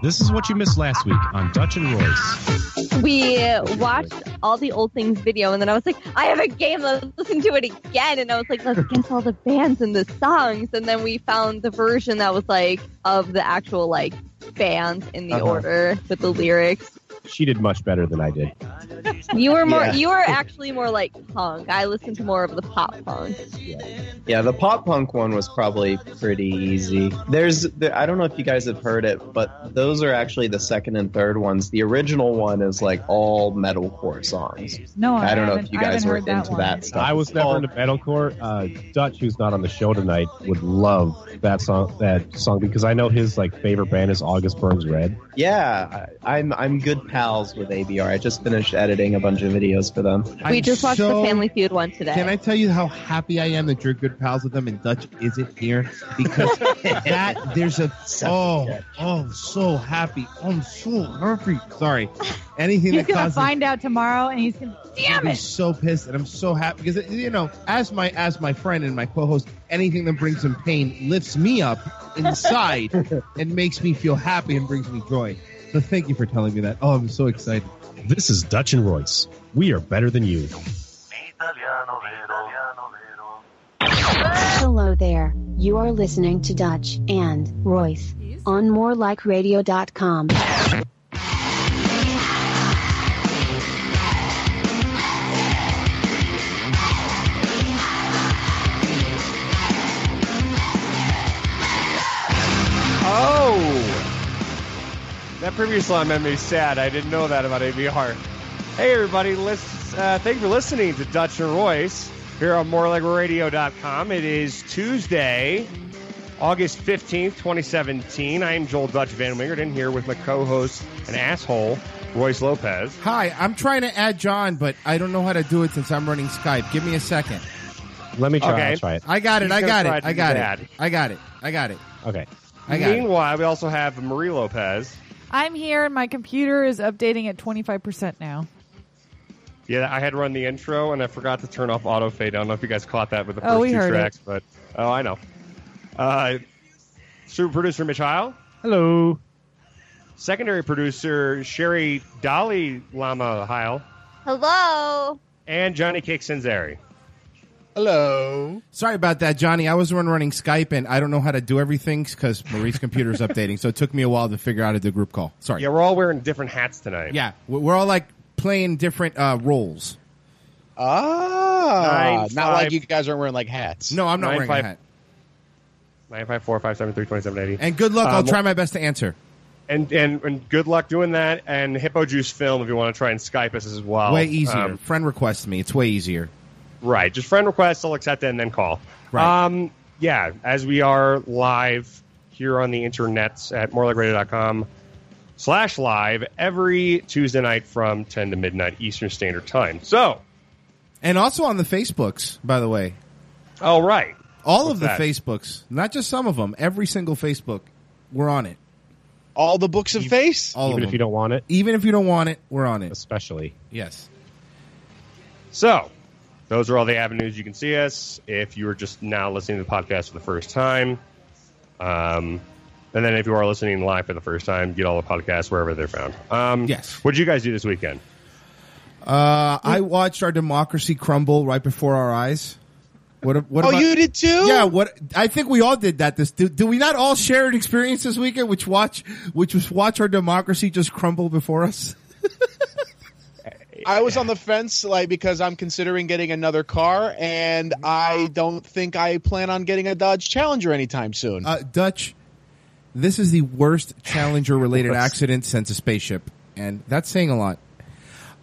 This is what you missed last week on Dutch and Royce. we watched all the old things video and then i was like i have a game let's listen to it again and i was like let's guess all the bands and the songs and then we found the version that was like of the actual like bands in the Uh-huh. order with the lyrics She did much better than I did. you were more Yeah. you were actually more like punk i listened to more of the pop punk Yeah, the pop punk one was probably pretty easy. There's, there, I don't know if you guys have heard it, but those are actually the second and third ones. The original one is like all metalcore songs. No, I don't know haven't- if you I guys haven't were heard that into one. that stuff. I was never Oh, into metalcore. Uh, Dutch, who's not on the show tonight, would love that song. That song because I know his like favorite band is August Burns Red. Yeah, I, I'm I'm good pals with ABR. I just finished editing a bunch of videos for them. we I'm just watched so- the family feud one today Can I tell you how happy I am that you're good pals with them and Dutch isn't here? Because that there's a oh oh I'm so happy. I'm so happy. Sorry. Anything He's that gonna causes find out tomorrow, and he's gonna. Damn I'm it! so pissed and I'm so happy because you know, as my as my friend and my co-host, anything that brings him pain lifts me up inside and makes me feel happy and brings me joy. So thank you for telling me that. Oh, I'm so excited. This is Dutch and Royce. We are better than you. Italiano vero. Hello there. You are listening to Dutch and Royce on morelikeradio.com. Oh! That preview slot made me sad. I didn't know that about ABR. Hey, everybody. Let's, uh, thank you for listening to Dutch and Royce here on morelikeradio.com. It is Tuesday, August 15th, 2017. I am Joel Dutch Van Wingerton here with my co host and asshole, Royce Lopez. Hi, I'm trying to add John, but I don't know how to do it since I'm running Skype. Give me a second. Let me try. Okay. I'll try it. I got it. He's I gonna got try it. to I do got that. it. I got it. I got it. Okay. I got it. Meanwhile, we also have Marie Lopez. I'm here, and my computer is updating at 25 percent now. Yeah, I had run the intro and I forgot to turn off auto fade. I don't know if you guys caught that with the Oh, first we two heard it. tracks, but oh, I know. Uh, super producer Mitch Heil, Hello. secondary producer Sherry Dolly Lama Heil, hello and Johnny Cake Sanzari. Hello. Sorry about that, Johnny. I was run- running Skype and I don't know how to do everything because Marie's computer's updating, so it took me a while to figure out how to do group call. Sorry. Yeah, we're all wearing different hats tonight. Yeah, we- we're all like playing different uh, roles. Ah, Nine, not five. like you guys aren't wearing like hats. No, I'm not Nine, wearing five- a hat. nine five four five seven three twenty seven eighty. And good luck. Uh, I'll well- try my best to answer. And and and good luck doing that. And Hippo Juice Film, if you want to try and Skype us as well. way easier. Um, Friend requests me. It's way easier. Right. Just friend request. I'll accept it and then call. Right. Um, yeah. As we are live here on the internets at morelikeradio.com slash live every Tuesday night from 10 to midnight Eastern Standard Time. So, And also on the Facebooks, by the way. all right. All What's of the that? Facebooks, not just some of them. Every single Facebook, we're on it. All the books of face. All Even of if you them. don't want it, Even if you don't want it, we're on it. especially. Yes. So, those are all the avenues you can see us. If you are just now listening to the podcast for the first time, um, and then if you are listening live for the first time, get all the podcasts wherever they're found. Um, Yes. What did you guys do this weekend? Uh, I watched our democracy crumble right before our eyes. What? a- What? Oh, about- you did too. Yeah. What? I think we all did that. This. Do, do we not all share an experience this weekend? Which watch? Which was watch our democracy just crumble before us. I was on the fence, like because I'm considering getting another car, and I don't think I plan on getting a Dodge Challenger anytime soon. Uh, Dutch. This is the worst Challenger-related accident since a spaceship, and that's saying a lot.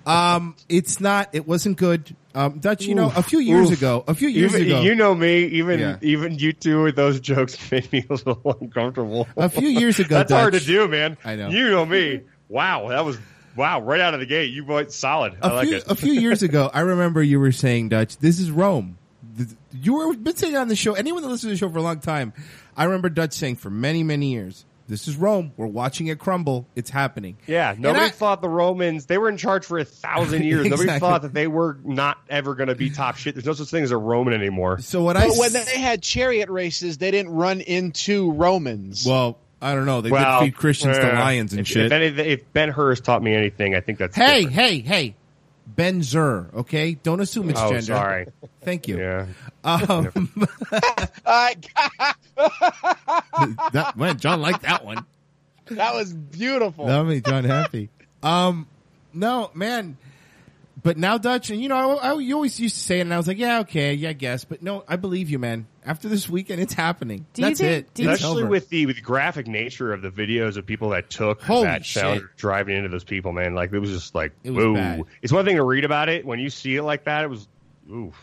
Um, it's not. It wasn't good. Um, Dutch. You know, a few years ago, a few years Even- ago, You know me, even Yeah. even you two with those jokes made me a little uncomfortable. a few years ago, That's Dutch, hard to do, man. I know. You know me. Wow, that was wow, right out of the gate. You went solid. I a like few, it. a few years ago, I remember you were saying, Dutch, this is Rome. Th- You were been saying on the show, anyone that listens to the show for a long time, I remember Dutch saying for many, many years, this is Rome. We're watching it crumble. It's happening. yeah, And nobody I- thought the Romans, they were in charge for a thousand years. Nobody Exactly. thought that they were not ever going to be top shit. There's no such thing as a Roman anymore. so what I, but when s- they had chariot races, they didn't run into Romans. well, I don't know. They well, did feed Christians to uh, lions and if, shit. If, anything, if Ben Hur's taught me anything, I think that's hey, different. hey, hey, Ben Zur. Okay, don't assume it's oh, gender. sorry. Thank you. Yeah. Um, that went. John liked that one. That was beautiful. That made John happy. Um, no, man. But now Dutch, and you know, I, I- you always used to say it, and I was like, yeah, okay, yeah, I guess. But no, I believe you, man. After this weekend, it's happening. Do you That's think- it. do you- It's Especially over. with the with the graphic nature of the videos of people that took Holy that shit. sound driving into those people, man. Like it was just like It was whoa. bad. It's one thing to read about it. When you see it like that, it was oof.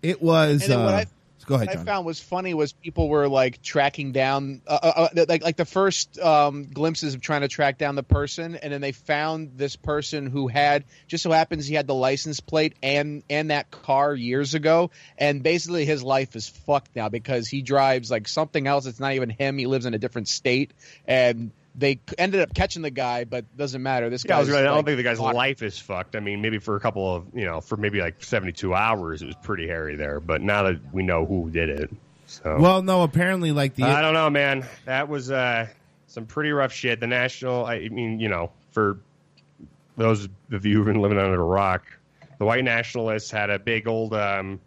it was. And then what uh, I- go ahead, What I John. found was funny was people were like tracking down, uh, uh, uh, like like the first um, glimpses of trying to track down the person, and then they found this person who had just so happens he had the license plate and and that car years ago, and basically his life is fucked now because he drives like something else. It's not even him. He lives in a different state, and they ended up catching the guy, but doesn't matter. This Yeah, I, guy, was gonna- I don't think the guy's life is fucked. I mean, maybe for a couple of you know, for maybe like seventy two hours, it was pretty hairy there. But now that we know who did it, so Well, no, apparently, like the I don't know, man. That was uh, some pretty rough shit. The national, I mean, you know, for those of you who've been living under a rock, the white nationalists had a big old um,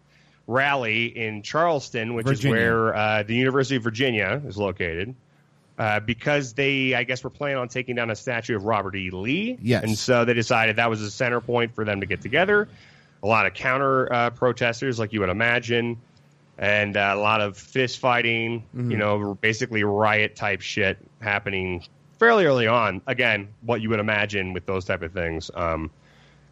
rally in Charleston, which Virginia. is where uh, the University of Virginia is located. Uh, because they, I guess, were planning on taking down a statue of Robert E. Lee. Yes. And so they decided that was a center point for them to get together. A lot of counter uh, protesters, like you would imagine, and uh, a lot of fist fighting, you know, basically riot type shit happening fairly early on. Again, what you would imagine with those type of things. Um,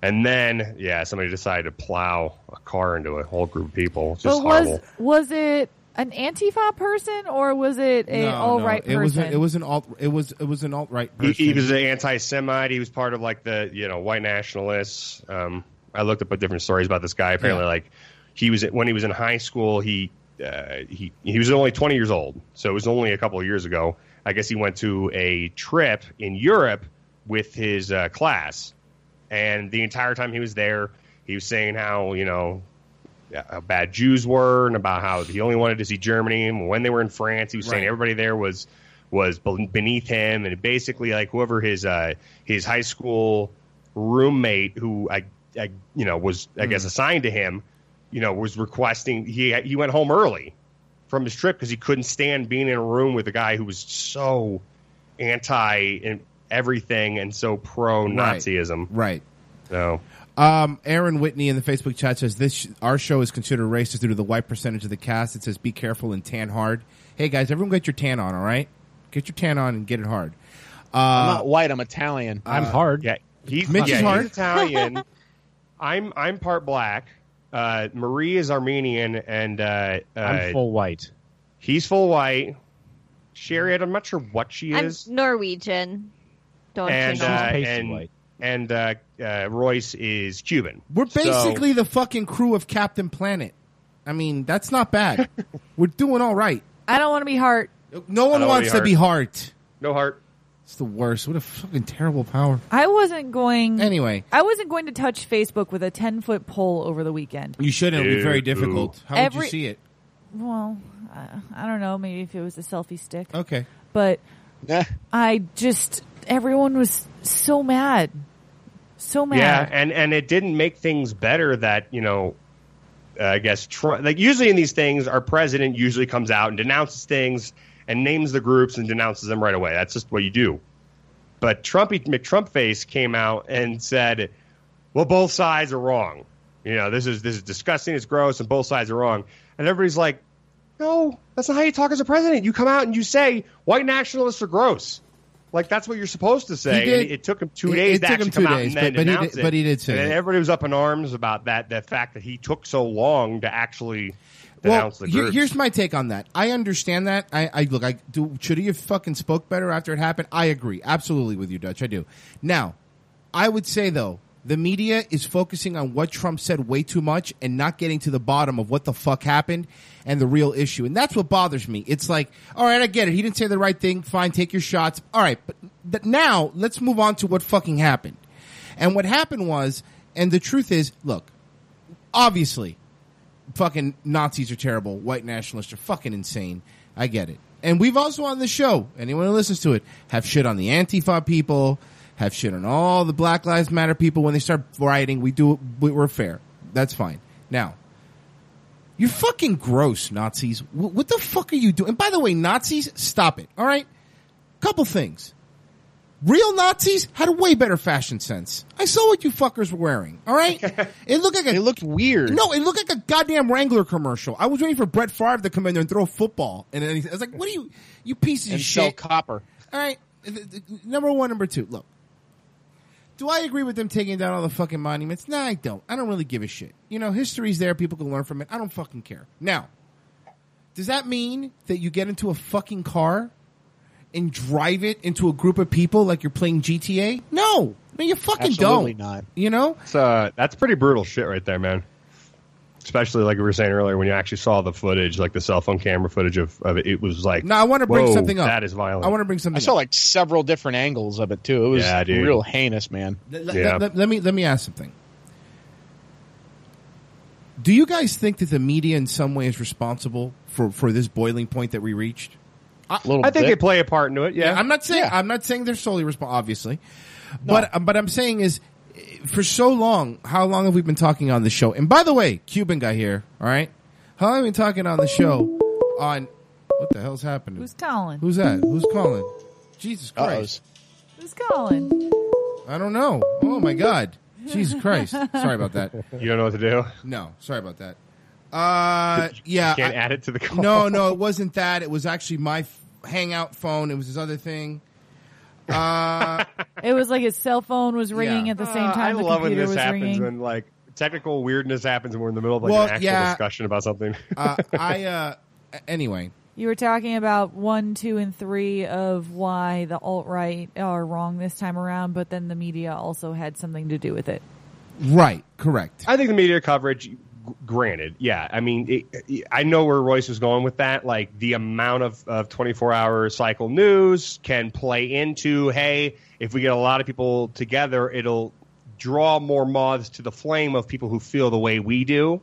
and then, yeah, somebody decided to plow a car into a whole group of people. It's just but horrible. was was it an Antifa person or was it a no, all no, right It person? was. It was an alt. It was. It was an alt right he, person. he was an anti-Semite. He was part of like the you know white nationalists. Um, I looked up different stories about this guy. Apparently, Yeah. like he was when he was in high school. He uh, he he was only 20 years old, so it was only a couple of years ago. I guess he went to a trip in Europe with his uh, class, and the entire time he was there, he was saying how you know how bad Jews were and about how he only wanted to see Germany. And when they were in France, he was saying Right. everybody there was was be- beneath him, and basically like whoever his uh, his high school roommate who I, I you know was I Hmm. guess assigned to him, you know was requesting he he went home early from his trip because he couldn't stand being in a room with a guy who was so anti and everything and so pro Nazism. right. So Um, Aaron Whitney in the Facebook chat says this: sh- our show is considered racist due to the white percentage of the cast. It says, "Be careful and tan hard." Hey guys, everyone, get your tan on. All right, get your tan on and get it hard. I'm Uh, not white. I'm Italian. I'm hard. yeah, he's, Mitch yeah, is hard. he's Italian. I'm I'm part black. Uh, Marie is Armenian, and uh, uh, I'm full white. he's full white. Sherry, I'm not sure what she I'm is. Norwegian. Don't and you uh, know? She's pasty and white. and uh, uh, Royce is Cuban. we're So- basically the fucking crew of Captain Planet. I mean, that's not bad. we're doing all right. I don't want to be hurt. No one wanna wants be to hard. be hard. no heart. It's the worst. What a fucking terrible power. I wasn't going. Anyway, I wasn't going to touch Facebook with a ten foot pole over the weekend. you shouldn't. It'd be very Ew. difficult. How would Every- you see it? Well, I, I don't know. Maybe if it was a selfie stick, Okay. but Uh, Eh. I just everyone was so mad, so mad. Yeah, and and it didn't make things better that you know. Uh, I guess Trump, like usually in these things, our president usually comes out and denounces things and names the groups and denounces them right away. That's just what you do. But Trumpy McTrumpface came out and said, "Well, both sides are wrong. You know, this is this is disgusting. It's gross, and both sides are wrong." And everybody's like, "No, that's not how you talk as a president. You come out and you say white nationalists are gross." Like that's what you're supposed to say. did- And it took him two It- days it to took him actually two come out days, and then but- but he announce did- it. but he did say And then it. everybody was up in arms about that. The fact that he took so long to actually Well, denounce the here- groups. here's my take on that. I understand that. I, I look. I do. Should he have fucking spoke better after it happened? I agree absolutely with you, Dutch. I do. Now, I would say though, the media is focusing on what Trump said way too much and not getting to the bottom of what the fuck happened and the real issue. And that's what bothers me. It's like, all right, I get it. He didn't say the right thing. Fine, take your shots. All right, but th- now let's move on to what fucking happened. And what happened was, and the truth is, look, obviously, fucking Nazis are terrible. White nationalists are fucking insane. I get it. and we've also on the show, anyone who listens to it, have shit on the Antifa people, have shit on all the Black Lives Matter people when they start rioting. We do, we- we're fair. That's fine. Now, you're fucking gross, Nazis. Wh- What the fuck are you doing? And by the way, Nazis, stop it. All right. Couple things. Real Nazis had a way better fashion sense. I saw what you fuckers were wearing. All right, it looked like a, it looked weird. No, it looked like a goddamn Wrangler commercial. I was waiting for Brett Favre to come in there and throw a football and anything. I was like, "What are you, you pieces And of sell shit?" copper. All right, th- th- number one, number two. Look, do I agree with them taking down all the fucking monuments? Nah, I don't. I don't really give a shit. You know, history's there. People can learn from it. I don't fucking care. Now, does that mean that you get into a fucking car and drive it into a group of people like you're playing GTA? No, no, you fucking Absolutely don't. You know, It's, uh, that's pretty brutal shit right there, man. Especially like we were saying earlier, when you actually saw the footage, like the cell phone camera footage of, of it, it was like. No, I want to bring "Whoa, something up. That is violent. I want to bring something. I saw up. like several different angles of it too. It was Yeah, dude. real heinous, man. Let, let- let- let me let me ask something. Do you guys think that the media in some way is responsible for, for this boiling point that we reached? I, I think they play a part into it. Yeah, I'm not saying I'm not saying they're solely responsible, obviously, but but I'm saying is eh, for so long. How long have we been talking on the show? And by the way, Cuban guy here. All right, how long have we been talking on the show? On what the hell's happening? Who's calling? Who's that? Who's calling? Jesus Christ! Who's calling? I don't know. Oh my God! Jesus Christ! Sorry about that. You don't know what to do. No, sorry about that. Uh, yeah, can't I- add it to the call. No, no, it wasn't that. It was actually my f- hangout phone. It was this other thing. Uh, It was like his cell phone was ringing at the same Uh, time I the love when computer this was happens ringing. when like technical weirdness happens when we're in the middle of like Well, an actual yeah. discussion about something. uh, I uh, a- anyway. You were talking about one, two, and three of why the alt right are wrong this time around, but then the media also had something to do with it. Right, correct. I think the media coverage, g- granted, yeah. I mean, it, it- I know where Royce was going with that. Like the amount of, of 24 hour cycle news can play into, hey, if we get a lot of people together, it'll draw more moths to the flame of people who feel the way we do.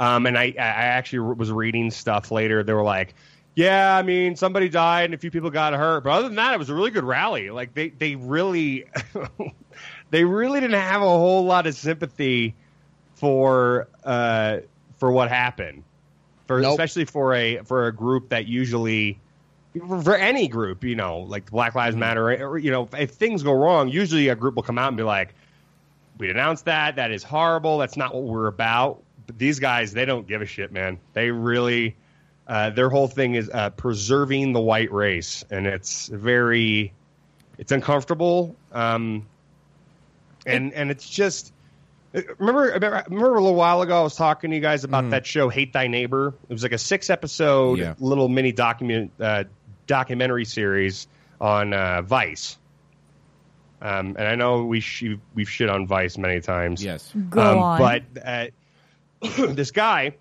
Um, and I, I I actually re- was reading stuff later. They were like, yeah, I mean, somebody died and a few people got hurt. But other than that, it was a really good rally. Like they, they really, they really didn't have a whole lot of sympathy for, uh, for what happened for especially for a for a group that usually for for any group, you know, like Black Lives Matter, or, you know, if things go wrong, usually a group will come out and be like, "We denounce that. That is horrible. That's not what we're about." But these guys, they don't give a shit, man. They really, uh, their whole thing is uh, preserving the white race, and it's very, it's uncomfortable, um, and and it's just. Remember, remember, remember a little while ago, I was talking to you guys about that show, Hate Thy Neighbor. It was like a six episode Yeah. little mini document uh, documentary series on uh, Vice. Um, and I know we sh- we've shit on Vice many times. Yes, Um, Go on. But uh, this guy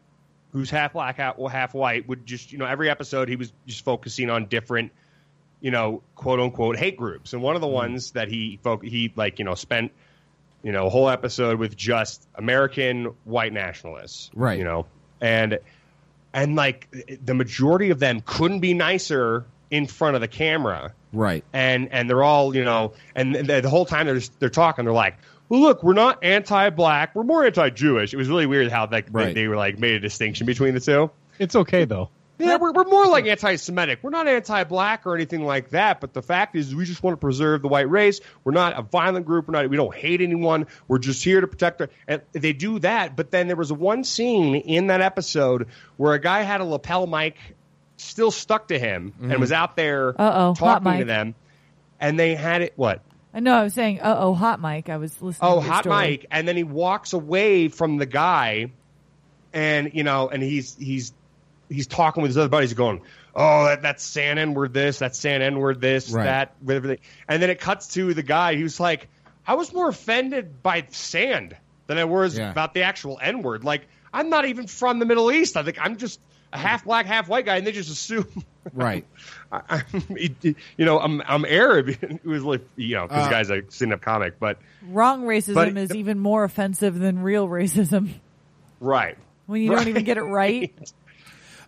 who's half black, half, well, half white, would just you know every episode he was just focusing on different you know quote unquote hate groups, and one Hmm. of the ones that he foc- he like you know spent you know a whole episode with just American white nationalists, Right. You know, and and like the majority of them couldn't be nicer in front of the camera Right. and and they're all you know and the, the whole time they're just, they're talking they're like well look we're not anti-black we're more anti-jewish it was really weird how like Right. they, they were like made a distinction between the two It's okay though. yeah we're, we're more like anti-semitic we're not anti-black or anything like that but the fact is we just want to preserve the white race we're not a violent group we're not we don't hate anyone we're just here to protect our and they do that but then there was one scene in that episode where a guy had a lapel mic still stuck to him and was out there Mm-hmm. Uh-oh, hot talking to mic. them and they had it what I know I was saying, uh oh, hot mic. I was listening. Oh, to your hot story. Mike, and then he walks away from the guy, and you know, and he's he's he's talking with his other buddies, going, "Oh, that that's San N word this, that's San N word this, Right. that whatever." They, and then it cuts to the guy who's like, "I was more offended by sand than I was Yeah. about the actual N word. Like, I'm not even from the Middle East. I think I'm just a half black, half white guy, and they just assume." Right. I, I'm, you know, I'm I'm Arab. It was like, you know, this Uh, guy's a stand-up comic, but Wrong racism But- is even more offensive than real racism right. when you don't even get it right.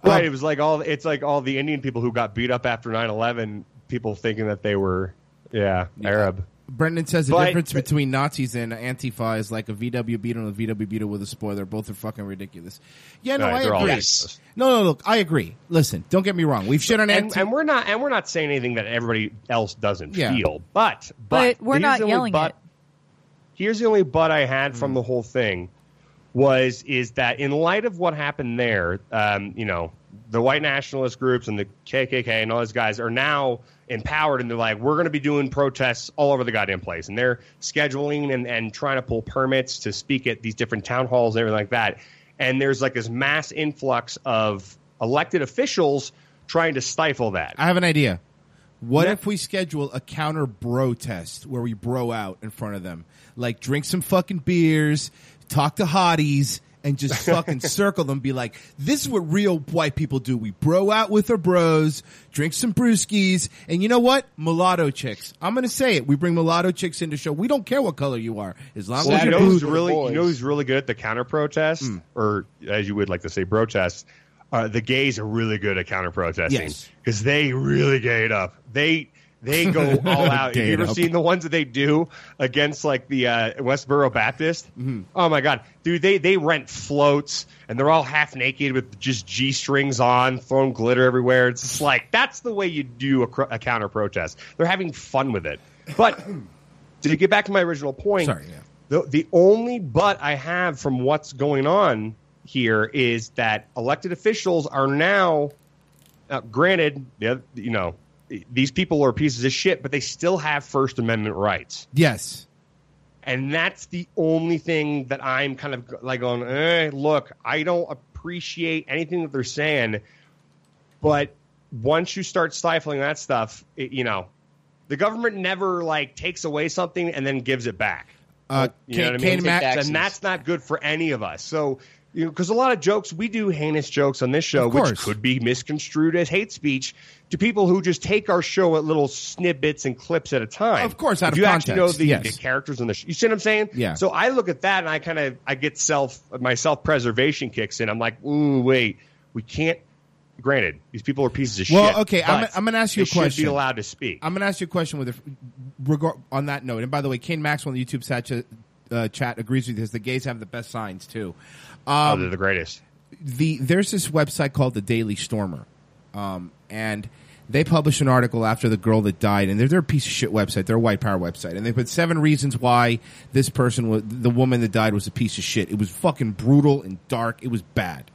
Right. it was like all it's like all the Indian people who got beat up after 9-11, people thinking that they were yeah, Arab. Brendan says the But- difference between Nazis and Antifa is like a VW Beetle and a VW Beetle with a spoiler. Both are fucking ridiculous. Yeah, no, Right, I they're all agree. racist. No, no, look, I agree. Listen, don't get me wrong. We've shit on and, Antifa. and we're not and we're not saying anything that everybody else doesn't Yeah. feel. But but, But we're here's not the only yelling but, Here's the only but I had from the whole thing was is that in light of what happened there, um, you know, the white nationalist groups and the KKK and all those guys are now empowered and they're like, we're going to be doing protests all over the goddamn place. And they're scheduling and, and trying to pull permits to speak at these different town halls and everything like that. And there's like this mass influx of elected officials trying to stifle that. I have an idea. What if we schedule a counter bro test where we bro out in front of them? Like drink some fucking beers, talk to hotties, and just fucking circle them. Be like, this is what real white people do. We bro out with our bros, drink some brewskis, and you know what? Mulatto chicks. I'm gonna say it. We bring mulatto chicks into show. We don't care what color you are, as long Well, as you you're know who's booed. really you know who's really good at the counter protest, Hmm. or as you would like to say, protest. Uh, the gays are really good at counter protesting Yes. because they really gay it up. They they go all out. Have Gay you it ever up. seen the ones that they do against like the uh, Westboro Baptist? Mm-hmm. Oh my god, dude! They they rent floats and they're all half naked with just g strings on, throwing glitter everywhere. It's just like that's the way you do a, cr- a counter protest. They're having fun with it. But to get back to my original point, Sorry, yeah. the, the only but I have from what's going on here is that elected officials are now, uh, granted, the oth- you know, these people are pieces of shit, but they still have First Amendment rights. Yes. And that's the only thing that I'm kind of like going, eh, look, I don't appreciate anything that they're saying. But once you start stifling that stuff, it, you know, the government never like takes away something and then gives it back. Uh, You know Kane- what I mean? Kane Mac- and that's not good for any of us. So, you because a lot of jokes, we do heinous jokes on this show, Of which course. could be misconstrued as hate speech to people who just take our show at little snippets and clips at a time. Of course, out If of you actually know context, the, yes. the characters in the show. You see what I'm saying? Yeah. So I look at that and I kind of I get self my self preservation kicks in. I'm like, ooh, wait, we can't. Granted, these people are pieces of Well, shit. okay, I'm- but I'm gonna ask you they a question. Um, Should be allowed to speak. I'm going to ask you a question with a, regard on that note. And by the way, Kane Maxwell on the YouTube chat, uh, chat agrees with this. The gays have the best signs too. oh, Um, they're the greatest. the there's this website called the Daily Stormer, um, and they published an article after the girl that died, and they're, they're a piece of shit website. They're a white power website, and they put seven reasons why this person was the woman that died was a piece of shit. It was fucking brutal and dark. It was bad.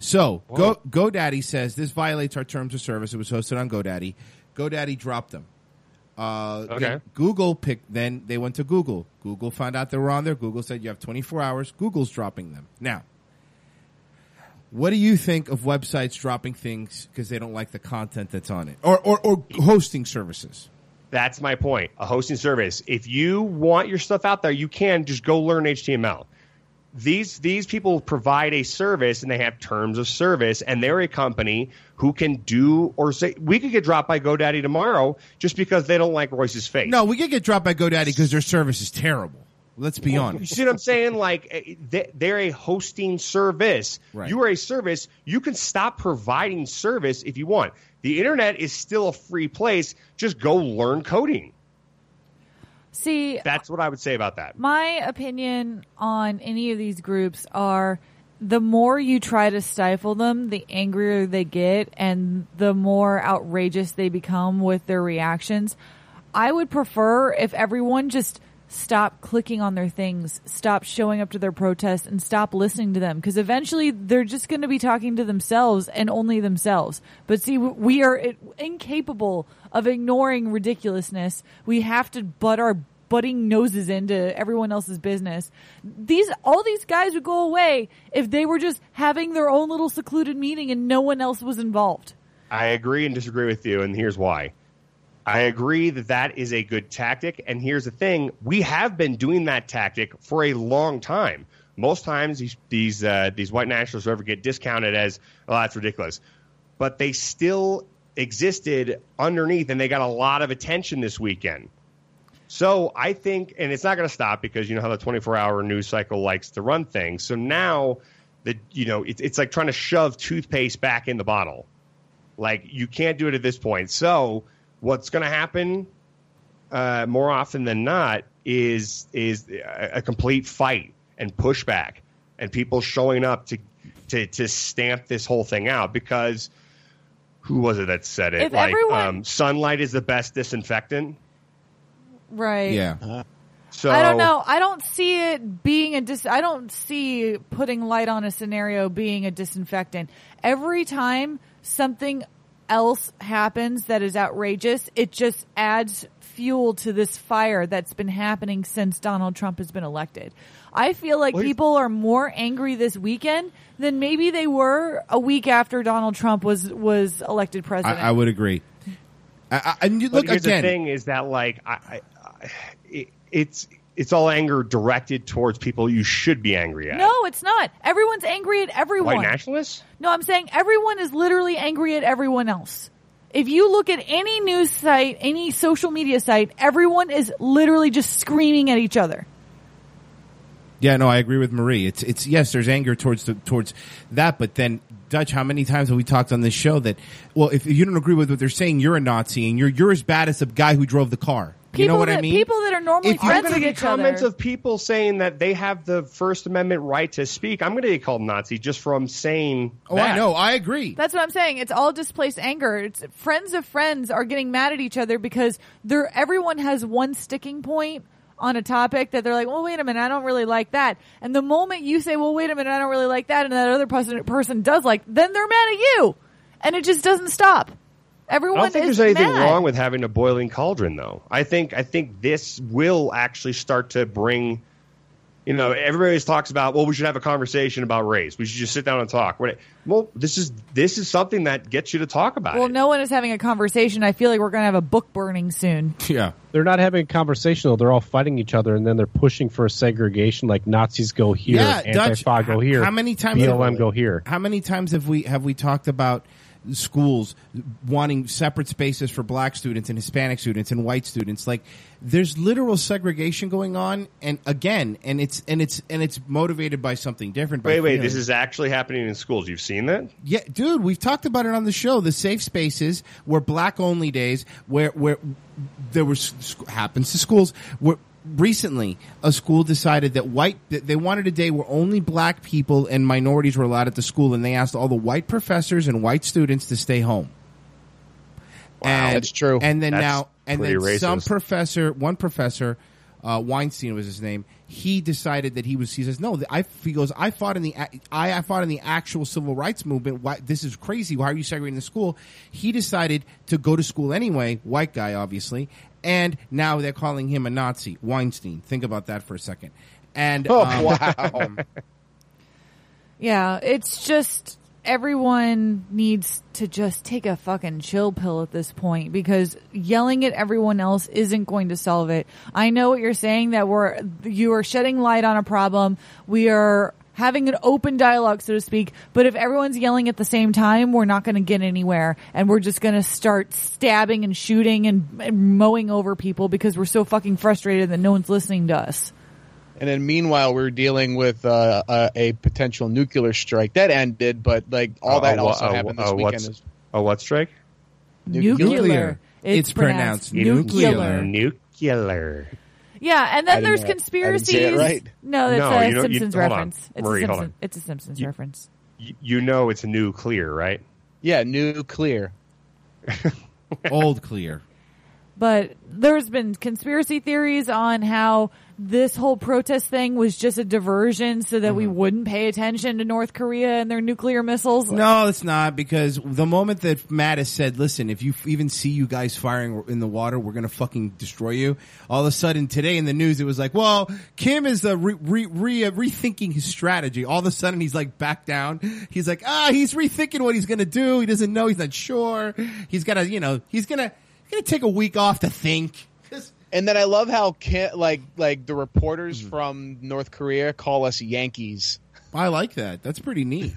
So Go GoDaddy says this violates our terms of service. It was hosted on GoDaddy. GoDaddy dropped them. Uh, Okay. then Google picked. Then they went to Google. Google found out they were on there. Google said you have 24 hours. Google's dropping them now. What do you think of websites dropping things because they don't like the content that's on it, or or, or hosting services? That's my point. A hosting service. If you want your stuff out there, you can just go learn HTML. These these people provide a service and they have terms of service and they're a company who can do or say we could get dropped by GoDaddy tomorrow just because they don't like Royce's face. No, we could get dropped by GoDaddy because their service is terrible. Let's be You honest. see what I'm saying? Like eh, they- they're a hosting service. Right. You are a service. You can stop providing service if you want. The internet is still a free place. Just go learn coding. See, That's what I would say about that. my opinion on any of these groups are the more you try to stifle them, the angrier they get and the more outrageous they become with their reactions. I would prefer if everyone just stop clicking on their things, stop showing up to their protests and stop listening to them because eventually they're just going to be talking to themselves and only themselves. But see, w- we are i- incapable of ignoring ridiculousness. We have to butt our butting noses into everyone else's business. These all these guys would go away if they were just having their own little secluded meeting and no one else was involved. I agree and disagree with you, and here's why. I agree that that is a good tactic, and here's the thing: we have been doing that tactic for a long time. Most times, these these, uh, these white nationalists ever get discounted as, "Oh, that's ridiculous," but they still existed underneath, and they got a lot of attention this weekend. So I think, and it's not going to stop because you know how the 24 hour news cycle likes to run things. So now that you know it, it's like trying to shove toothpaste back in the bottle. Like you can't do it at this point. So what's going to happen uh, more often than not is is a, a complete fight and pushback and people showing up to to to stamp this whole thing out because who was it that said it? um, If everyone- sunlight is the best disinfectant. right? Uh, Yeah. So I don't know. I don't see it being a dis. I don't see putting light on a scenario being a disinfectant. Every time something else happens that is outrageous, it just adds fuel to this fire that's been happening since Donald Trump has been elected. I feel like people are more angry this weekend than maybe they were a week after Donald Trump was was elected I, president. I would agree. I, I, and you But look here's again. the thing: is that like I, I, I it, it's it's all anger directed towards people you should be angry at. no, it's not. Everyone's angry at everyone. White nationalists? No, I'm saying everyone is literally angry at everyone else. If you look at any news site, any social media site, everyone is literally just screaming at each other. Yeah, no, I agree with Marie. It's it's yes, there's anger towards the, towards that, but then Dutch, how many times have we talked on this show that well, if you don't agree with what they're saying, you're a Nazi and you're you're as bad as the guy who drove the car. People you know what that, I mean? People that are normally If you're friends I'm with going to get each other. comments of people saying that they have the First Amendment right to speak. I'm going to get called Nazi just from saying. oh, that. I know, I agree. That's what I'm saying. It's all displaced anger. It's friends of friends are getting mad at each other because they're everyone has one sticking point on a topic that they're like, well, wait a minute, I don't really like that. And the moment you say, well, wait a minute, I don't really like that, and that other person person does like, then they're mad at you, and it just doesn't stop. Everyone I don't think is there's anything mad. wrong with having a boiling cauldron, though. I think I think this will actually start to bring. You know, everybody always talks about well, we should have a conversation about race. We should just sit down and talk. What- Well, this is this is something that gets you to talk about. Well, it. no one is having a conversation. I feel like we're going to have a book burning soon. yeah. They're not having a conversation. though. They're all fighting each other, and then they're pushing for segregation. Like Nazis go here, Yeah, Dutch, Antifa go h- here. how many times have- BLM go here? How many times have we have we talked about schools wanting separate spaces for black students and Hispanic students and white students? Like there's literal segregation going on and again and it's and it's and it's motivated by something different. by wait, wait, feeling. this is actually happening in schools. You've seen that? Yeah, dude, we've talked about it on the show. The safe spaces were black only days where where there was sc- happens to schools where recently a school decided that white that they wanted a day where only black people and minorities were allowed at the school and they asked all the white professors and white students to stay home. and, That's true. And then That's now and then pretty some racist. professor, one professor, uh, Weinstein was his name. He decided that he was. He says, "No, the- I." He goes, "I fought in the ac- I, I fought in the actual civil rights movement. Why this is crazy? Why are you segregating the school?" He decided to go to school anyway. White guy, obviously, and now they're calling him a Nazi. Weinstein. Think about that for a second. And um, Yeah, it's just everyone needs to just take a fucking chill pill at this point because yelling at everyone else isn't going to solve it. I know what you're saying that we're you are shedding light on a problem. We are having an open dialogue so to speak, but if everyone's yelling at the same time, we're not going to get anywhere and we're just going to start stabbing and shooting and, and mowing over people because we're so fucking frustrated that no one's listening to us. And then meanwhile, we are dealing with uh, a, a potential nuclear strike that ended, but like all that Uh, wha- also uh, happened wha- this uh, weekend. what's- Is, uh, what strike? Nuclear. Nuclear. It's, It's pronounced pronounced nuclear. nuclear. Nuclear. Yeah, and I then didn't there's know- I didn't say conspiracies. it right. No, that's No, a you don't- you- Simpsons hold on. reference. It's, Marie, a hold Simpson, on. it's a Simpsons You- reference. You, you know it's nuclear, right? yeah, nuclear. old clear. But there's been conspiracy theories on how this whole protest thing was just a diversion so that we Mm-hmm. wouldn't pay attention to North Korea and their nuclear missiles. No, it's not because the moment that Mattis said, "Listen, if you f- even see you guys firing in the water, we're gonna fucking destroy you," all of a sudden today in the news it was like, "Well, Kim is uh, re- re- re- uh, rethinking his strategy." All of a sudden he's like back down. He's like, "Ah, he's rethinking what he's gonna do. He doesn't know. He's not sure. He's gotta, you know, he's gonna gonna take a week off to think." And then I love how Ki- like like the reporters Hmm. from North Korea call us Yankees. I like that. That's pretty neat.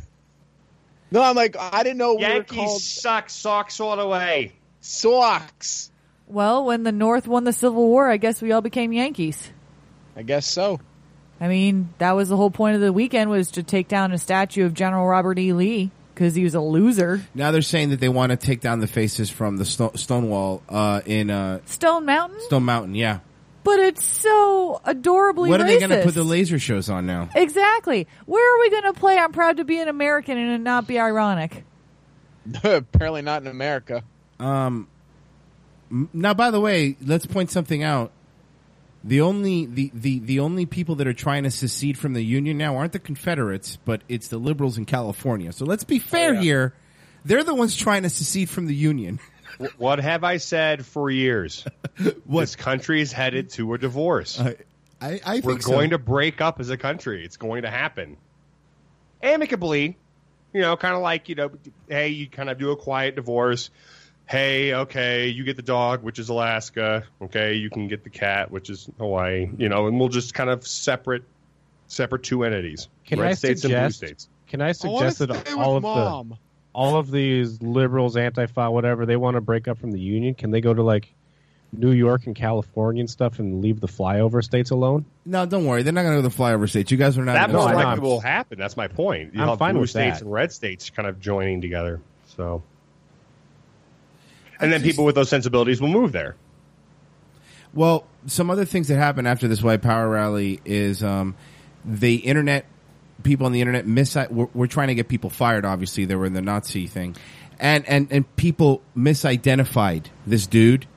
No, I'm like I didn't know we Yankees were called suck socks all the way. socks. Well, when the North won the Civil War, I guess we all became Yankees. I guess so. I mean, that was the whole point of the weekend was to take down a statue of General Robert E. Lee because he was a loser. Now they're saying that they want to take down the faces from the Sto- Stonewall uh, in uh, Stone Mountain, Stone Mountain. Yeah. but it's so adorably What are they going to racist. put the laser shows on now? Exactly. Where are we going to play? I'm proud to be an American and it not be ironic. Apparently not in America. Um, m- now, by the way, let's point something out. The only the, the, the only people that are trying to secede from the union now aren't the Confederates, but it's the liberals in California. So let's be fair here. They're the ones trying to secede from the union. W- What have I said for years? This country is headed to a divorce. I, I We're going to break up as a country. It's going to happen amicably. You know, kind of like you know, hey, you kind of do a quiet divorce. Hey, okay, you get the dog, which is Alaska. Okay, you can get the cat, which is Hawaii. You know, and we'll just kind of separate, separate two entities: Can red I states suggest- and blue states. Can I suggest that stay all of with the Mom. all of these liberals, anti-fa, whatever they want to break up from the union? Can they go to like New York and California and stuff and leave the flyover states alone? No, don't worry. They're not going to go to the flyover states. You guys are not. That in most those why likely I'm- will happen. That's my point. You I'm have fine blue with states that. and red states kind of joining together. So, and then people with those sensibilities will move there. Well, some other things that happened after this white power rally is um, the internet people on the internet mis were, were trying to get people fired. Obviously, they were in the Nazi thing, and and and people misidentified this dude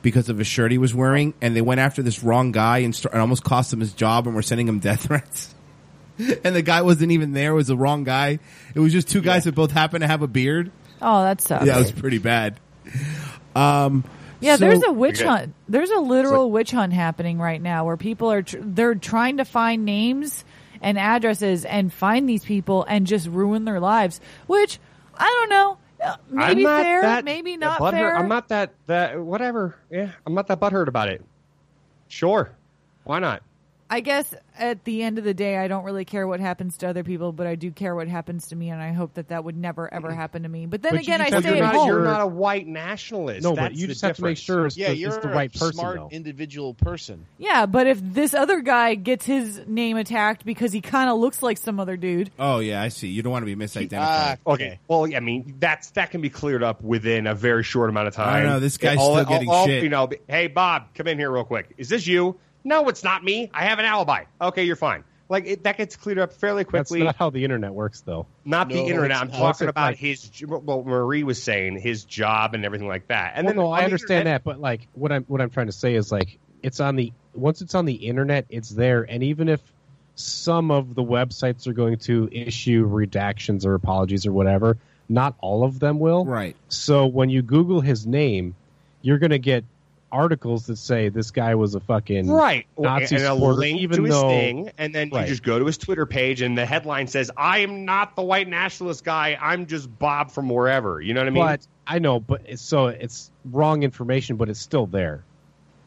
because of a shirt he was wearing, and they went after this wrong guy and, start, and almost cost him his job, and were sending him death threats. and the guy wasn't even there; it was the wrong guy. It was just two guys that both happened to have a beard. Oh, that sucks. Yeah, it was pretty bad. Um, Yeah, so- there's a witch Okay. hunt. There's a literal witch hunt happening right now where people are tr- they're trying to find names and addresses and find these people and just ruin their lives, which I don't know. Uh, Maybe fair, maybe not butthurt- fair. I'm not that that whatever. Yeah, I'm not that butthurt about it. Sure, why not? I guess at the end of the day, I don't really care what happens to other people, but I do care what happens to me, and I hope that that would never ever happen to me. But then But you again, I just have Well, to stay you're, at not, make home. you're sure- not a white nationalist. No, That's but you the just have to make difference. sure it's, yeah, the, you're it's the right a person. smart though. individual person. Yeah, but if this other guy gets his name attacked because he kind of looks like some other dude, Oh yeah, I see. You don't want to be misidentified. Ah, Okay. Well, I mean, that's that can be cleared up within a very short amount of I time. know, this guy's still getting shit. You know, be- hey Bob, come in here real quick. Is this you? No, it's not me. I have an alibi. Okay, you're fine. Like it, that gets cleared up fairly That's quickly. not how the internet works, though. Not No, the internet. it's I'm not. talking It's about like- his his j- what Marie was saying, his job and everything like that. And And well, then no, on I the understand that, internet- but like what I'm what I'm trying to say is like it's on the once it's on the internet, it's there, and even if some of the websites are going to issue redactions or apologies or whatever, not all of them will. Right. So when you Google his name, you're going to get articles that say this guy was a fucking Right, Nazi and a supporter, link even to his though- thing, and then Right. you just go to his Twitter page, and the headline says, "I am not the white nationalist guy. I'm just Bob from wherever." You know what I mean? but I know, but it's, so it's wrong information, but it's still there.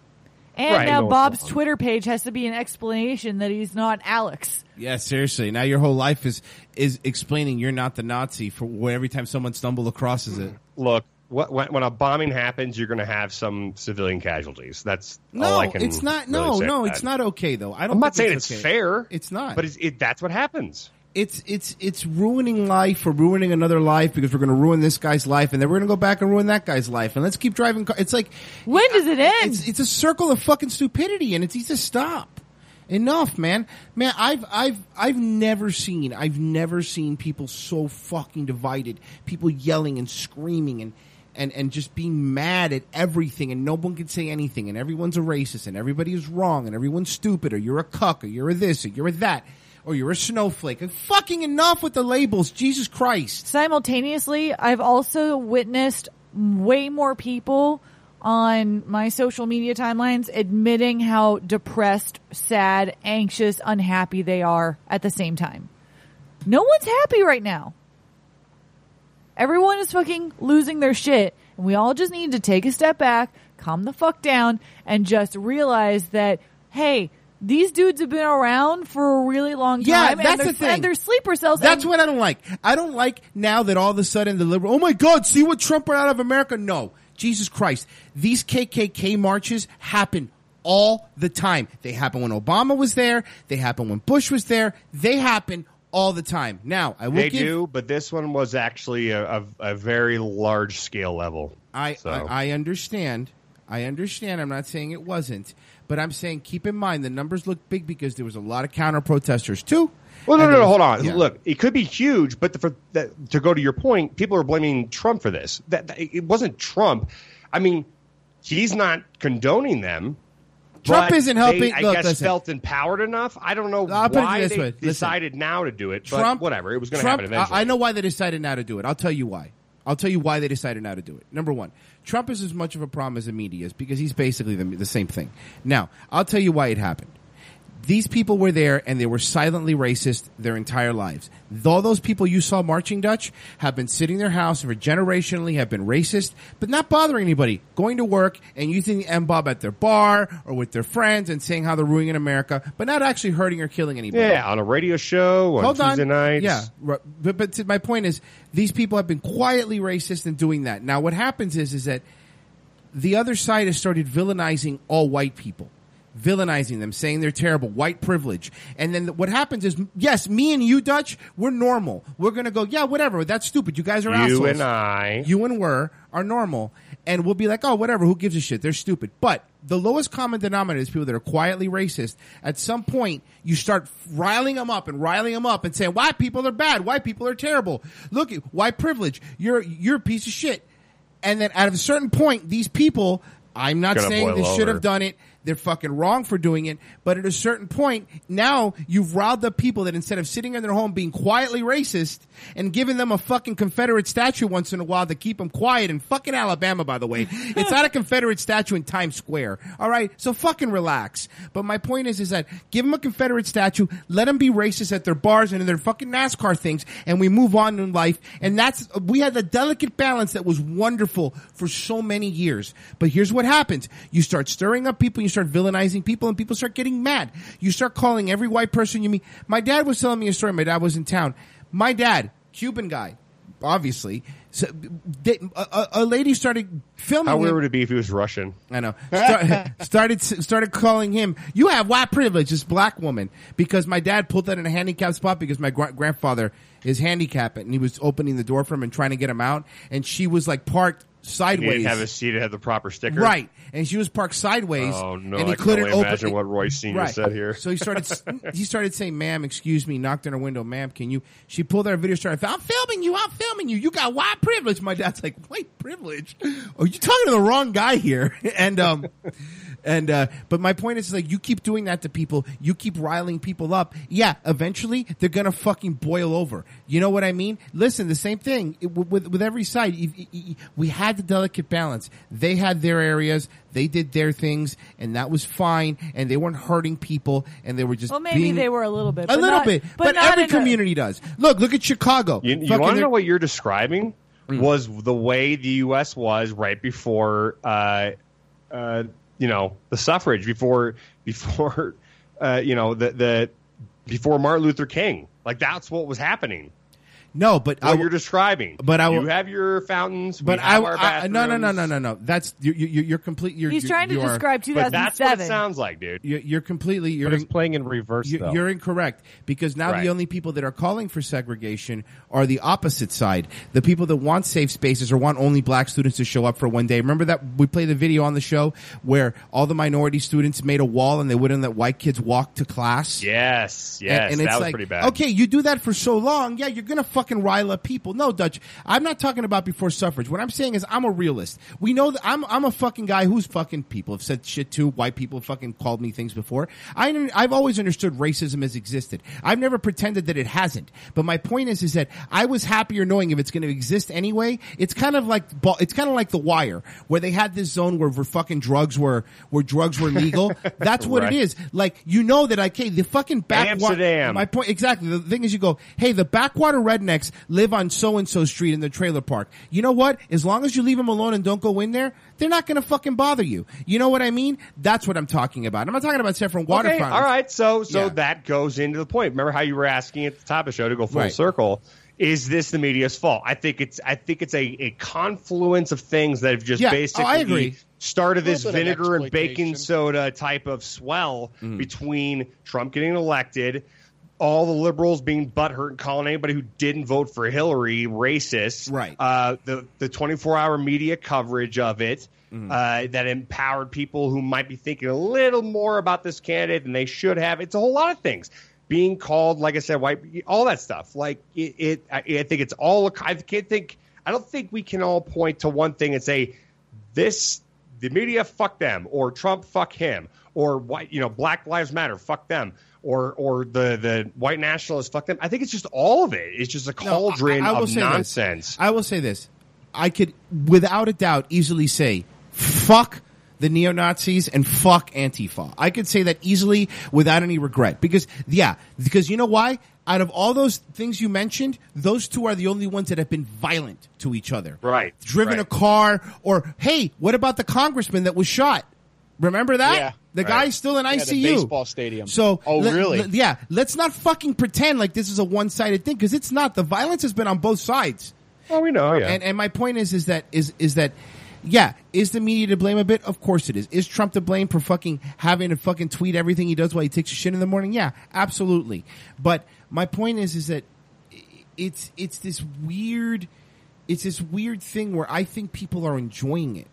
and Right. now No, Bob's it's not. Twitter page has to be an explanation that he's not Alex. Yeah, seriously. Now your whole life is is explaining you're not the Nazi for where every time someone stumbles across is it. Look, what, when, when a bombing happens, you're going to have some civilian casualties. That's all No, I can. it's not. No, really say no, about it's it. not okay though. I don't. I'm not think saying it's, okay. fair. It's not. but it's, it, that's what happens. it's it's it's ruining life or ruining another life because we're going to ruin this guy's life and then we're going to go back and ruin that guy's life and let's keep driving. Car- it's like When does it end? It's, it's a circle of fucking stupidity, and it's needs to stop. Enough, man. Man, I've I've I've never seen I've never seen people so fucking divided. People yelling and screaming and and and just being mad at everything, and no one can say anything, and everyone's a racist, and everybody is wrong, and everyone's stupid, or you're a cuck, or you're a this, or you're a that, or you're a snowflake. And fucking enough with the labels, Jesus Christ. Simultaneously, I've also witnessed way more people on my social media timelines admitting how depressed, sad, anxious, unhappy they are at the same time. No one's happy right now. Everyone is fucking losing their shit. And we all just need to take a step back, calm the fuck down, and just realize that, hey, these dudes have been around for a really long time. Yeah, that's and they're- the thing. And they're sleeper cells. That's and- what I don't like. I don't like now that all of a sudden the liberal. Oh my God! See what Trump brought out of America? No, Jesus Christ! These KKK marches happen all the time. They happen when Obama was there. They happen when Bush was there. They happen all the time. Now, I will They give do, but this one was actually a, a, a very large scale level. I, So- I I understand. I understand. I'm not saying it wasn't, but I'm saying keep in mind the numbers look big because there was a lot of counter protesters too. Well, no, And there no, no. was- Hold on. Yeah. Look, it could be huge, but the, for that, to go to your point, people are blaming Trump for this. That, that- it wasn't Trump. I mean, he's not condoning them. Trump but isn't helping- They, I look, guess listen. felt empowered enough. I don't know I'll put it why this they way. Listen. decided now to do it. But Trump, whatever. It was going to Trump- happen eventually. I, I know why they decided now to do it. I'll tell you why. I'll tell you why they decided now to do it. Number one, Trump is as much of a problem as the media is because he's basically the, the same thing. Now, I'll tell you why it happened. These people were there and they were silently racist their entire lives. All those people you saw marching Dutch have been sitting in their house for generationally, have been racist, but not bothering anybody, going to work and using the MBOB at their bar or with their friends and saying how they're ruining America, but not actually hurting or killing anybody. yeah, on a radio show on Hold Tuesday on. nights. Yeah, right. but but to- my point is, these people have been quietly racist in doing that. Now, what happens is is that the other side has started villainizing all white people, villainizing them, saying they're terrible, white privilege. And then what happens is, yes, me and you, Dutch, we're normal. We're gonna go, yeah, whatever. That's stupid. You guys are assholes. You and I. You and were are normal, and we'll be like, oh, whatever. Who gives a shit? They're stupid. But the lowest common denominator is people that are quietly racist. At some point, you start riling them up and riling them up and saying, white people are bad. White people are terrible. Look, at white privilege. You're you're a piece of shit. And then at a certain point, these people. I'm not Gonna saying boil they should over. have done it. They're fucking wrong for doing it. But at a certain point, now you've riled up people that instead of sitting in their home being quietly racist and giving them a fucking Confederate statue once in a while to keep them quiet in fucking Alabama, by the way. it's not a Confederate statue in Times Square. All right. So fucking relax. But my point is, is that give them a Confederate statue. Let them be racist at their bars and in their fucking NASCAR things and we move on in life. And that's, we had a delicate balance that was wonderful for so many years. But here's what happens. You start stirring up people, you start villainizing people, and people start getting mad. You start calling every white person you meet. My dad was telling me a story. My dad was in town. My dad, Cuban guy, obviously. So, they, a- a, a lady started filming. How him. weird would it be if he was Russian? I know. Start, started started calling him. You have white privilege, this black woman, because my dad pulled that in a handicapped spot because my gr- grandfather is handicapped and he was opening the door for him and trying to get him out, and she was like parked He didn't sideways, have a seat. It had the proper sticker. right? And she was parked sideways. Oh no! and he I can couldn't only open. imagine what Roy Senior Right. said here. So he started he started saying, "Ma'am, excuse me." Knocked on her window, "Ma'am, can you?" She pulled out her video. Started, "I'm filming you. I'm filming you. You got white privilege." My dad's like, "White privilege? Are you talking to the wrong guy here?" And um, and uh, but my point is like, you keep doing that to people. You keep riling people up. Yeah, eventually they're gonna fucking boil over. You know what I mean? Listen, the same thing it- with with every side. You- you- you- We had the delicate balance. They had their areas. They did their things, and that was fine. And they weren't hurting people, and they were just Well, maybe being- they were a little bit, a but little not- bit, but but, not every in a- community does. Look, look at Chicago. You, you Fucking want they're- to Mm. know what you're describing? Was the way the U.S. was right before, uh, uh, you know, the suffrage before before, uh, you know, the the before Martin Luther King. Like that's what was happening. No, but I What will- you're describing. but I will- you have your fountains. but we I, have our I no no no bathrooms. no no no. That's you're you're, you're complete. You're, He's you're- trying to you are- describe But that's what it 2007. sounds like, dude. You're, you're completely. You're But it's playing in reverse, you- though. You're incorrect because now Right. the only people that are calling for segregation are the opposite side. The people that want safe spaces or want only black students to show up for one day. Remember that we played the video on the show where all the minority students made a wall and they wouldn't let white kids walk to class. Yes, And- yes, and that it's was like, pretty bad. Okay, you do that for so long, yeah, you're gonna fucking rile up people. No, Dutch, I'm not talking about before suffrage. What I'm saying is, I'm a realist. We know that I'm I'm a fucking guy who's fucking people have said shit to. White people have fucking called me things before. I I've always understood racism has existed. I've never pretended that it hasn't. But my point is, is that I was happier knowing if it's going to exist anyway. It's kind of like ball- it's kind of like The Wire, where they had this zone where, where fucking drugs were where drugs were legal. That's what Right. it is. Like you know that okay, the fucking back Amsterdam. my point exactly. The thing is, you go, hey, the backwater rednecks live on so and so street in the trailer park. You know what? As long as you leave them alone and don't go in there, they're not going to fucking bother you. You know what I mean? That's what I'm talking about. I'm not talking about separate water okay, fountains. All right, so so Yeah. that goes into the point. Remember how you were asking at the top of the show to go full Right. circle? is this the media's fault? I think it's I think it's a, a confluence of things that have just Yeah. Oh, I basically agree. started this A little bit of vinegar and baking exploitation. soda type of swell Mm. between Trump getting elected, all the liberals being butthurt and calling anybody who didn't vote for Hillary racist, Right. Uh, the the twenty four hour media coverage of it uh, that empowered people who might be thinking a little more about this candidate than they should have. It's a whole lot of things. Being called, like I said, white, all that stuff. Like it, it I, I think it's all. I can't think. I don't think we can all point to one thing and say this the media fuck them or trump fuck him or white you know black lives matter fuck them or or the the white nationalists fuck them i think it's just all of it it's just a No, cauldron I- I will of say this. nonsense I will say this. I could, without a doubt, easily say, fuck the neo Nazis and fuck Antifa. I could say that easily without any regret. Because, yeah, because you know why? Out of all those things you mentioned, those two are the only ones that have been violent to each other. Right, Driven a right. car, or, hey, what about the congressman that was shot? Remember that? Yeah. The Right. guy's still in the ICU. baseball stadium. So, Oh, let- really? let- yeah, let's not fucking pretend like this is a one sided thing because it's not. The violence has been on both sides. well we know yeah And and my point is is that is is that yeah, is the media to blame a bit? Of course it is. Is Trump to blame for fucking having to fucking tweet everything he does while he takes a shit in the morning? Yeah, absolutely. But my point is is that it's it's this weird it's this weird thing where I think people are enjoying it.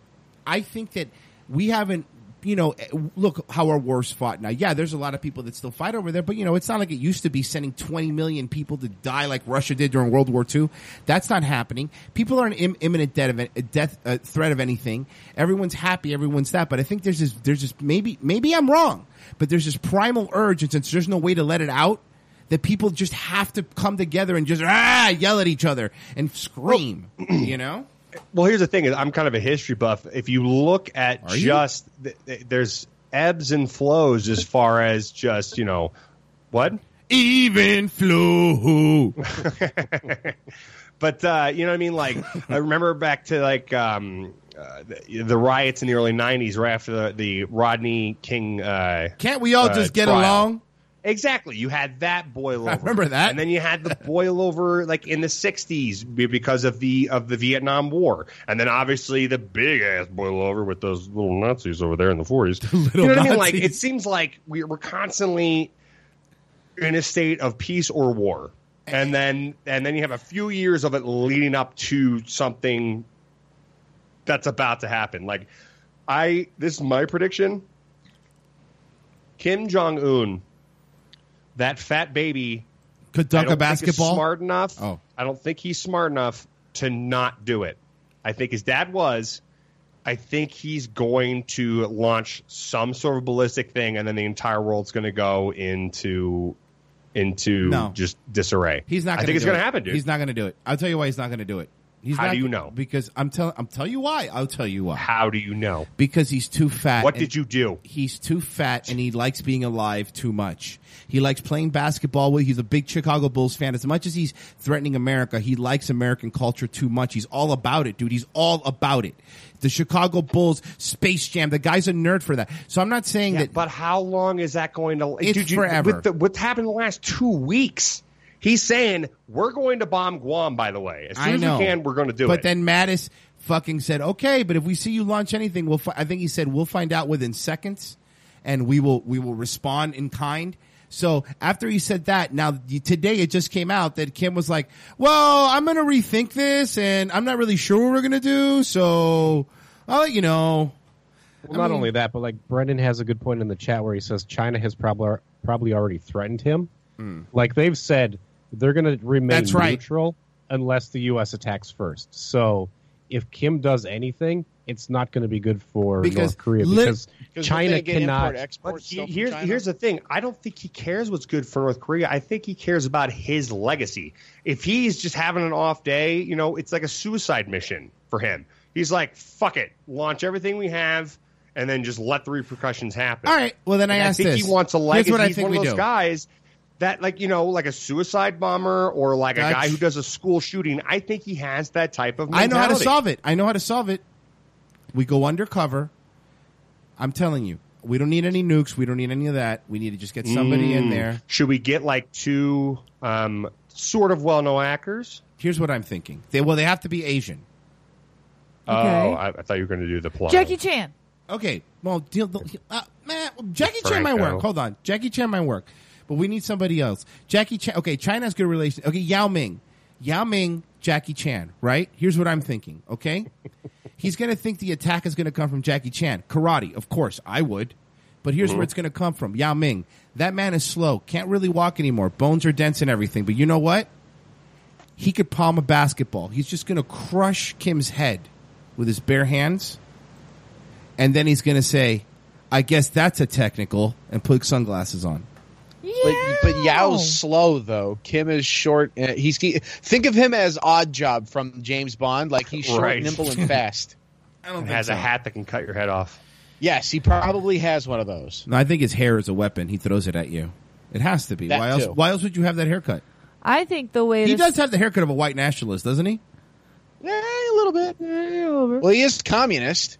I think that we haven't you know eh, look how our war's fought now. Yeah, there's a lot of people that still fight over there, but you know it's not like it used to be sending 20 million people to die like Russia did during World War II. That's not happening. People aren't Im- imminent death of a death uh, threat of anything. Everyone's happy, everyone's that, but I think there's this there's this maybe maybe I'm wrong, but there's this primal urge and since there's no way to let it out that people just have to come together and just ah, yell at each other and scream, you know? well here's the thing is i'm kind of a history buff if you look at you? just th- th- there's ebbs and flows as far as just you know what Even flu. but uh, you know what I mean. Like I remember back to like um, uh, the, the riots in the early '90s, right after the, the Rodney King. Uh, Can't we all uh, just get trial. along? Exactly. You had that boil over. I remember that. And then you had the boil over like in the 60s be- because of the of the Vietnam War. And then obviously the big ass boil over with those little Nazis over there in the 40s. you know what I mean? Like it Nazis. seems like we- we're constantly in a state of peace or war. And then and then you have a few years of it leading up to something that's about to happen. Like I this is my prediction. Kim Jong Un, that fat baby, Could I dunk a don't think is basketball? smart enough. Oh. I don't think he's smart enough to not do it. I think his dad was. I think he's going to launch some sort of ballistic thing, and then the entire world's going to go into into No. just disarray. He's not. I Gonna think it's do going it. to happen, dude. He's not going to do it. I'll tell you why he's not going to do it. He's How not do you g- know? Because I'm telling. I'm tell you why. I'll tell you why. How do you know? Because he's too fat. What Uh, and- did you do? He's too fat and he likes being alive too much. He likes playing basketball. He's a big Chicago Bulls fan. As much as he's threatening America, he likes American culture too much. He's all about it, dude. He's all about it. The Chicago Bulls, Space Jam. The guy's a nerd for that. So I'm not saying Yeah, that. but how long is that going to? It's Dude, forever. With the, what's happened in the last two weeks, he's saying we're going to bomb Guam. By the way, as soon I as know. we can, we're going to do but it. then Mattis fucking said, "Okay, but if we see you launch anything, we'll." Fi-, I think he said we'll find out within seconds, and we will we will respond in kind. So after he said that, now y- today it just came out that Kim was like, "Well, I'm gonna rethink this, and I'm not really sure what we're gonna do, so I'll let you know." Well, not only that, but like Brendan has a good point in the chat where he says China has probably probably already threatened him. Like they've said they're going to remain That's right. neutral unless the U.S. attacks first. So if Kim does anything, it's not going to be good for Because North Korea lit- because 'Cause don't China they get cannot. import, But export he- stuff from here's China? here's the thing. I don't think he cares what's good for North Korea. I think he cares about his legacy. If he's just having an off day, you know, it's like a suicide mission for him. He's like, fuck it, launch everything we have, and then just let the repercussions happen. All right. Well, then I And asked think this. he wants a legacy. Here's what I He's think one of we those do. guys that, like you know, like a suicide bomber or like a That's- guy who does a school shooting. I think he has that type of. I Mentality. know how to solve it. I know how to solve it. We go undercover. I'm telling you, we don't need any nukes. We don't need any of that. We need to just get somebody in there. Should we get like two um, sort of well-known actors. Here's what I'm thinking. They well, they have to be Asian. Oh, I, I thought you were going to do the plot. Jackie Chan. Okay. Well, deal, uh, man, Jackie Chan might Franco. work. Hold on. Jackie Chan might work. But we need somebody else. Jackie Chan. Okay, China's good relations. Okay, Yao Ming. Yao Ming, Jackie Chan, right? Here's what I'm thinking, okay? He's going to think the attack is going to come from Jackie Chan. Karate, of course, I would. But here's where it's going to come from. Yao Ming. That man is slow. Can't really walk anymore. Bones are dense and everything. But you know what? He could palm a basketball. He's just going to crush Kim's head with his bare hands and then he's going to say, "I guess that's a technical," and put sunglasses on. But, but Yao's slow though. Kim is short. uh, He's he, think of him as Odd Job from James Bond. Like he's short, Right. nimble, and fast. I don't It has a hat that can cut your head off. Yes, he probably has one of those. No, I think his hair is a weapon. He throws it at you. It has to be. That why else? too. Why else would you have that haircut? I think the way He to does have the haircut of a white nationalist, doesn't he? Eh, a little bit. eh, a little bit. Well, he is communist.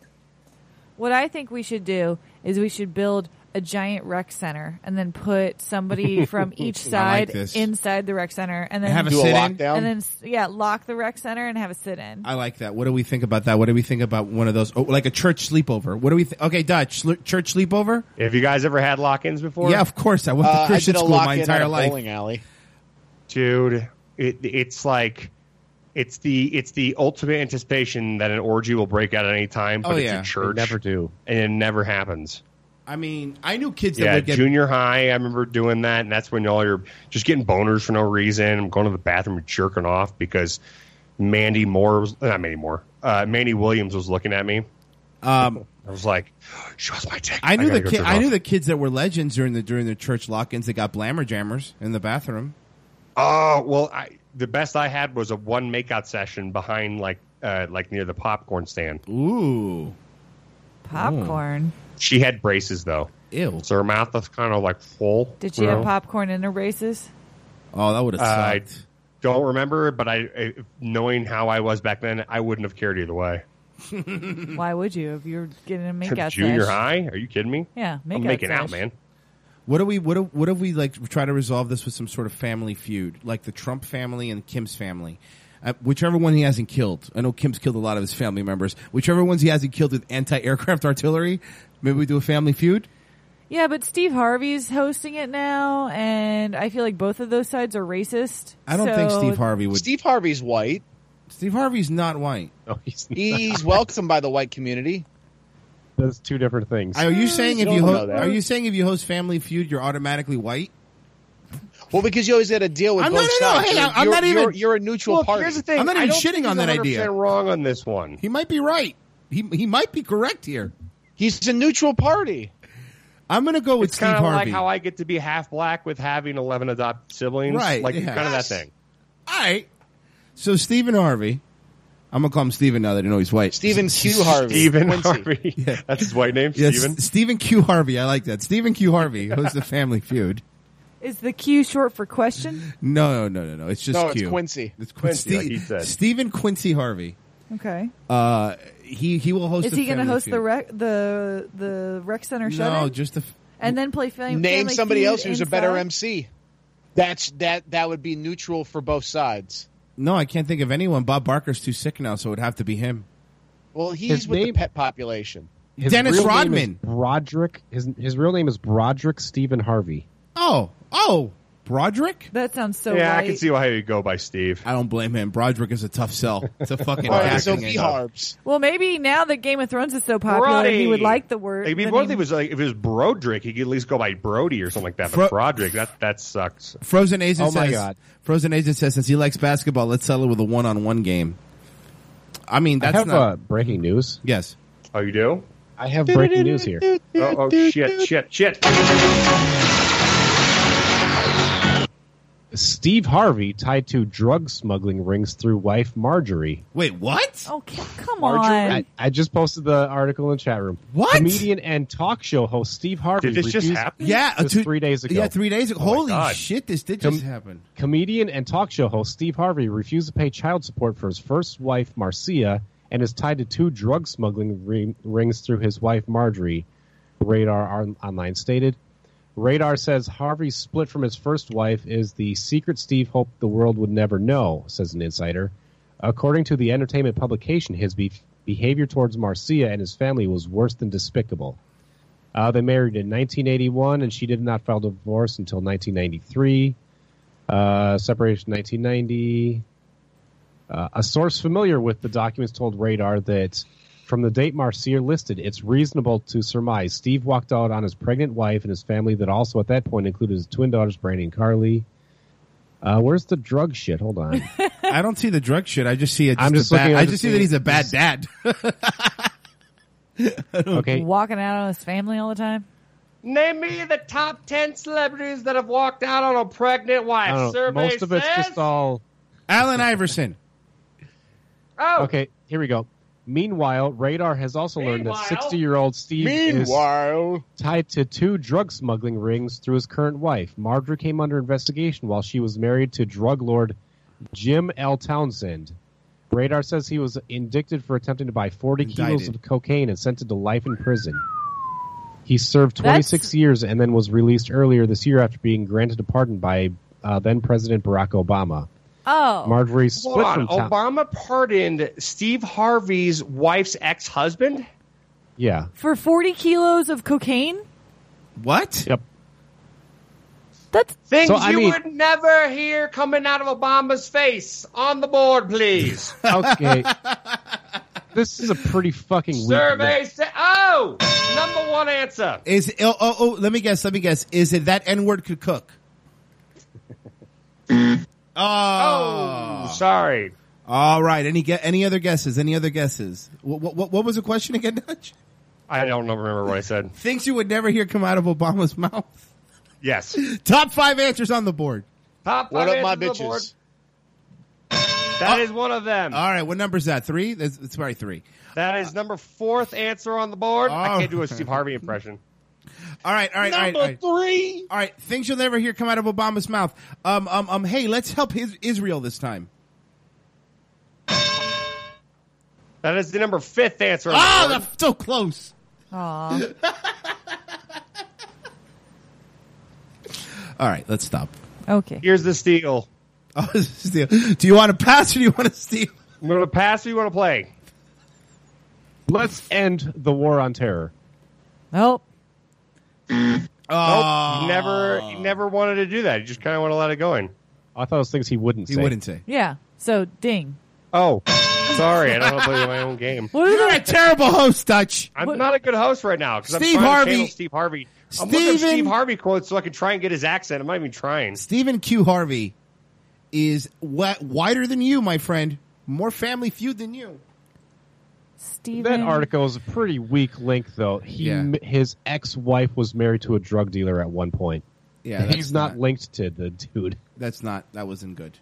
What I think we should do is we should build a giant rec center and then put somebody from each side this. inside the rec center and then Have a Do a sit-in? lockdown. and then s- yeah, lock the rec center and have a sit in. I like that. What do we think about that? What do we think about one of those, oh, like a church sleepover? What do we? think? Okay, Dutch sl- church sleepover. Have you guys ever had lock-ins before? yeah, of course. I went to Uh, Christian I did a school my lock-in at entire a life. bowling alley. dude. It, it's like it's the it's the ultimate anticipation that an orgy will break out at any time, but Oh, it's yeah. a church, They never do. and it never happens. I mean, I knew kids that yeah, would get. junior high, I remember doing that, and that's when all you're just getting boners for no reason. I'm going to the bathroom and jerking off because Mandy Moore was not Mandy Moore, uh, Mandy Williams was looking at me. um, I was like, she was my dick. I knew gotta the go ki- jerk I knew off. the kids that were legends during the during the church lock-ins. They got blammer jammers in the bathroom. Oh well, I the best I had was a one makeout session behind like uh, like near the popcorn stand. Ooh. Oh. Popcorn. She had braces though, Ew. so her mouth was kind of like full. Did she you have know? popcorn in her braces? Oh, that would have Uh, sucked. Don't remember, but I, I knowing how I was back then, I wouldn't have cared either way. Why would you if you were getting a makeout Junior sesh? high? Are you kidding me? Yeah, I'm makeout making out, sesh. man. what do we? What do, What if we like try to resolve this with some sort of family feud, like the Trump family and Kim's family, uh, whichever one he hasn't killed. I know Kim's killed a lot of his family members. Whichever ones he hasn't killed with anti-aircraft artillery, maybe we do a family feud. Yeah, but Steve Harvey's hosting it now, and I feel like both of those sides are racist. I don't think so- Steve Harvey would. Steve, Steve Harvey's white. Harvey's not white. No, Oh, he's not. He's welcomed by the white community. That's two different things. Are you saying if don't you know ho- that. are you saying if you host Family Feud, you're automatically white? Well, because you always had to deal with I'm both not- no, no, sides. hang You're- on, I'm not you're- even- You're, you're a neutral Well, party. here's the thing. I'm not even I don't shitting think on he's that idea. 100% Wrong on this one. He might be right. He he might be correct here. He's a neutral party. I'm gonna go with It's Steve kind of like Harvey. how I get to be half black with having 11 adopted siblings. Right, Like, yeah. kind of that thing. All right. So Stephen Harvey, I'm gonna call him Stephen now that I know he's white. Stephen Q. Harvey. Stephen Quincy. Harvey. That's his white name, Yes, Stephen. Stephen. Q. Harvey. I like that. Stephen Q. Harvey hosts the Family Feud. Is the Q short for question? No, no, no, no, no. It's just No, it's Q. Quincy. It's Quincy, like he Ste- said. Stephen Quincy Harvey. Okay. Uh, he he will host. Is the he going to Family host the Feud. rec the the rec center No, shut in just the. f- and then play fam- Name Family somebody Feud else who's a better inside? MC. That's that. That would be neutral for both sides. No, I can't think of anyone. Bob Barker's too sick now, so it would have to be him. Well, he's His with the name- pet population. His Dennis real name Rodman. is Broderick. His his real name is Broderick Stephen Harvey. Oh, oh, Broderick. That sounds so. yeah, I white. can see why you go by Steve. Uh, I don't blame him. Broderick is a tough sell. It's a fucking. All right, acting so name. be Harbs. Well, maybe now that Game of Thrones is so popular, he would like the word. It'd be the more if name- it was like if it was Broderick, he could at least go by Brody or something like that. Fro- But Broderick, that that sucks. Frozen Asian Oh my says, God. Frozen Asian says since he likes basketball, let's settle with a one on one game. I mean that's I have not uh, breaking news. yes. Oh, you do? I have breaking news here. Oh, oh shit, shit, shit. Steve Harvey tied to drug smuggling rings through wife Marjorie. Wait, what? Oh, c- come on! I, I just posted the article in chat room. What? Comedian and talk show host Steve Harvey. Did this just refused- happen? Yeah, Just two- three days ago. Yeah, three days ago. Oh my Holy God. shit! This did just Com- happen. Comedian and talk show host Steve Harvey refused to pay child support for his first wife Marcia and is tied to two drug smuggling ring- rings through his wife Marjorie. Radar on- Online stated. Radar says Harvey's split from his first wife is the secret Steve hoped the world would never know, says an insider. According to the entertainment publication, his be- behavior towards Marcia and his family was worse than despicable. Uh, they married in 1981, and she did not file divorce until 1993. Uh, separation 1990. Uh, a source familiar with the documents told Radar that from the date Marcia listed, it's reasonable to surmise Steve walked out on his pregnant wife and his family that also at that point included his twin daughters, Brandy and Carly. Uh, where's the drug shit? Hold on. I don't see the drug shit. I just see it. Just I'm I'm just just a bad, looking- I I'm just just see that seeing- he's a bad dad. Okay. Walking out on his family all the time. Name me the top ten celebrities that have walked out on a pregnant I wife. don't know. Survey Most of it's says- just all. Alan Iverson. Oh, Okay, here we go. Meanwhile, Radar has also learned that Meanwhile- 60 year old Steve is Meanwhile, tied to two drug smuggling rings through his current wife. Marjorie came under investigation while she was married to drug lord Jim L. Townsend. Radar says he was indicted for attempting to buy 40 kilos Indicted. of cocaine and sentenced to life in prison. He served 26 years and then was released earlier this year after being granted a pardon by uh, then President Barack Obama. Oh, Marjorie hold split on. from Town- Obama pardoned Steve Harvey's wife's ex-husband. Yeah. for forty kilos of cocaine. What? Yep. That's Things So, I you mean- would never hear coming out of Obama's face. On the board, please. Okay. this is a pretty fucking weak Survey says. Oh, number one answer. Is oh, oh oh let me guess, let me guess. Is it that N word could cook? Oh, oh. sorry. All right. Any gue- any other guesses? Any other guesses? What what, what was the question again, Dutch? I don't remember what I said. Things you would never hear come out of Obama's mouth. Yes. Top five answers on the board. Top what five up, my answers on the board. bitches? That is one of them. All right, what number is that? Three? That's, it's probably three. that is number fourth answer on the board. I can't do a Alright. Steve Harvey impression. All right, all right, all right, all Number right. three. All right, things you'll never hear come out of Obama's mouth. Um, um, um. Hey, let's help his, Israel this time. That is the number fifth answer. On Ah, the board. that's so close. aw. All right, let's stop. okay. Here's the steal. Oh, this is the- do you want to pass or do you want to steal? You want to pass or you want to play? Let's end the war on terror. Nope. Ah. Nope. Never, never wanted to do that. You just kind of want to let it go in. I thought it was things he wouldn't He say. wouldn't say. Yeah. So ding. Oh, sorry. I don't want to play my own game. What are You're the a terrible host, Dutch. I'm What- not a good host right now because I'm Steve trying Harvey- to channel Steve Harvey. I'm looking at Steven- Steve Harvey quotes so I can try and get his accent. I'm not even trying. Stephen Q. Harvey is wi- wider than you, my friend. More family feud than you. Steven? That article is a pretty weak link, though. He, Yeah. m His ex wife was married to a drug dealer at one point. Yeah, that's He's not linked to the dude. That's not. That wasn't good.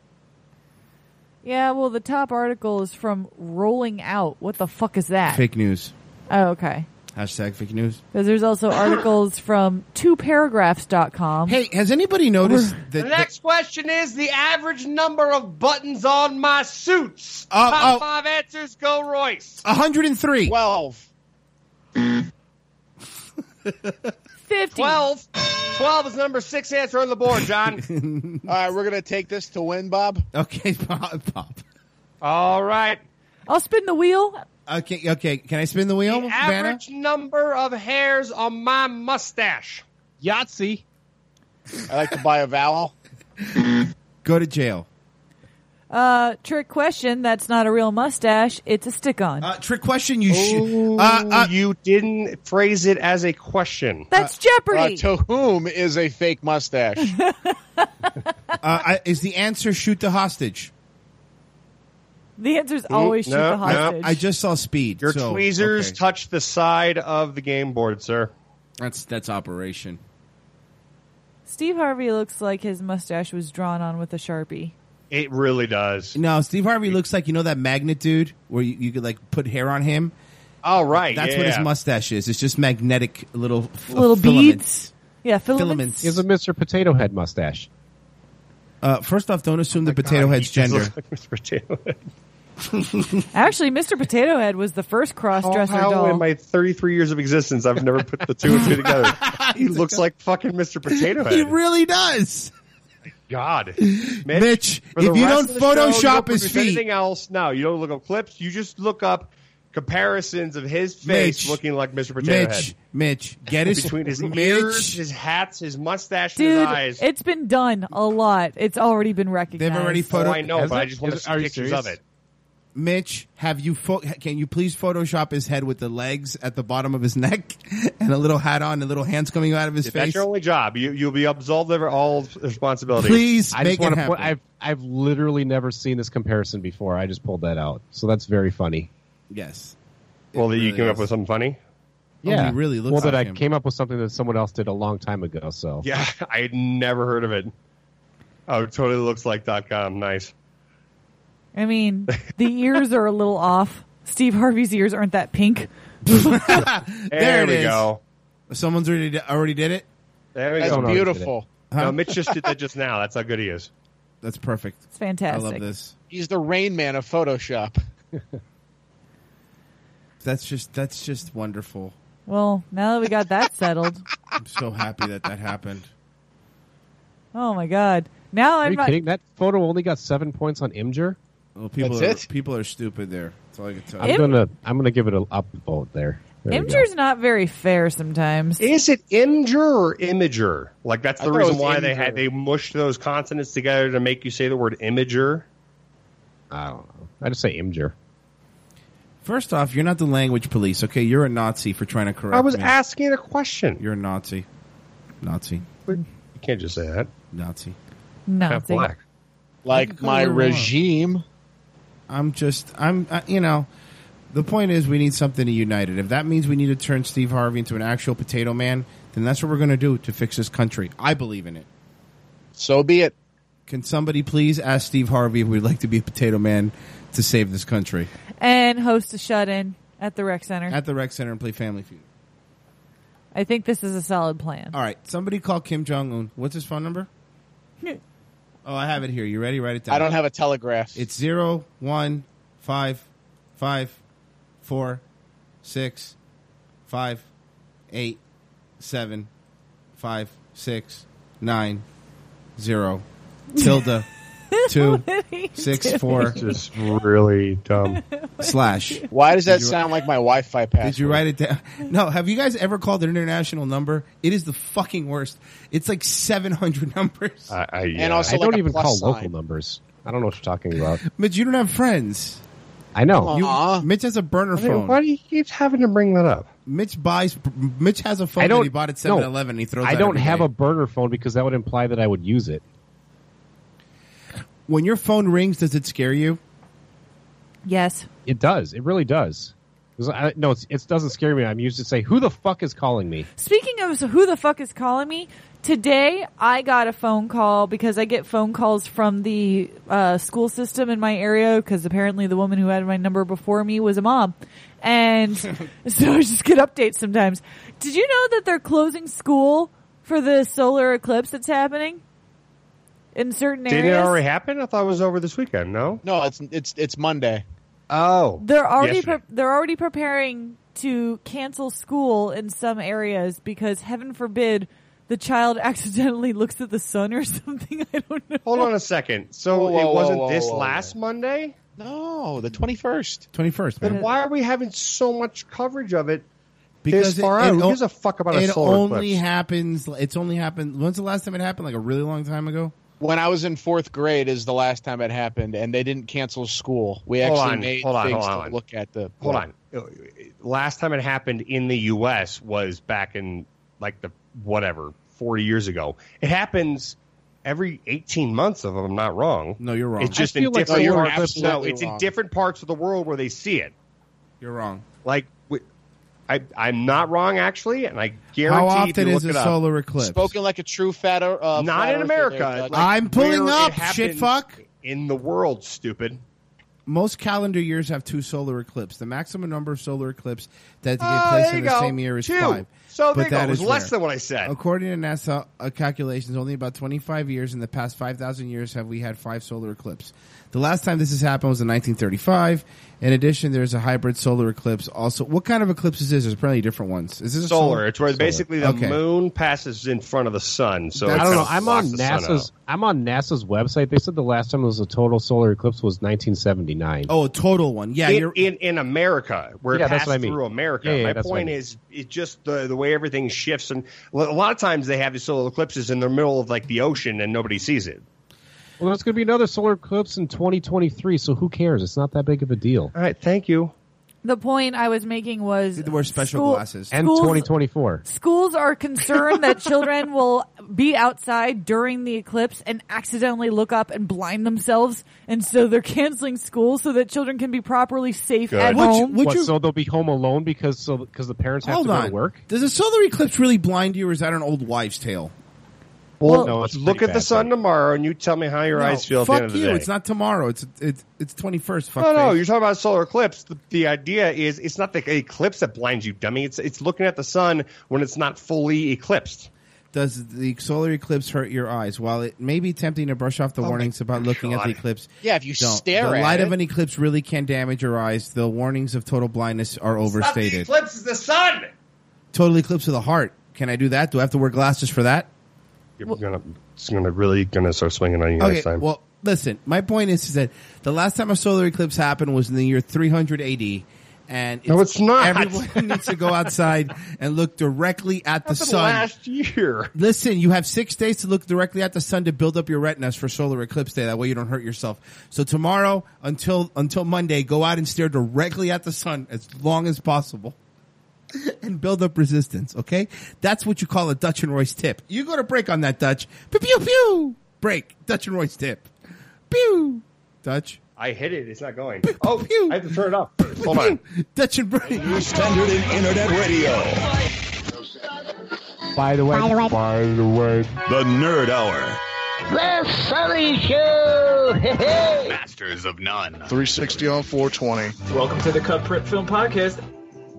Yeah. Well, the top article is from Rolling Out. What the fuck is that? Fake news. Oh, okay. Hashtag fake news. Because there's also articles from twoparagraphs.com. Hey, has anybody noticed that? The next question is the average number of buttons on my suits. Uh, Top oh. Uh, five answers go Royce. 103. Twelve. 50. 12. 12 is number six answer on the board, John. All right, we're gonna take this to win, Bob. Okay, pop, pop. All right. I'll spin the wheel. Okay, okay. Can I spin the wheel, The Vanna? average number of hairs on my mustache. Yahtzee. I like to buy a vowel. Go to jail. Uh, trick question. That's not a real mustache. It's a stick on. Uh, trick question. You should. Uh, uh, you didn't phrase it as a question. That's Uh, Jeopardy. to whom is a fake mustache? uh, I- is the answer shoot the hostage? the answer's always shoot no, the no. hostage. I just saw speed. Your so- tweezers okay. touch the side of the game board, sir. that's that's operation. Steve Harvey looks like his mustache was drawn on with a sharpie. It really does. No, Steve Harvey looks like you know that magnet dude where you, you could like put hair on him. All right. That's yeah. what his mustache is. It's just magnetic little f- Little filaments. beads. Yeah, filaments. Filaments. He has a Mr. Potato Head mustache. Uh, first off, don't assume the potato head's He just gender. looks like Mr. Potato Head. Actually, Mr. Potato Head was the first cross-dresser Oh, how doll. in my 33 years of existence I've never put the two and two together. he looks like fucking Mr. Potato Head. He really does. God, Mitch, for the if you don't rest of the show, you Photoshop don't produce his feet- anything else, no, you don't look up clips. You just look up comparisons of his face Mitch. looking like Mr. Potato Mitch, Head Mitch, get his between his Mitch, ears, his hats, his mustache, and his Dude, eyes. it's been done a lot. It's already been recognized. They've already oh, photo. I know, Has but it? I just want to Is- see are you pictures serious? of it. Mitch, have you pho- can you please Photoshop his head with the legs at the bottom of his neck and a little hat on, and little hands coming out of his If face? that's your only job, you you'll be absolved of all responsibility. Please I just make it want to happen. put. I've I've literally never seen this comparison before. I just pulled that out, so that's very funny. Oh, yes. Well, that you really came up is. with something funny. Oh, he really looks well, that like I him. came up with something that someone else did a long time ago. So Yeah, I had never heard of it. Oh, it totally looks like .com. Nice. I mean, the ears are a little off. Steve Harvey's ears aren't that pink. There, There it we is. go. Someone already already did it. There we That's go. know. beautiful. No, Mitch just did that just now. That's how good he is. That's perfect. It's I fantastic. love this. He's the Rain Man of Photoshop. That's just that's just wonderful. Well, now that we got that settled, I'm so happy that that happened. oh my god! Now are I'm you not. kidding? That photo only got seven points on Imgur. Well, people That's are it? people are stupid there. That's all I can tell. I'm you. Im- gonna I'm gonna give it an upvote there. There we go. Imger's not very fair sometimes. Is it Imgur or Imager? Like that's I the thought it reason was why they Imgur. had they mushed those consonants together to make you say the word Imager. I don't know. I just say Imgur. First off, you're not the language police. Okay, you're a Nazi for trying to correct. I was me. asking a question. You're a Nazi. Nazi. You can't just say that. Nazi. no, Half black. Like can my color it regime. I'm just. I'm. Uh, you know. The point is, we need something to unite it. If that means we need to turn Steve Harvey into an actual potato man, then that's what we're going to do to fix this country. I believe in it. So be it. Can somebody please ask Steve Harvey if we'd like to be a potato man to save this country and host a shut-in at the rec center. at the rec center and play Family Feud? I think this is a solid plan. All right, somebody call Kim Jong Un. What's his phone number? oh, I have it here. You ready? Write it down. I don't have a telegraph. It's zero one five five four six five eight seven five six nine zero tilde two six four Just really dumb. slash. Why does that you- sound like my Wi-Fi password? Did you write it down? No. Have you guys ever called an international number? It is the fucking worst. It's like seven hundred numbers. I, I, yeah. also- I like don't a even plus call sign. local numbers. I don't know what you're talking about. Mitch, you don't have friends. I know. You, Uh-uh. Aw. Mitch has a burner I mean, phone. why do you keep having to bring that up? Mitch buys. Mitch has a phone I that don't- he bought at no. 7-Eleven. and he throws. I out don't every have day. a burner phone because that would imply that I would use it. When your phone rings, does it scare you? Yes. It does. It really does. 'Cause I- no, it's, it doesn't scare me. I'm used to say, "Who the fuck is calling me?" Speaking of so who the fuck is calling me, today I got a phone call because I get phone calls from the uh, school system in my area because apparently the woman who had my number before me was a mom. And so I just get updates sometimes. Did you know that they're closing school for the solar eclipse that's happening in certain Didn't it areas? already happen? I thought it was over this weekend. No. No, it's it's it's Monday. Oh, They're already Yesterday. pre- they're already preparing to cancel school in some areas because heaven forbid the child accidentally looks at the sun or something. I don't know. Hold on a second. So Whoa, whoa, it wasn't whoa, whoa, this whoa, whoa. last Monday? No, the twenty first. Twenty first, Then why are we having so much coverage of it? Because this far it, it, out? Who gives a fuck about a it solar only eclipse? happens. It's only happened. When's the last time it happened? Like a really long time ago. When I was in fourth grade is the last time it happened, and they didn't cancel school. We Hold actually on, made hold on, things hold on. to look at the. Hold on. Last time it happened in the U.S. was back in like the whatever forty years ago. It happens every eighteen months, if I'm not wrong. No, you're wrong. It's just I in feel like different solar parts. eclipses- No, it's in wrong. different parts of the world where they see it. you're wrong. Like, wi- I, I'm not wrong actually, and I guarantee How if often you is look a it up, solar eclipse? Spoken like a true fat. Uh, Not fat in earther America. there, Doug. Like, I'm pulling where it up, happens shit fuck. in the world, stupid. Most calendar years have two solar eclipses. The maximum number of solar eclipses that take Oh, place there in you the go. same year is Two. five. So there But you go. that It was is less rare. than what I said. According to NASA uh, calculations, only about 25 years in the past 5,000 years have we had five solar eclipses. The last time this has happened was in 1935. In addition, there's a hybrid solar eclipse. Also, what kind of eclipse is this? There's apparently different ones. Is this a Solar. It's where basically the Okay. moon passes in front of the sun. So That's- it I don't know. kinda I'm on blocks the sun NASA's. I'm on NASA's website. They said the last time there was a total solar eclipse was 1979. Oh, a total one. Yeah, out. in, you're in in America, where Yeah, it that's passed what I mean. through America. Yeah, yeah, My that's what I point mean. is, it's just the the way everything shifts, and a lot of times they have these solar eclipses in the middle of like the ocean, and nobody sees it. Well, there's going to be another solar eclipse in 2023. So who cares? It's not that big of a deal. All right, thank you. The point I was making was They wear special glasses. And schools- 2024. Schools are concerned that children will be outside during the eclipse and accidentally look up and blind themselves, and so they're canceling school so that children can be properly safe Good. at Would you- home. would What, you- so they'll be home alone because so because the parents have hold to go on. to work. Does a solar eclipse really blind you, or is that an old wives' tale? Well, no, it's look pretty at the bad, sun but- tomorrow, and you tell me how your No, eyes feel at the fuck end of the you. day. It's not tomorrow. It's it's it's 21st. Fuck No, no, face. you're talking about solar eclipse. The, the idea is it's not the eclipse that blinds you, dummy. It's it's looking at the sun when it's not fully eclipsed. Does the solar eclipse hurt your eyes? While it may be tempting to brush off the warnings about looking at God. the eclipse, Yeah, if you don't. stare the at light it. of an eclipse really can damage your eyes. The warnings of total blindness are overstated. eclipse is the sun. total eclipse of the heart. Can I do that? Do I have to wear glasses for that? You're gonna it's gonna really gonna start swinging on you next time. Well, listen, my point is, is that the last time a solar eclipse happened was in the year 300 AD. And No, it's not. Everyone needs to go outside and look directly at the Happened sun. last year. Listen, you have six days to look directly at the sun to build up your retinas for solar eclipse day. That way you don't hurt yourself. So tomorrow until until Monday, go out and stare directly at the sun as long as possible. And build up resistance, okay? That's what you call a Dutch and Royce tip. You go to break on that Dutch. Pew pew pew break. Dutch and Royce tip. Pew Dutch. I hit it. It's not going. Oh, pew. I have to turn it off. first. Hold on. Dutch and break. Standard in Internet Radio. By the way, By the way- by the way, The Nerd Hour. Masters of none. 360 on 420. Welcome to the Cut Print Film Podcast.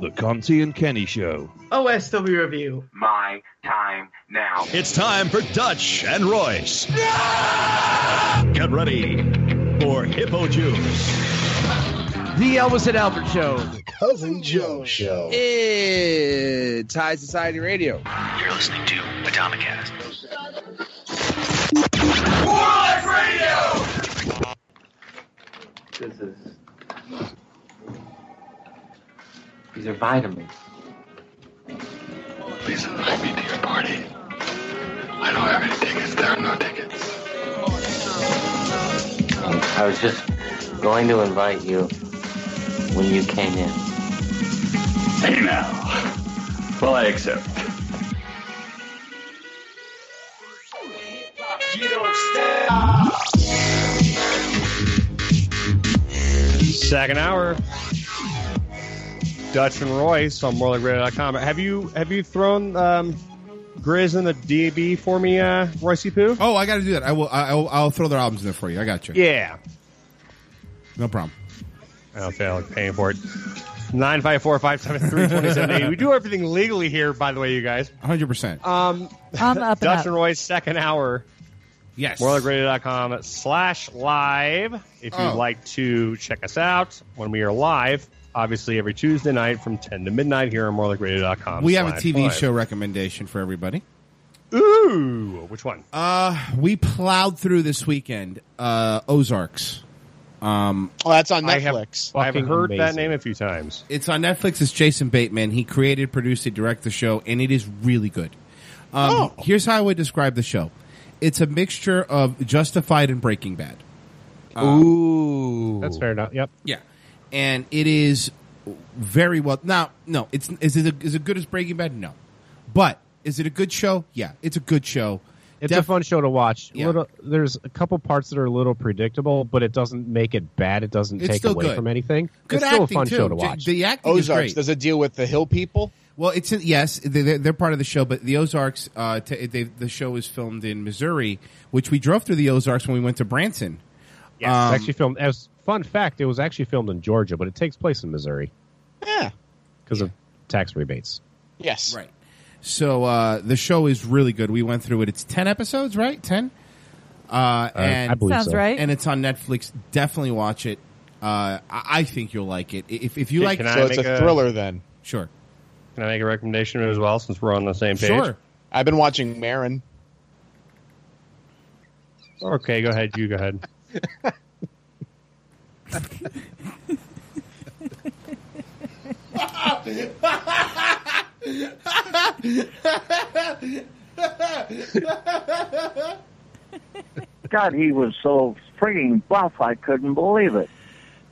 The Conti and Kenny Show. OSW review. My time now. It's time for Dutch and Royce. Get ready for Hippo Juice. The Elvis and Albert Show. Cousin Joe Show. It's High Society Radio. You're listening to Atomicast. This is. These are vitamins. Please invite me to your party. I don't have any tickets. There are no tickets. I was just going to invite you when you came in. Hey now. Well, I accept. Second hour. Dutch and Royce on MoreLikeRadio.com. Have you have you thrown um, Grizz in the DB for me, uh, Roycey Poo? Oh, I got to do that. I will. I will I'll throw their albums in there for you. I got you. Yeah. No problem. I don't feel like paying for it. Nine five four five seven three twenty seven eight. We do everything legally here, by the way, you guys. 100%. Um, I'm up and Dutch and up. Roy's second hour, yes. morelogradioacom slash live. If you'd Oh. like to check us out when we are live, obviously every Tuesday night from 10 to midnight here on morelogradioacom. we have a TV show recommendation for everybody. Ooh, which one? Uh, we plowed through this weekend. Uh, Ozarks. Oh, that's on I have- Netflix. I've fucking heard that amazing. name a few times. It's on Netflix. It's Jason Bateman. He created, produced, and directed the show, and it is really good. Um, Here's how I would describe the show. It's a mixture of Justified and Breaking Bad. Ooh. that's fair enough. Yep. Yeah, and it is very well. Now, no, it's is it a, is it good as Breaking Bad? No, but is it a good show? Yeah, it's a good show. It's Def- a fun show to watch. Yeah. Little, there's a couple parts that are a little predictable, but it doesn't make it bad. It doesn't It's take still away good. from anything. Good it's still a acting, fun too. show to J- watch. The acting is Ozarks. great. Does it deal with the Hill people? Well, it's in, yes, they- they're, they're part of the show, but the Ozarks. Uh, t- they, the show is filmed in Missouri, which we drove through the Ozarks when we went to Branson. Yes. Um, it's actually filmed. As fun fact, it was actually filmed in Georgia, but it takes place in Missouri Yeah. because of tax rebates. Yes. Right. So uh, the show is really good. We went through it. It's ten episodes, right? Ten. Uh, and I believe Sounds so. right. And it's on Netflix. Definitely watch it. Uh, I, I think you'll like it. If if you Can- like, can I So it's make a a- thriller, then. Sure. Can I make a recommendation as well since we're on the same page? I've been watching Marin. Okay, go ahead. You go ahead. God, he was so freaking buff, I couldn't believe it.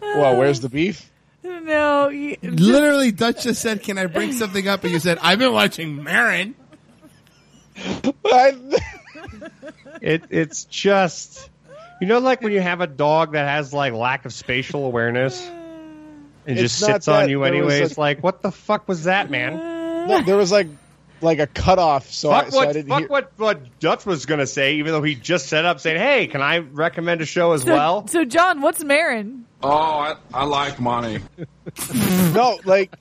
Well, where's the beef? No, you, Literally, Dutch just said, "Can I bring something up?" And you said, "I've been watching Marin." it it's just you know like when you have a dog that has like lack of spatial awareness and It's just not sits on that. you There was anyways a- like what the fuck was that man No, there was like like a cutoff, so, fuck I, what so I didn't fuck hear. what what Dutch was gonna say even though he just set up saying hey can I recommend a show as So, well so John, what's Marin? Oh, I, I like money. no, like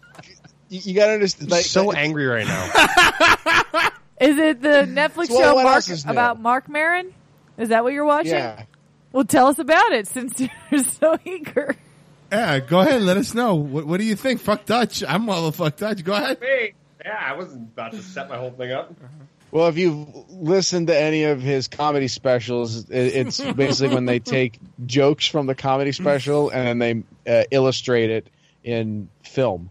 you, you gotta understand. Like, so angry right now Is it the Netflix So show what Mark, else is new? about Mark Marin? Is that what you're watching? Yeah. Well, tell us about it since you're so eager. Yeah, go ahead. Let us know. What, what do you think? Fuck Dutch. I'm all fuck Dutch. Go ahead. hey yeah I wasn't about to set my whole thing up Well, if you've listened to any of his comedy specials, it, it's basically when they take jokes from the comedy special and then they uh, illustrate it in film,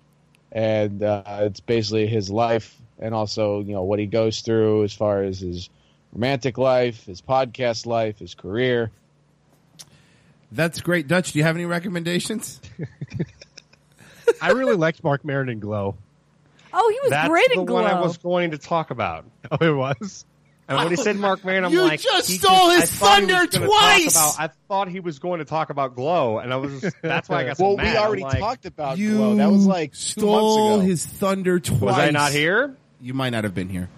and uh, it's basically his life and also you know what he goes through as far as his romantic life, his podcast life, his career. That's great, Dutch. Do you have any recommendations? I really liked Mark Maron in Glow. Oh, he was that's great the in Glow. one I was going to talk about oh it was and when he said Mark Maron I'm You like just he stole I his thought he was thunder gonna talk twice! about- I thought he was going to talk about Glow and I was that's why I got so well, mad we I'm already like, talked about you Glow. Uh, That was like two months stole ago. his thunder twice. I not here? You might not have been here.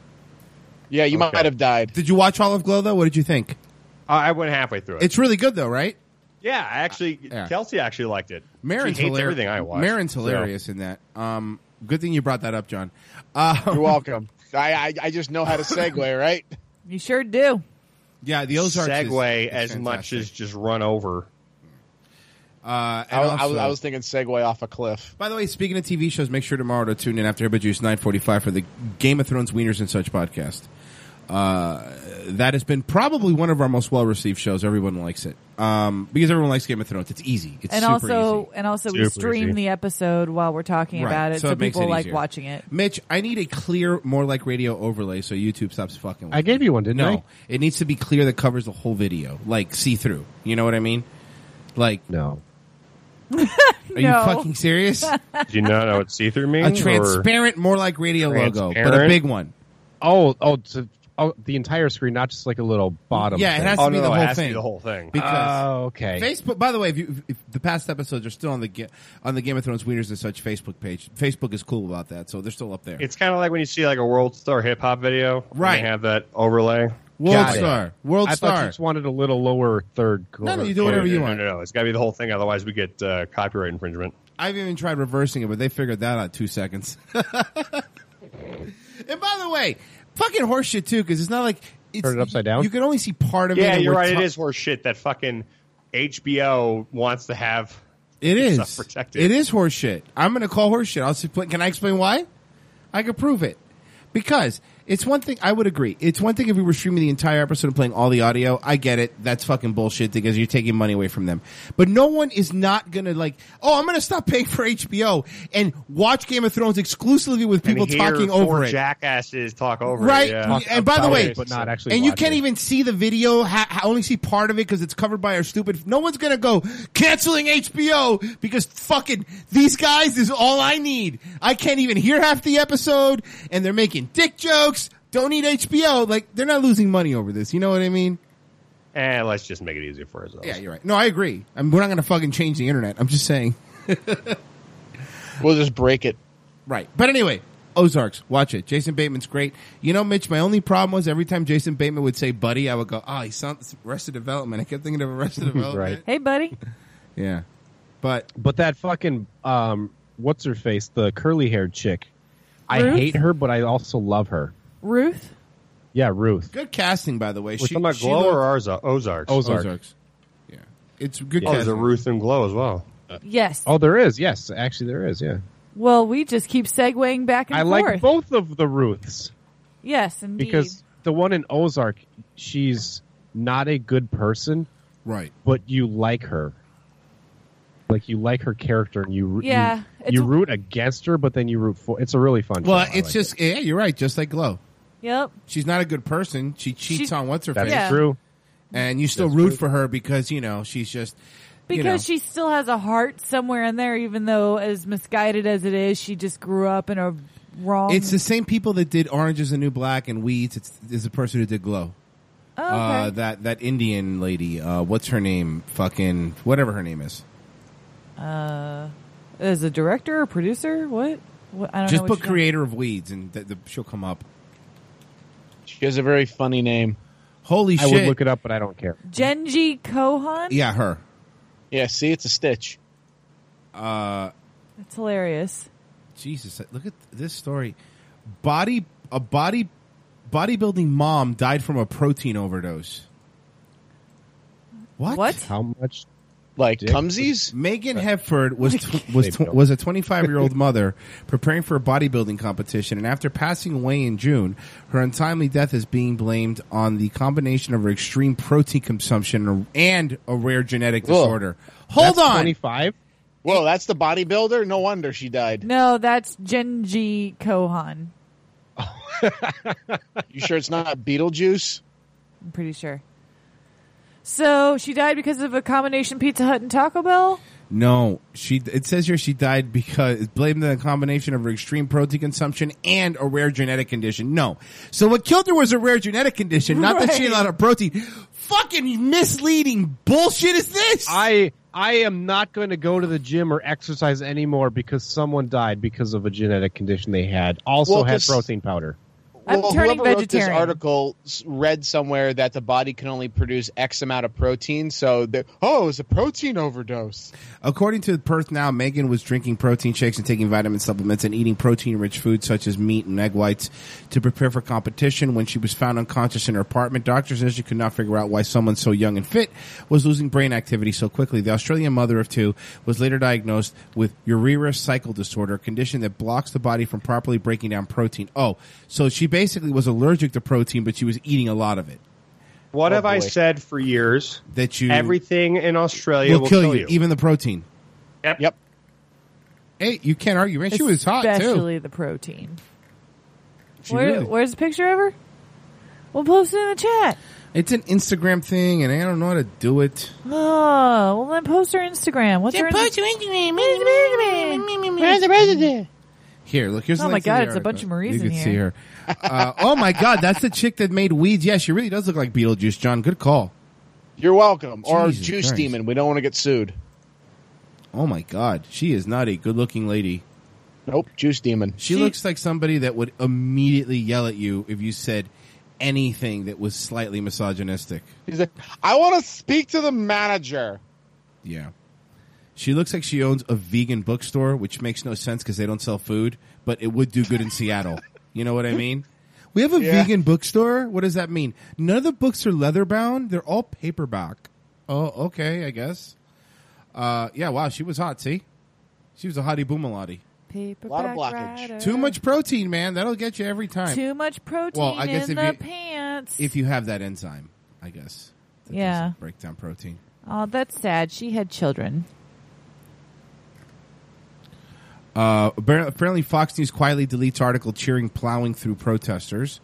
Yeah, you might have died. Did you watch all of Glow though? What did you think? I I went halfway through it. It's uh, really good though, right? yeah, I actually Kelsey actually liked it. Marin's she hates hilar- everything I watch. Marin's so. hilarious in that. Um, good thing you brought that up, John. Um, You're welcome. I, I I just know how to segue, right? You sure do. Yeah, the Ozarks is- segue is as much as just run over. Uh, I, I was, I was thinking segue off a cliff. By the way, speaking of TV shows, make sure tomorrow to tune in after Hippo Juice nine forty five for the Game of Thrones Wieners and Such podcast. Uh, that has been probably one of our most well received shows. Everyone likes it um, because everyone likes Game of Thrones. It's easy. It's and super also, easy. and also, we Super stream easy. the episode while we're talking Right, about it, so, it makes people it like easier. watching it. Mitch, I need a clear, more like radio overlay so YouTube stops fucking. With I gave you one, didn't no, I? it needs to be clear that covers the whole video, like see through. You know what I mean? Like no. Are No. you fucking serious? Do you not know what see through means? a transparent, more like radio logo, but a Transparent? big one. Oh, oh, to, oh, the entire screen, not just like a little bottom. Yeah, it thing. Oh, has to be the whole thing. Because oh, okay. Facebook. By the way, if, you, if the past episodes are still on the Ga- on the Game of Thrones Wieners and such Facebook page, Facebook is cool about that, so they're still up there. It's kind of like when you see like a world star hip hop video, and Right. They have that overlay. World Got it. star. World I thought star. you just wanted a little lower third. No, no, you do No, whatever no, you no, want. No, no, no. it's got to be the whole thing. Otherwise, we get uh, copyright infringement. I've even tried reversing it, but they figured that out two seconds. and by the way, fucking horseshit too, because it's not like it's Turn it upside down? You can only see part of it. yeah, and you're we're right. ta- it is horse shit that fucking HBO wants to have. It its is stuff protected. It is horseshit. I'm going to call horseshit. I'll see, can I explain why? I could prove it because it's one thing. I would agree. It's one thing if we were streaming the entire episode and playing all the audio. I get it. That's fucking bullshit because you're taking money away from them. But no one is not going to like. Oh, I'm going to stop paying for HBO and watch Game of Thrones exclusively with people and here, talking four over it. Jackasses talk over Right, it. yeah. and by the About way, it, but not actually and you watch can't it. even see the video. Ha- ha- only see part of it because it's covered by our stupid. No one's gonna go canceling HBO because fucking these guys is all I need. I can't even hear half the episode, and they're making dick jokes. Don't need HBO. Like they're not losing money over this. You know what I mean? Eh, let's just make it easier for ourselves. Yeah, you're right. No, I agree. I mean, we're not gonna fucking change the internet. I'm just saying. We'll just break it. Right. But anyway, Ozarks, watch it. Jason Bateman's great. You know, Mitch, my only problem was every time Jason Bateman would say buddy, I would go, oh, he sounds Arrested Development. I kept thinking of Arrested Development. Right. Hey, buddy. Yeah. But but that fucking um, what's her face, the curly haired chick. I Ruth? hate her, but I also love her. Ruth? Yeah, Ruth. Good casting, by the way. We're talking about Glow or Arzo- Ozarks? Ozark. Ozarks. Yeah, it's good. Oh, there's a casting. Ruth and Glow as well. Yes. Oh, there is. Yes, actually, there is. Yeah. Well, we just keep segueing back and I forth. like both of the Ruths Yes, indeed. because the one in Ozark, she's not a good person, right? But you like her, like you like her character, and you Yeah, you, it's- you root against her, but then you root for. It's a really fun. Well, show. I it's like just yeah, you're right. Just like Glow, yep. she's not a good person. She cheats She- on what's her That's face. Yeah. true. And you still root for her because you know she's just Because you know, she still has a heart somewhere in there, even though as misguided as it is, she just grew up in a wrong. It's the same people that did Orange Is the New Black and Weeds. It's is the person who did Glow. Oh, Uh, that that Indian lady. Uh, what's her name? Fucking whatever her name is. Uh, as a director or producer, what? what I don't Just know. what put you're- creator of weeds and th- th- she'll come up. She has a very funny name. Holy I would look it up, but I don't care. Genji Kohan. Yeah, her. Yeah, see, it's a stitch. Uh, That's hilarious. Jesus, look at this story. Body a body bodybuilding mom died from a protein overdose. What? What? How much? Like dick cumsies? Megan Hepford was tw- was tw- was a 25 year old mother preparing for a bodybuilding competition, and after passing away in June, her untimely death is being blamed on the combination of her extreme protein consumption and a rare genetic Whoa. disorder. Hold on, 25. Whoa, that's the bodybuilder. No wonder she died. No, that's Genji Kohan. You sure it's not Beetlejuice? I'm pretty sure. So she died because of a combination Pizza Hut and Taco Bell. No, she. It says here she died because blamed on the combination of her extreme protein consumption and a rare genetic condition. No, so what killed her was a rare genetic condition, not that she had a lot of protein. Fucking misleading bullshit is this? I I am not going to go to the gym or exercise anymore because someone died because of a genetic condition they had. Also Well, had 'cause- protein powder. I'm turning whoever Wrote vegetarian. this article s- read somewhere that the body can only produce X amount of protein, so the oh, it was a protein overdose. According to Perth Now, Megan was drinking protein shakes and taking vitamin supplements and eating protein-rich foods such as meat and egg whites to prepare for competition. When she was found unconscious in her apartment, doctors initially could not figure out why someone so young and fit was losing brain activity so quickly. The Australian mother of two was later diagnosed with urea cycle disorder, a condition that blocks the body from properly breaking down protein. Oh, so she basically was allergic to protein, but she was eating a lot of it. What Oh, have I boy. said for years? That you everything in Australia will will kill, you, even the protein. Yep. Hey, you can't argue, and she was hot too. Especially the protein. She Where, really- Where's the picture of her? We'll post it in the chat. It's an Instagram thing, and I don't know how to do it. Oh, well then post her Instagram. What's her Insta- Where's the president? Here, look. Here's Oh the my link to the God, it's a article. bunch of Maries You in can here. see her. Uh, oh my god, that's the chick that made weeds. Yeah, she really does look like Beetlejuice. John, good call. You're welcome, or Jesus juice Christ. demon. We don't want to get sued. Oh my god, she is not a good-looking lady. Nope, juice demon. She, looks like somebody that would immediately yell at you if you said anything that was slightly misogynistic. She's like, I want to speak to the manager. Yeah. She looks like she owns a vegan bookstore, which makes no sense because they don't sell food, but it would do good in Seattle. You know what I mean? We have a Yeah. vegan bookstore. What does that mean? None of the books are leather bound. They're all paperback. Oh, okay, I guess. Uh, yeah, wow, she was hot, see? She was a hottie boomalottie. Paper Lot of blockage. Too much protein, man. That'll get you every time. Too much protein Well, I guess in if the you- pants. If you have that enzyme, I guess. That Yeah. doesn't Break down protein. oh, that's sad. She had children. Uh, appar- apparently, Fox News quietly deletes article cheering plowing through protesters.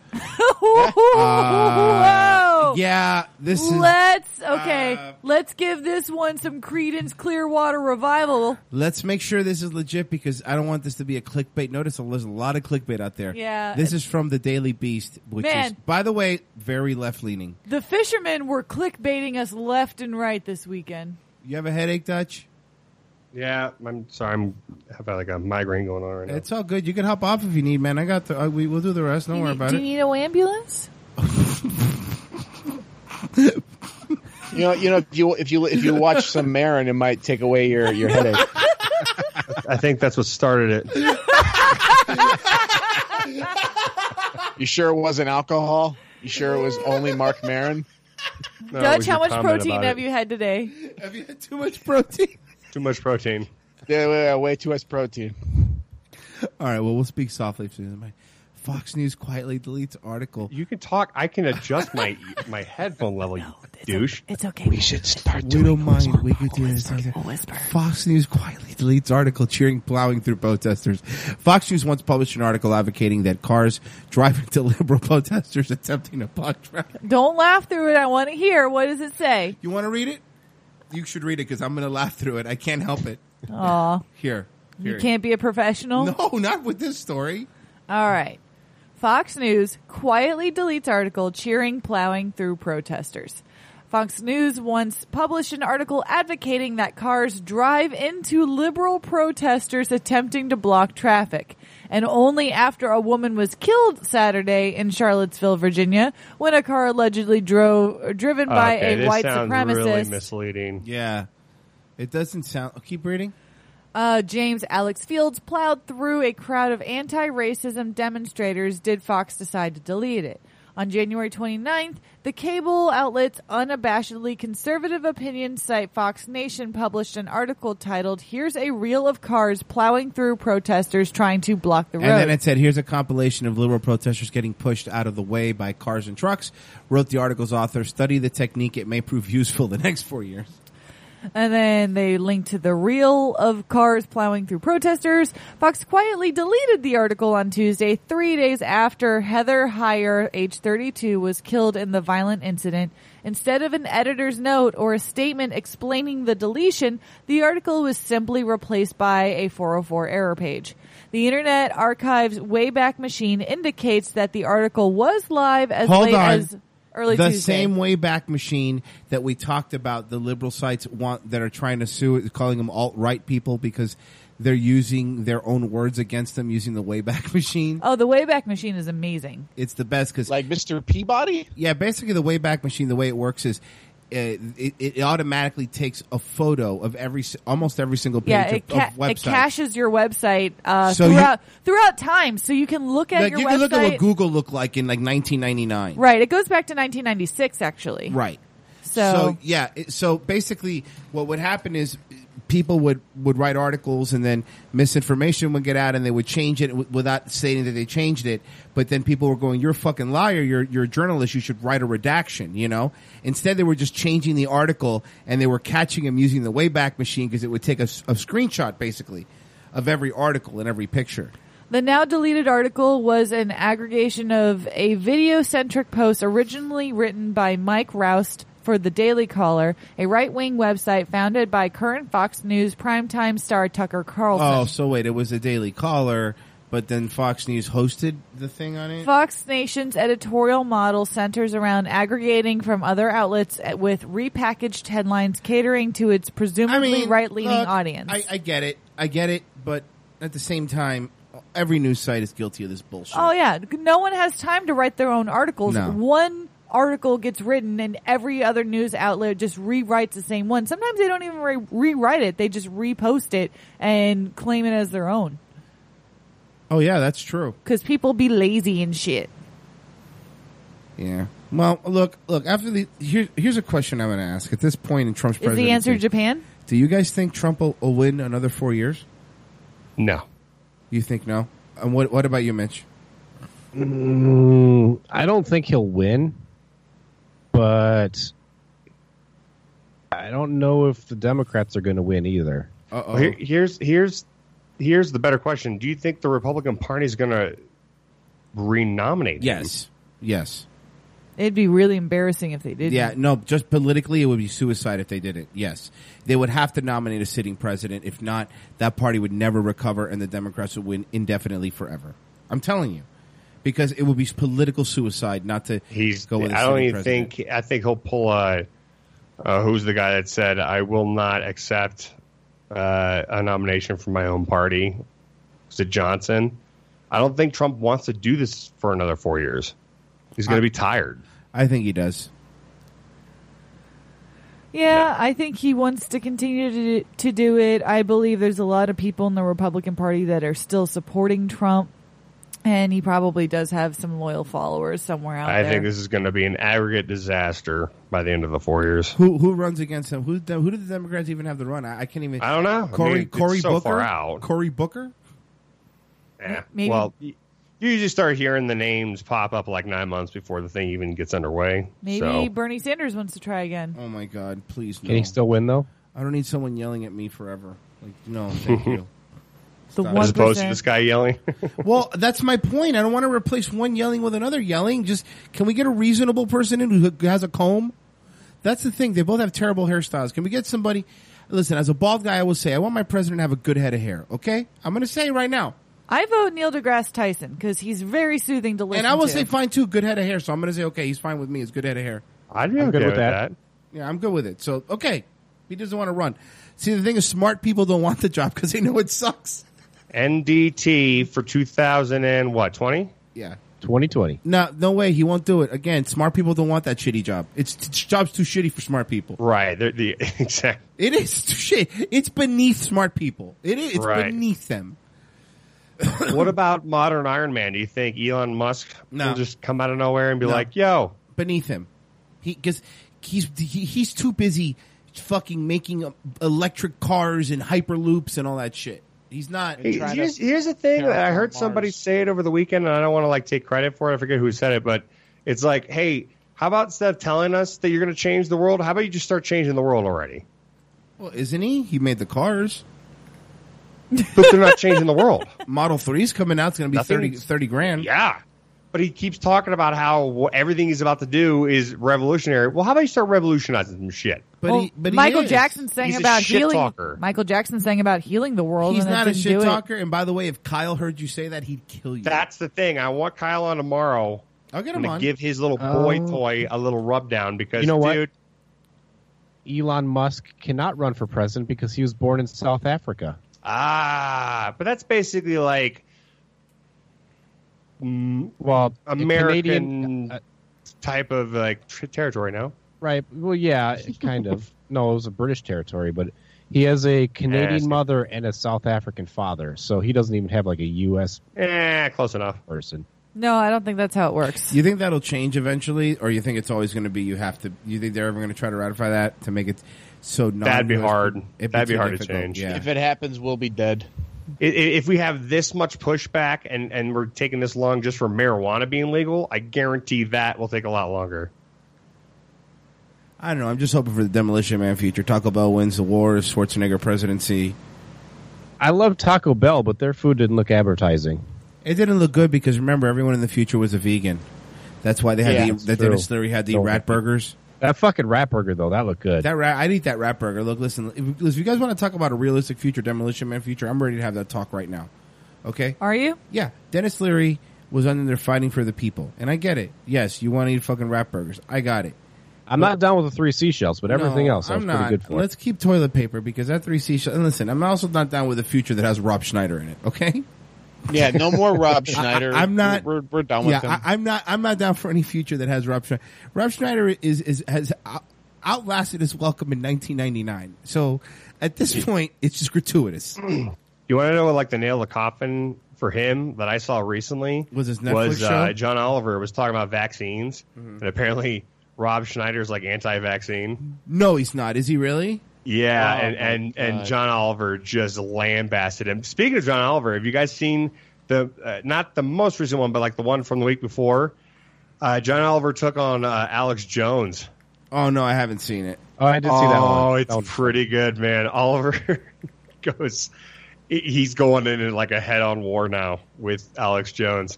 Uh, yeah, this is. Let's okay. Uh, let's give this one some Credence Clearwater Revival. Let's make sure this is legit because I don't want this to be a clickbait. Notice there's a lot of clickbait out there. Yeah. This is from the Daily Beast, which is, Man. by the way, very left leaning. The fishermen were clickbaiting us left and right this weekend. You have a headache, Dutch? Yeah, I'm sorry. I'm have like a migraine going on right now. It's all good. You can hop off if you need, man. I got the. Uh, we will do the rest. Do Don't you worry need- about do it. you need an ambulance? You know, you know, if you if you if you watch some Marin, it might take away your your headache. I think that's what started it. You sure it wasn't alcohol? You sure it was only Mark Marin? Dutch, how much protein have you had today? Have you had too much protein? Too much protein. Yeah, yeah, uh, way too much protein. All right. Well, we'll speak softly. Susan. My Fox News quietly deletes article. You can talk. I can adjust my my headphone level. you douche. it's okay. We should start. We don't mind. We could do this. Fox News quietly deletes article cheering plowing through protesters. Fox News once published an article advocating that cars drive into liberal protesters attempting to block traffic. Don't laugh through it. I want to hear. What does it say? You want to read it? You should read it because I'm going to laugh through it. I can't help it. Aw. Here. You Here. can't be a professional? No, not with this story. All right. Fox News quietly deletes article cheering plowing through protesters. Fox News once published an article advocating that cars drive into liberal protesters attempting to block traffic. And only after a woman was killed Saturday in Charlottesville, Virginia, when a car allegedly drove driven by Okay, a this white sounds supremacist. really misleading. Yeah. It doesn't sound. oh, keep reading. Uh, James Alex Fields plowed through a crowd of anti-racism demonstrators. Did Fox decide to delete it? On January 29th, the cable outlet's unabashedly conservative opinion site Fox Nation published an article titled "Here's a reel of cars plowing through protesters trying to block the road." And then it said, "Here's a compilation of liberal protesters getting pushed out of the way by cars and trucks." Wrote the article's author. Study the technique; it may prove useful the next four years. And then they linked to the reel of cars plowing through protesters. Fox quietly deleted the article on Tuesday, three days after Heather Heyer, age 32, was killed in the violent incident. Instead of an editor's note or a statement explaining the deletion, the article was simply replaced by a 404 error page. The Internet Archive's Wayback Machine indicates that the article was live as Hold late on. as early the Tuesday. same way back machine that we talked about the liberal sites want that are trying to sue it, calling them alt right people because they're using their own words against them using the Wayback Machine. oh, the Wayback Machine is amazing. It's the best because like Mr. Peabody. Yeah, basically the Wayback Machine, the way it works is. uh, It, it automatically takes a photo of every s- almost every single page Yeah, of, it, ca- of website. it caches your website uh, So you- throughout throughout time, so you can look at like, your you website. can look at what Google looked like in like 1999. right, it goes back to 1996, actually. Right. So, yeah, it- so basically, what would happen is people would would write articles, and then misinformation would get out, and they would change it w- without stating that they changed it. But then people were going, "You're a fucking liar! You're you're a journalist! You should write a redaction!" You know. Instead, they were just changing the article, and they were catching them using the Wayback Machine because it would take a, s- a screenshot basically of every article and every picture. the now deleted article was an aggregation of a video centric post originally written by Mike Roust for the Daily Caller, a right wing website founded by current Fox News primetime star Tucker Carlson. Oh, so wait, it was a Daily Caller, but then Fox News hosted the thing on it. Fox Nation's editorial model centers around aggregating from other outlets at- with repackaged headlines catering to its presumably right leaning look, audience. I, I get it. I get it. But at the same time, every news site is guilty of this bullshit. oh, yeah. No one has time to write their own articles. No. One article gets written, and every other news outlet just rewrites the same one. Sometimes they don't even re- rewrite it, they just repost it and claim it as their own Oh, yeah, that's true. because people be lazy and shit. Yeah. Well, look, look. After the here, here's a question I'm going to ask. At this point in Trump's Is the presidency, answer Japan? Do you guys think Trump will, will win another four years? No. You think no? And what what about you, Mitch? Mm, I don't think he'll win, but I don't know if the Democrats are going to win either. Uh-oh. Well, here, here's here's here's the better question. Do you think the Republican Party is going to renominate? Yes. Yes. It'd be really embarrassing if they did. Yeah, no, just politically, it would be suicide if they did it. Yes. They would have to nominate a sitting president. If not, that party would never recover and the Democrats would win indefinitely forever. I'm telling you. Because it would be political suicide not to He's. go with a I don't sitting even president. think. I think he'll pull a. Uh, who's the guy that said I will not accept uh, a nomination from my own party? Was it Johnson? I don't think Trump wants to do this for another four years. He's going to be tired. I think he does. Yeah, I think he wants to continue to, to do it. I believe there's a lot of people in the Republican Party that are still supporting Trump. and he probably does have some loyal followers somewhere out I there. think this is going to be an aggregate disaster by the end of the four years. Who who runs against him? Who who do the Democrats even have to run? I, I can't even. I don't know. I Cory mean, it's Cory so Booker. far out. Cory Booker. Yeah. Maybe- Well, y- you usually start hearing the names pop up like nine months before the thing even gets underway. Maybe So. Bernie Sanders wants to try again. Oh my God! Please Can he still win though? I don't need someone yelling at me forever. Like no, thank you. The Stop. As opposed to this guy yelling. well, that's my point. I don't want to replace one yelling with another yelling. Just can we get a reasonable person in who has a comb? That's the thing. They both have terrible hairstyles. Can we get somebody? Listen, as a bald guy, I will say I want my president to have a good head of hair. Okay, I'm going to say it right now, I vote Neil deGrasse Tyson because he's very soothing to listen. and I will to. say fine too, good head of hair. So I'm going to say okay, he's fine with me. It's good head of hair. I'd be okay with that. Yeah, I'm good with it. So okay, he doesn't want to run. See, the thing is, smart people don't want the job because they know it sucks. NDT for 2000 and what, 20? Yeah. 2020. No, no way. He won't do it. Again, smart people don't want that shitty job. It's t- job's too shitty for smart people. Right. They're the exact. It is too shit. It's beneath smart people. It is. It's Right. beneath them. what about modern Iron Man? Do you think Elon Musk will just come out of nowhere and be No. like, yo, Beneath him. He because he's he, he's too busy fucking making um, electric cars and hyperloops and all that shit. He's not. Hey, here's, here's the thing that I heard somebody say it over the weekend, and I don't want to like take credit for it. I forget who said it, but it's like, hey, how about instead of telling us that you're going to change the world, how about you just start changing the world already? Well, isn't he? He made the cars. But they're not changing the world. Model 3's coming out. It's going to be Nothing- 30, 30 grand. Yeah, but he keeps talking about how wh- everything he's about to do is revolutionary. Well, how about you start revolutionizing some shit? But Well, he, but he Michael is. Jackson sang He's a about shit healing. talker. Michael Jackson sang about healing the world. He's and it not a didn't shit do it. talker. And by the way, if Kyle heard you say that, he'd kill you. That's the thing. I want Kyle on tomorrow. I'll get I'm him gonna on. Give his little boy Oh. toy a little rub down because You know what? dude, Elon Musk cannot run for president because he was born in South Africa. Ah, but that's basically like mm, Well, a American uh, type of like tr- territory now. Right. Well, yeah, kind of. No, it was a British territory, but he has a Canadian Yes. mother and a South African father, so he doesn't even have like a U.S. Eh, close enough. person. No, I don't think that's how it works. You think that'll change eventually, or you think it's always going to be you have to? You think they're ever going to try to ratify that to make it so? That'd be non-US hard. It'd That'd be too hard to difficult. change. Yeah. If it happens, we'll be dead. I- i- If we have this much pushback and, and we're taking this long just for marijuana being legal, I guarantee that will take a lot longer. I don't know. I'm just hoping for the Demolition Man future. Taco Bell wins the war. Schwarzenegger presidency. I love Taco Bell, but their food didn't look advertising. It didn't look good because remember everyone in the future was a vegan. That's why they had Yeah, the that's that true. Dennis Leary had the Don't- rat burgers. That fucking rat burger though, that looked good. That rat, I'd eat that rat burger. Look, listen, if, if you guys want to talk about a realistic future, Demolition Man future, I'm ready to have that talk right now. Okay, are you? Yeah, Dennis Leary was under there fighting for the people, and I get it. Yes, you want to eat fucking rat burgers. I got it. I'm not down with the three seashells, but everything No, else I was I'm pretty not. good for. Let's keep toilet paper because that three seashell. And listen, I'm also not down with a future that has Rob Schneider in it. Okay. Yeah, no more Rob Schneider. I, am not. We're, we're done with yeah, him. I, I'm not. I'm not down for any future that has Rob Schneider. Rob Schneider is is has out- outlasted his welcome in 1999. So at this point, it's just gratuitous. You want to know what like the nail in the coffin for him that I saw recently Was his Netflix was show? uh, John Oliver was talking about vaccines, Mhm. and apparently Rob Schneider's like anti-vaccine. No, he's not. Is he really? Yeah, Oh, and and, my and God. John Oliver just lambasted him. Speaking of John Oliver, have you guys seen the uh, not the most recent one, but like the one from the week before? Uh, John Oliver took on uh, Alex Jones. Oh no, I haven't seen it. Oh, I did see that one. Oh, it's pretty good, man. Oliver goes. he- He's going in in like a head-on war now with Alex Jones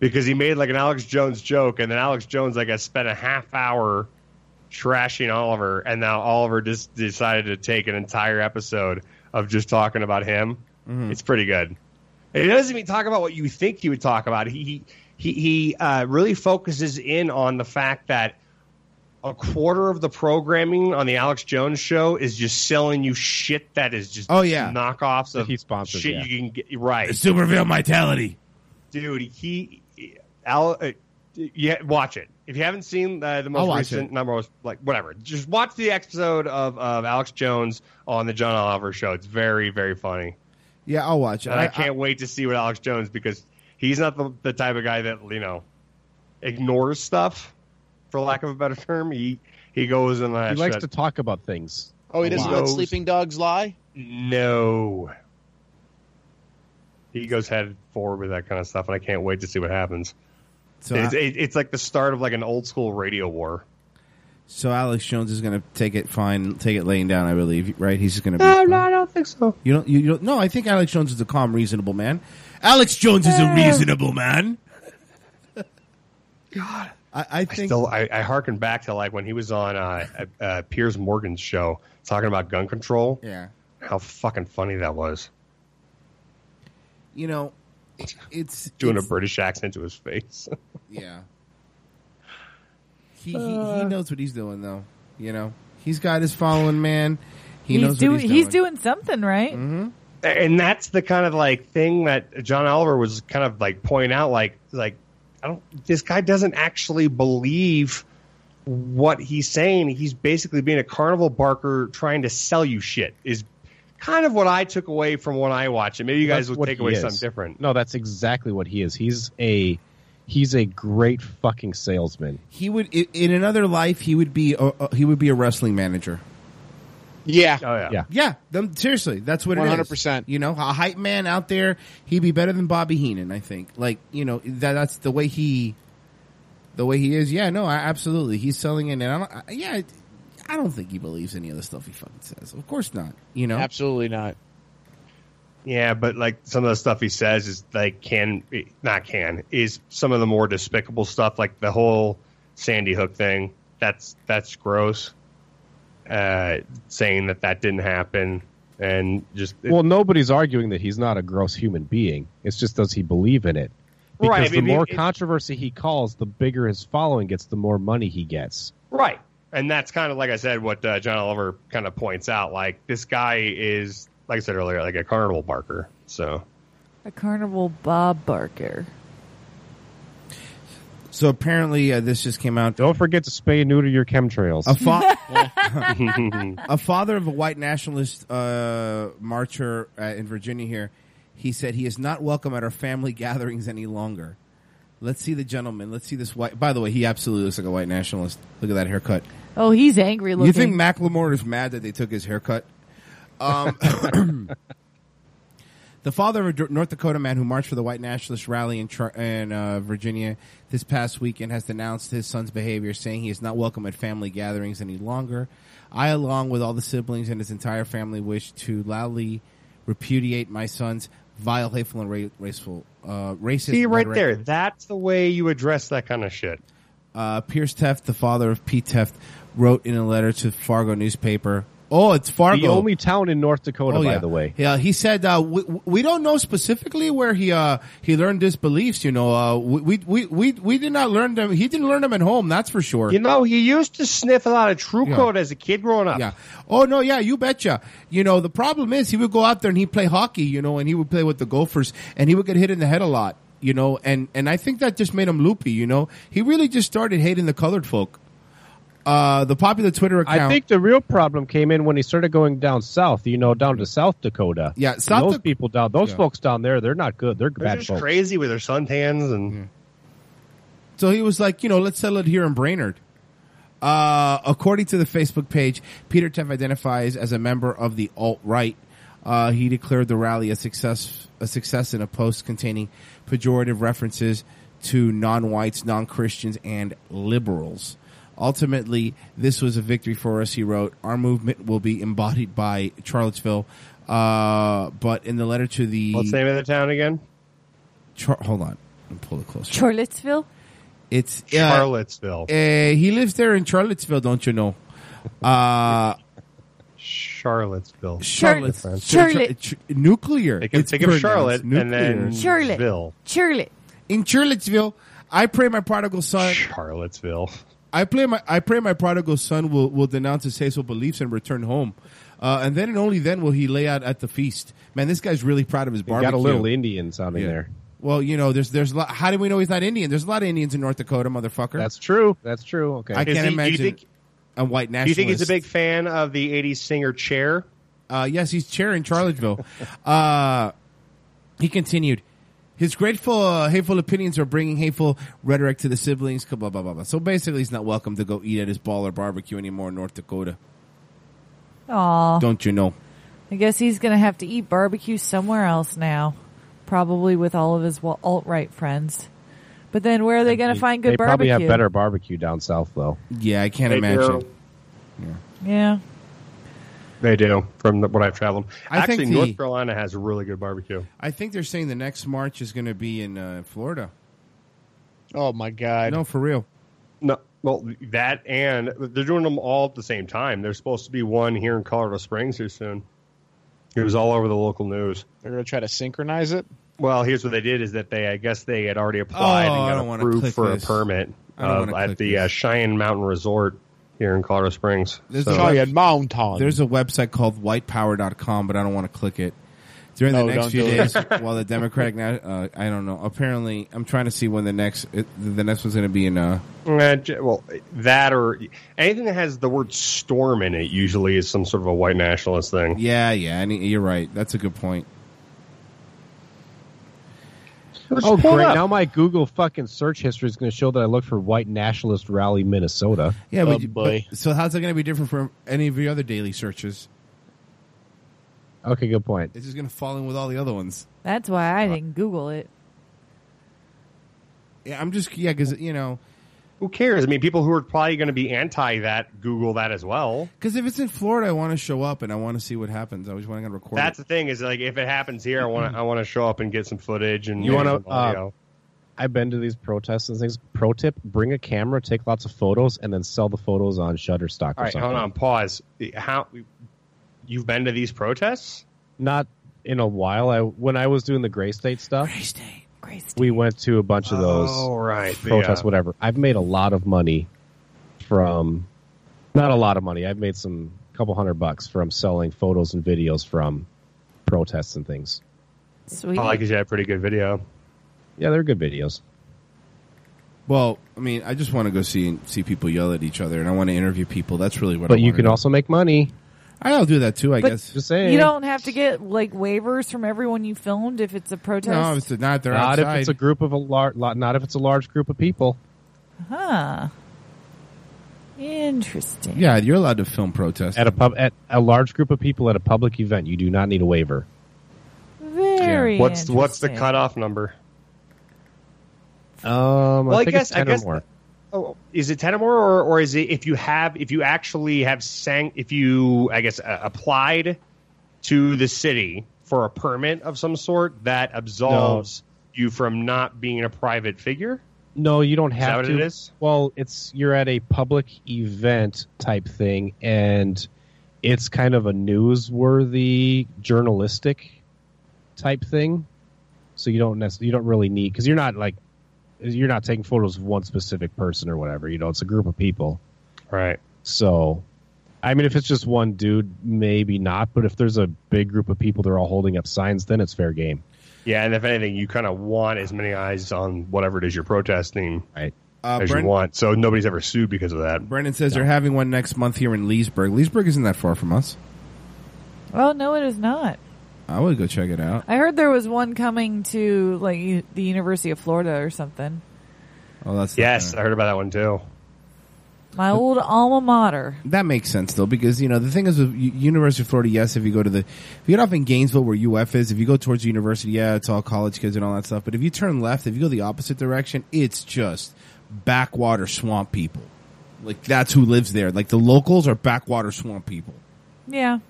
because he made like an Alex Jones joke, and then Alex Jones like has spent a half hour trashing Oliver, and now Oliver just decided to take an entire episode of just talking about him. Mm-hmm. It's pretty good. And He doesn't even talk about what you think he would talk about. He he he uh, really focuses in on the fact that a quarter of the programming on the Alex Jones show is just selling you shit that is just Oh, yeah. knockoffs of he sponsors, shit yeah. you can get right Superville vitality. dude. He, Al, uh, yeah, watch it. If you haven't seen uh, the I'll most watch recent it. number, was like whatever, just watch the episode of, of Alex Jones on the John Oliver show. It's very very funny, Yeah, I'll watch it. and I, can't wait to see what Alex Jones because he's not the, the type of guy that you know ignores stuff, for lack of a better term. He he goes and uh, He likes to talk about things. Oh, he doesn't let Goes- sleeping dogs lie. No. He goes head forward with that kind of stuff, and I can't wait to see what happens. So it's, I- it- it's like the start of like an old school radio war. So Alex Jones is going to take it fine, take it laying down. I believe, right? He's going to be. no, I don't think so. You don't. You, you don't. No, I think Alex Jones is a calm, reasonable man. Alex Jones is a Eh. reasonable man. God, I, I think. still I, I hearken back to like when he was on uh, uh, Piers Morgan's show talking about gun control. Yeah. how fucking funny that was. You know, it- it's Doing it's- a British accent to his face. Yeah. He, he, Uh. he knows what he's doing, though. You know, he's got his following, man. He knows doing, what he's doing. doing something right. Mm-hmm. and that's the kind of like thing that John Oliver was kind of like pointing out, like like I don't this guy doesn't actually believe what he's saying. He's basically being a carnival barker trying to sell you shit. Is kind of what I took away from when I watch it. Maybe you guys That's will what take he away is. something different. No, that's exactly what he is. He's a he's a great fucking salesman. He would i- in another life. He would be a, a- he would be a wrestling manager. Yeah. Oh yeah. Yeah. Yeah, them, seriously, that's what it is. 100%. You know, a hype man out there, he'd be better than Bobby Heenan, I think. Like, you know, that that's the way he, the way he is. Yeah, no, I, absolutely, he's selling it, and I don't. I, yeah, I don't think he believes any of the stuff he fucking says. Of course not. You know, absolutely not. Yeah, but like some of the stuff he says is like can not can is some of the more despicable stuff, like the whole Sandy Hook thing. That's that's gross. Uh, saying that that didn't happen and just Well, nobody's arguing that he's not a gross human being. It's just does he believe in it? Because Right, I the mean, more it- controversy he calls, the bigger his following gets, the more money he gets. Right. And that's kind of like I said, what uh, John Oliver kind of points out. Like this guy is, like I said earlier, like a carnival barker. So A carnival Bob Barker. So apparently, uh, this just came out. Don't forget to spay and neuter your chemtrails. A, fa- a father of a white nationalist uh, marcher uh, in Virginia here, he said he is not welcome at our family gatherings any longer. Let's see the gentleman. Let's see this white. By the way, he absolutely looks like a white nationalist. Look at that haircut. Oh, he's angry looking. You think Macklemore is mad that they took his haircut? Um, the father of a D- North Dakota man who marched for the white nationalist rally in, Char- in uh, Virginia this past weekend has denounced his son's behavior, saying he is not welcome at family gatherings any longer. I, along with all the siblings and his entire family, wish to loudly repudiate my son's vile, hateful, and ra- raceful, uh, racist. see right rhetoric." there, that's the way you address that kind of shit. Uh, Pierce Teft, the father of Pete Teft, wrote in a letter to Fargo newspaper. Oh, it's Fargo. The only town in North Dakota, Oh, by yeah. the way. Yeah, he said uh, we, we don't know specifically where he uh, he learned his beliefs. You know, uh, we, we we we we did not learn them. He didn't learn them at home. That's for sure. You know, you used to sniff a lot of True Coat as a kid growing up. Yeah. Oh no, yeah, you betcha. You know, the problem is he would go out there and he'd play hockey. You know, and he would play with the Gophers, and he would get hit in the head a lot. You know, and and I think that just made him loopy. You know, he really just started hating the colored folk. Uh, the popular Twitter account. I think the real problem came in when he started going down south, you know, down to South Dakota. Yeah, South those Dak- people down, those Yeah. folks down there, they're not good. They're, They're bad just folks. crazy with their suntans and So he was like, you know, let's settle it here in Brainerd. Uh, according to the Facebook page, Peter Teff identifies as a member of the alt right. Uh, he declared the rally a success, a success in a post containing pejorative references to non-whites, non-Christians, and liberals. Ultimately, this was a victory for us, he wrote. Our movement will be embodied by Charlottesville. Uh, but in the letter to the, what's the name of the town again? Char- hold on, I'll pull it closer. Charlottesville. It's uh, Charlottesville. Uh, he lives there in Charlottesville, don't you know? Uh, Charlottesville. Charlotte, Charlotte. Charlotte, Ch- nuclear. They can It's think of pronounced Charlotte and nuclear. then Charlotte. Ville. Charlotte. In Charlottesville, I pray my prodigal son. Charlottesville. I pray my I pray my prodigal son will will denounce his hateful beliefs and return home. Uh, and then and only then will he lay out at the feast. Man, this guy's really proud of his You barbecue. got a little Indian sounding there. Well, you know, there's there's a lot. How do we know he's not Indian? There's a lot of Indians in North Dakota, motherfucker. That's true. That's true. Okay. I Is can't he- do you imagine think- a white Do you nationalist. think he's a big fan of the '80s singer Chair? Uh, yes, he's chair in Charlottesville. uh, he continued, His grateful, uh, hateful opinions are bringing hateful rhetoric to the siblings. Blah blah blah blah. So basically, he's not welcome to go eat at his ball or barbecue anymore in North Dakota. Aw. Don't you know? I guess he's going to have to eat barbecue somewhere else now, probably with all of his alt right friends. But then where are they going to find good they barbecue? probably have better barbecue down south, though. Yeah, I can't They imagine. do. Yeah. They do, from the, what I've traveled. I think Actually, the- North Carolina has really good barbecue. I think they're saying the next march is going to be in uh, Florida. Oh my god! No, for real. No, well, that and they're doing them all at the same time. There's supposed to be one here in Colorado Springs here soon. It was all over the local news. They're going to try to synchronize it. Well, here's what they did: is that they, I guess, they had already applied Oh, I and don't got wanna approved click for this. a permit I don't uh, wanna at the uh, Cheyenne Mountain Resort here in Colorado Springs. There's So- a web- There's a website called whitepower.com, but I don't want to click it. During No, the next Oh, don't few do it. days, while the Democratic, na- uh, I don't know. Apparently, I'm trying to see when the next it, the next one's going to be in. Uh, Uh, j- well, that or anything that has the word storm in it usually is some sort of a white nationalist thing. yeah, yeah. I need- you're right. That's a good point. oh, pull it great. up. Now my Google fucking search history is going to show that I looked for white nationalist rally Minnesota. Yeah, but, you- but- so how's that going to be different from any of your other daily searches? okay, good point. It's just going to fall in with all the other ones. That's why I didn't Google it. Yeah, I'm just yeah, because you know, who cares? I mean, people who are probably going to be anti that Google that as well. Because if it's in Florida, I want to show up and I want to see what happens. I always want to record. That's it. the thing is like if it happens here, I want to I want to show up and get some footage and You maybe want some to? audio. Uh, I've been to these protests and things. Pro tip: bring a camera, take lots of photos, and then sell the photos on Shutterstock. All or right, something. hold on, pause. How you've been to these protests? Not in a while. I when I was doing the gray state stuff. Gray state, gray state. We went to a bunch of those. Oh, right, Protests, yeah. whatever. I've made a lot of money from, not a lot of money. I've made some couple hundred bucks from selling photos and videos from protests and things. Sweet. I like you had a pretty good video. Yeah, they're good videos. Well, I mean, I just want to go see and see people yell at each other, and I want to interview people. That's really what. I But you wanna can do. also make money. I'll do that too. I But guess. Just You don't have to get like waivers from everyone you filmed if it's a protest. No, it's not. They're not outside. if it's a group of a large. Not if it's a large group of people. Huh. Interesting. yeah, you're allowed to film protests at a pub at a large group of people at a public event. You do not need a waiver. Very. What's what's the interesting. cutoff number? Um, Well, I I, think guess- it's I ten guess- or more. Oh, is it ten or more, or, or is it if you have if you actually have sang if you I guess uh, applied to the city for a permit of some sort that absolves you from not being a private figure? No, you don't Is have that what to. it is? Well, it's you're at a public event type thing, and it's kind of a newsworthy journalistic type thing. So you don't necessarily you don't really need because you're not like you're not taking photos of one specific person or whatever. You know, it's a group of people. Right. So, I mean, if it's just one dude, maybe not. But if there's a big group of people, they're all holding up signs, then it's fair game. Yeah, and if anything, you kind of want as many eyes on whatever it is you're protesting right. Uh, as Brent- you want. So nobody's ever sued because of that. Brendan says they're having one next month here in Leesburg. Leesburg isn't that far from us. Oh no, it is not. I would go check it out. I heard there was one coming to like u- the University of Florida or something. Oh, that's yes, I heard about that one too. My old alma mater. That makes sense though, because you know the thing is with U- University of Florida. Yes, if you go to the, if you get off in Gainesville where UF is, if you go towards the university, yeah, it's all college kids and all that stuff. But if you turn left, if you go the opposite direction, it's just backwater swamp people. Like that's who lives there. Like the locals are backwater swamp people. Yeah.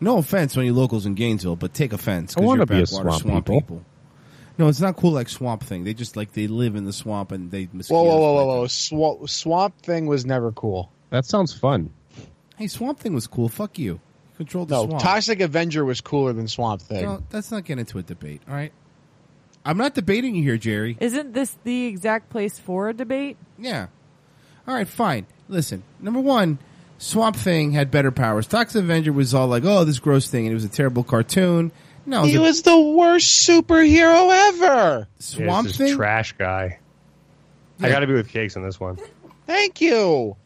No offense to any locals in Gainesville, but take offense. 'cause I wanna you're be a backwater swamp people. No, it's not cool like swamp thing. They just like they live in the swamp and they. Whoa, whoa, whoa, whoa, whoa! Swamp, swamp thing was never cool. That sounds fun. Hey, swamp thing was cool. Fuck you. Control the No, swamp. Toxic Avenger was cooler than Swamp Thing. No, let's not get into a debate. All right. I'm not debating you here, Jerry. Isn't this the exact place for a debate? Yeah. All right, fine. Listen, number one, Swamp Thing had better powers. Toxic Avenger was all like, "Oh, this gross thing," and it was a terrible cartoon. No, it was he a- was the worst superhero ever. Swamp this Thing? trash guy. I Yeah. got to be with cakes on this one. Thank you.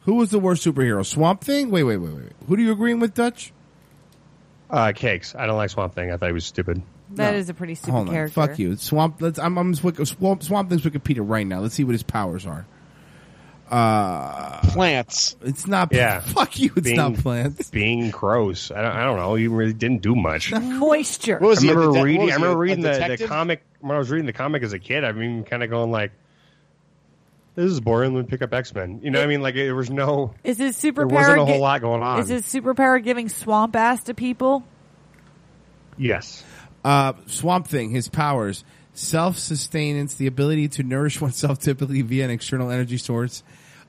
Who was the worst superhero? Swamp Thing? Wait, wait, wait, wait. Who do you agreeing with, Dutch? Uh, cakes. I don't like Swamp Thing. I thought he was stupid. That is No. a pretty stupid Hold on, character. fuck you, Swamp. Let's. I'm. I'm just wiki- swamp. Swamp thing's Wikipedia right now. Let's see what his powers are. Uh, plants. It's not. Yeah. Fuck you. It's being, not plants. Being gross. I don't, I don't know. He really didn't do much. Moisture. I remember reading. I remember reading the, the comic when I was reading the comic as a kid. I mean, kind of going like, "This is boring." Let me pick up X Men. You know, what I mean, like there was no. Is his superpower? There wasn't a whole gi- lot going on. Is his superpower giving swamp ass to people? Yes. Uh, Swamp Thing, his powers, self sustenance, the ability to nourish oneself typically via an external energy source,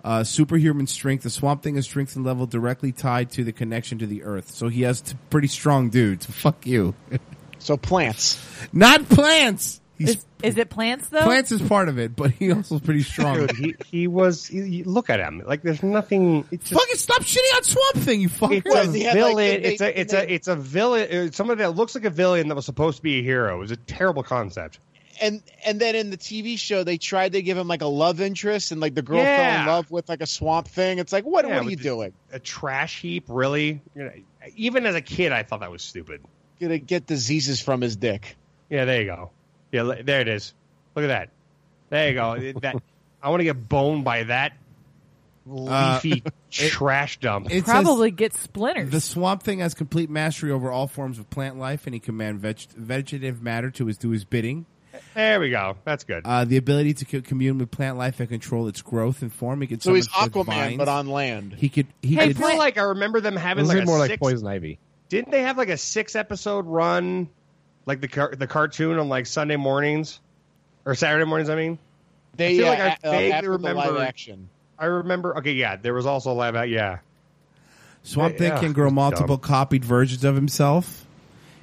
uh, superhuman strength. The Swamp Thing is strength and level directly tied to the connection to the earth. So he has t- pretty strong dudes. Fuck you. so plants. Not plants! He's, Is, is it plants though? plants is part of it, but he also is pretty strong. Dude, he, he was. He, he- look at him. Like there's nothing. It's just, Fucking stop shitting on Swamp Thing, you fucker. it's a villain. It's a it's a it's a villain. uh, Somebody that looks like a villain that was supposed to be a hero is a terrible concept. and and then in the TV show they tried to give him like a love interest and like the girl fell Yeah. in love with like a swamp thing. It's like what, Yeah, what are with you the- doing? A trash heap, really. You know, even as a kid, I thought that was stupid. Gonna get diseases from his dick. Yeah, there you go. Yeah, le- there it is. Look at that. There you go. It- That I want to get boned by that Uh, leafy trash dump. It Probably gets splinters. The swamp thing has complete mastery over all forms of plant life, and he can command veg- vegetative matter to his do his bidding. There we go. That's good. Uh, the ability to co- commune with plant life and control its growth and form. He could So he's summon with Aquaman vines. but on land. He could. He I could. feel like I remember them having This like is a more like six- poison ivy. Didn't they have like a six episode run, like the car- the cartoon on like Sunday mornings or Saturday mornings? I mean, They I feel like uh, I a- uh, vaguely after the live remember- action. I remember. Okay, yeah, there was also live out. Yeah, Swamp Thing Yeah. can grow multiple copied versions of himself.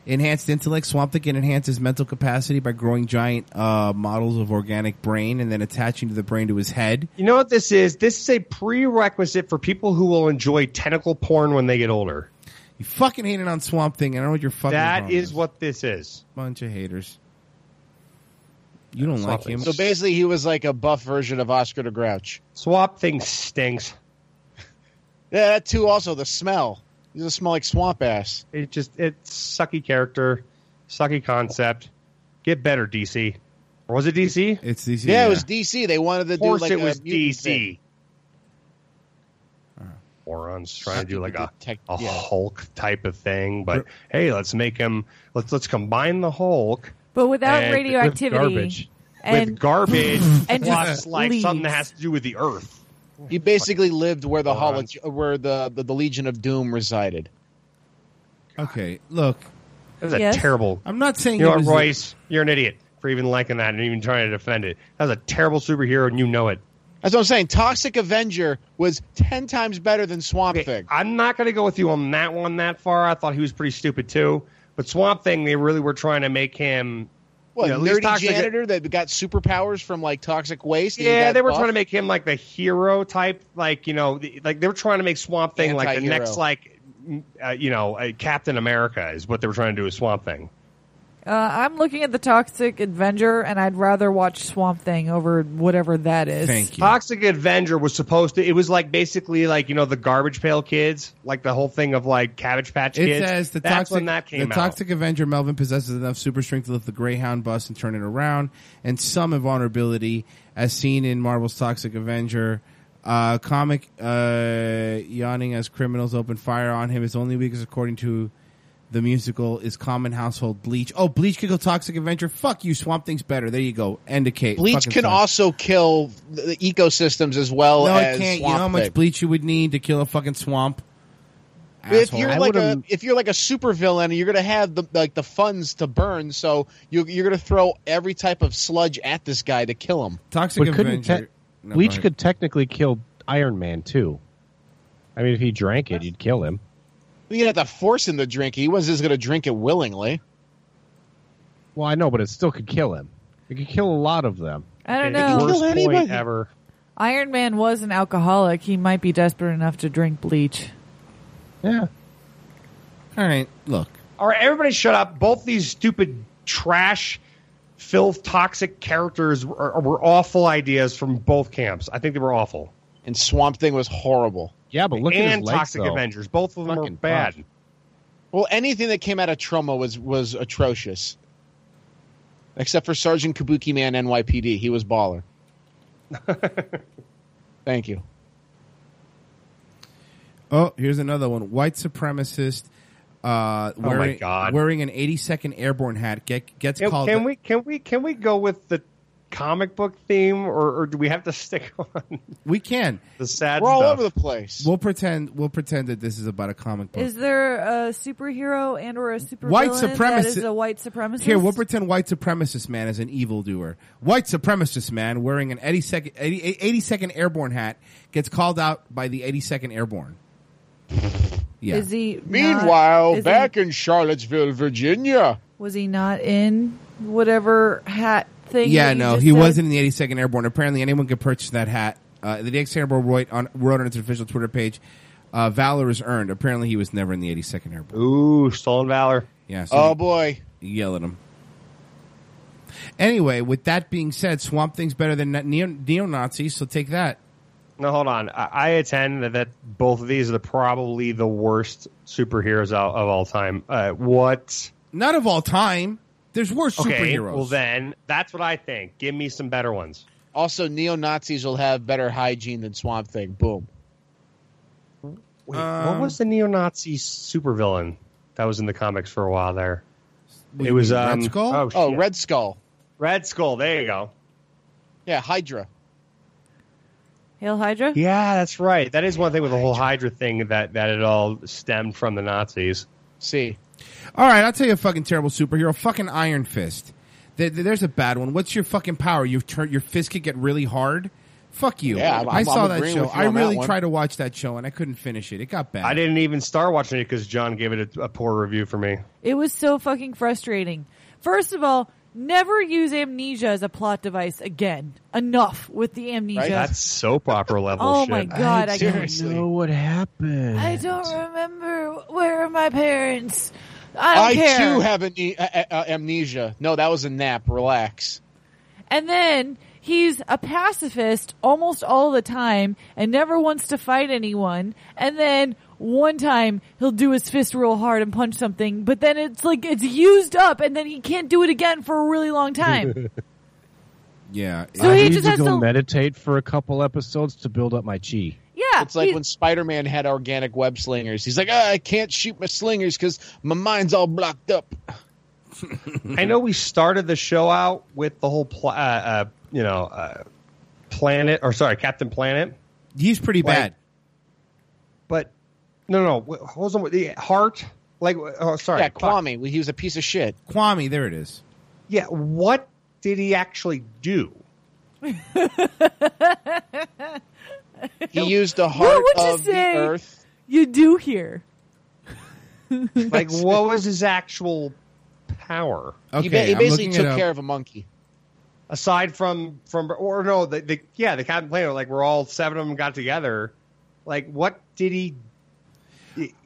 Enhanced intellect. Swamp Thing can enhance his mental capacity by growing giant uh, models of organic brain and then attaching the brain to his head. you know what this is? This is a prerequisite for people who will enjoy tentacle porn when they get older. You fucking hated on Swamp Thing, and I know what you're fucking. That wrong is with. what this is. bunch of haters. You don't Swamp like him. So basically he was like a buff version of Oscar the Grouch. Swamp Thing stinks. Yeah, that too also the smell. He doesn't smell like swamp ass. It just it's sucky character, sucky concept. Get better, DC. Or was it DC? It's DC. Yeah, it was DC. They wanted to Of course, do like it a was mutant DC. thing. Morons trying to do like a, Detect- a yeah. Hulk type of thing, but hey, let's make him let's let's combine the Hulk But without and- radioactivity with garbage, and- with garbage and plus just like something that leaves. has to do with the Earth. He basically lived where the holo- morons. where the, the, the Legion of Doom resided. Okay, look, That was Yes. a terrible. I'm not saying You know he what, was- Royce? You're an idiot for even liking that and even trying to defend it. That was a terrible superhero, and you know it. That's what I'm saying. Toxic Avenger was ten times better than Swamp Thing. I'm not going to go with you on that one that far. I thought he was pretty stupid too. But Swamp Thing, they really were trying to make him. What you know, at least nerdy Toxic- janitor that got superpowers from like toxic waste? and he Yeah, got they were buff? trying to make him like the hero type, like you know, the- like they were trying to make Swamp Thing like the Anti-hero. next like m- uh, you know uh, Captain America is what they were trying to do with Swamp Thing. Uh, I'm looking at the Toxic Avenger, and I'd rather watch Swamp Thing over whatever that is. Thank you. Toxic Avenger was supposed to. It was like basically like you know the Garbage Pail Kids, like the whole thing of like Cabbage Patch It Kids. says the That's toxic, when that came the out. toxic Avenger Melvin possesses enough super strength to lift the Greyhound bus and turn it around, and some invulnerability, as seen in Marvel's Toxic Avenger. Uh, comic uh, yawning as criminals open fire on him. His only weakness, according to the musical, is common household bleach. Oh, bleach could go Toxic Avenger. Fuck you, Swamp Thing's better. There you go. End of Kate. Bleach Fucking can fun. also kill the the ecosystems as well No, as it can't. You know Swamp how much Thing. bleach you would need to kill a fucking swamp. if Asshole. you're I like a would've- if you're like a supervillain, you're gonna have the like the funds to burn. So you, you're gonna throw every type of sludge at this guy to kill him. toxic but couldn't Avenger. te- No, go Bleach ahead. could technically kill Iron Man too. I mean, if he drank it, you'd kill him. You didn't have to force him to drink. it. He wasn't just gonna drink it willingly. Well, I know, but it still could kill him. It could kill a lot of them. I don't Okay, know. Worst Kill point anybody. ever. Iron Man was an alcoholic. He might be desperate enough to drink bleach. Yeah. All right, look. All right, everybody, shut up! Both these stupid trash, filth, toxic characters were, were awful ideas from both camps. I think they were awful. And Swamp Thing was horrible. Yeah, but look at his and legs, Toxic though. Avengers, both of them are Fucking bad. tough. Well, anything that came out of Troma was was atrocious. except for Sergeant Kabuki Man NYPD. He was baller. Thank you. Oh, here's another one. White supremacist uh, Oh my wearing, God. wearing an 82nd Airborne hat get, gets Can, called. can we can we can we go with the comic book theme, or, or do we have to stick on? We can. The sad. We're all stuff? over the place. We'll pretend. We'll pretend that this is about a comic book. Is there a superhero and or a super white villain supremacist. That is a white supremacist. Here, we'll pretend white supremacist man is an evildoer. White supremacist man wearing an 82nd, 80 82nd Airborne hat gets called out by the 82nd Airborne. Yeah. Is he? not- Meanwhile, is he- back in Charlottesville, Virginia. was he not in whatever hat thing? yeah, that you no, just he said? wasn't in the 82nd Airborne. Apparently, anyone could purchase that hat. Uh, the 82nd Airborne wrote on, wrote on its official Twitter page, uh, "Valor is earned." Apparently, he was never in the 82nd Airborne. Ooh, stolen valor. Yeah. Oh, boy. yell at him. Anyway, with that being said, Swamp Thing's better than neo neo Nazis, so take that. No, hold on. I, I attend that, that both of these are the, probably the worst superheroes out of all time. Uh, what? Not of all time. There's worse Okay, superheroes. well then, that's what I think. Give me some better ones. Also, neo Nazis will have better hygiene than Swamp Thing. Boom. Wait, Um, Uh, what was the neo-Nazi supervillain that was in the comics for a while there? Wait, it was Red um, Skull? Oh, Oh, shit. Red Skull. Red Skull. There you go. Yeah, Hydra. Hail Hydra. Yeah, that's right. That is one thing with the whole Hydra thing that that it all stemmed from the Nazis. See, All right, I'll tell you a fucking terrible superhero. Fucking Iron Fist. There- there- There's a bad one. What's your fucking power? You turn your fist could get really hard. Fuck you. Yeah, I'm- I I'm saw that agreeing show. with you I on that really one. tried to watch that show and I couldn't finish it. It got bad. I didn't even start watching it because John gave it a, a poor review for me. It was so fucking frustrating. First of all, never use amnesia as a plot device again. Enough with the amnesia. That's soap opera level. Oh shit. my God, I I can't- don't know what happened. I don't remember. Where are my parents? I, I don't care. too have an, uh, uh, amnesia. No, that was a nap. Relax. and then he's a pacifist almost all the time and never wants to fight anyone. And then one time he'll do his fist real hard and punch something, but then it's like it's used up and then he can't do it again for a really long time. Yeah. So I he need just to has go to- meditate for a couple episodes to build up my chi. Yeah, it's like when Spider Man had organic web slingers. He's like, "Ah, I can't shoot my slingers because my mind's all blocked up. I know we started the show out with the whole, pl- uh, uh, you know, uh, planet or sorry, Captain Planet. He's pretty bad. But no, no, wh- hold on. what- The heart, like, oh, sorry, Yeah, Kwame. He was a piece of shit. Kwame, there it is. Yeah, what did he actually do? He used the What heart would you of the say earth. you do here? Like, what was his actual power? he, ba- he basically took care of a monkey. Aside from from or no, the, the yeah, the Captain Planet. Like, we're all seven of them got together. Like, what did he?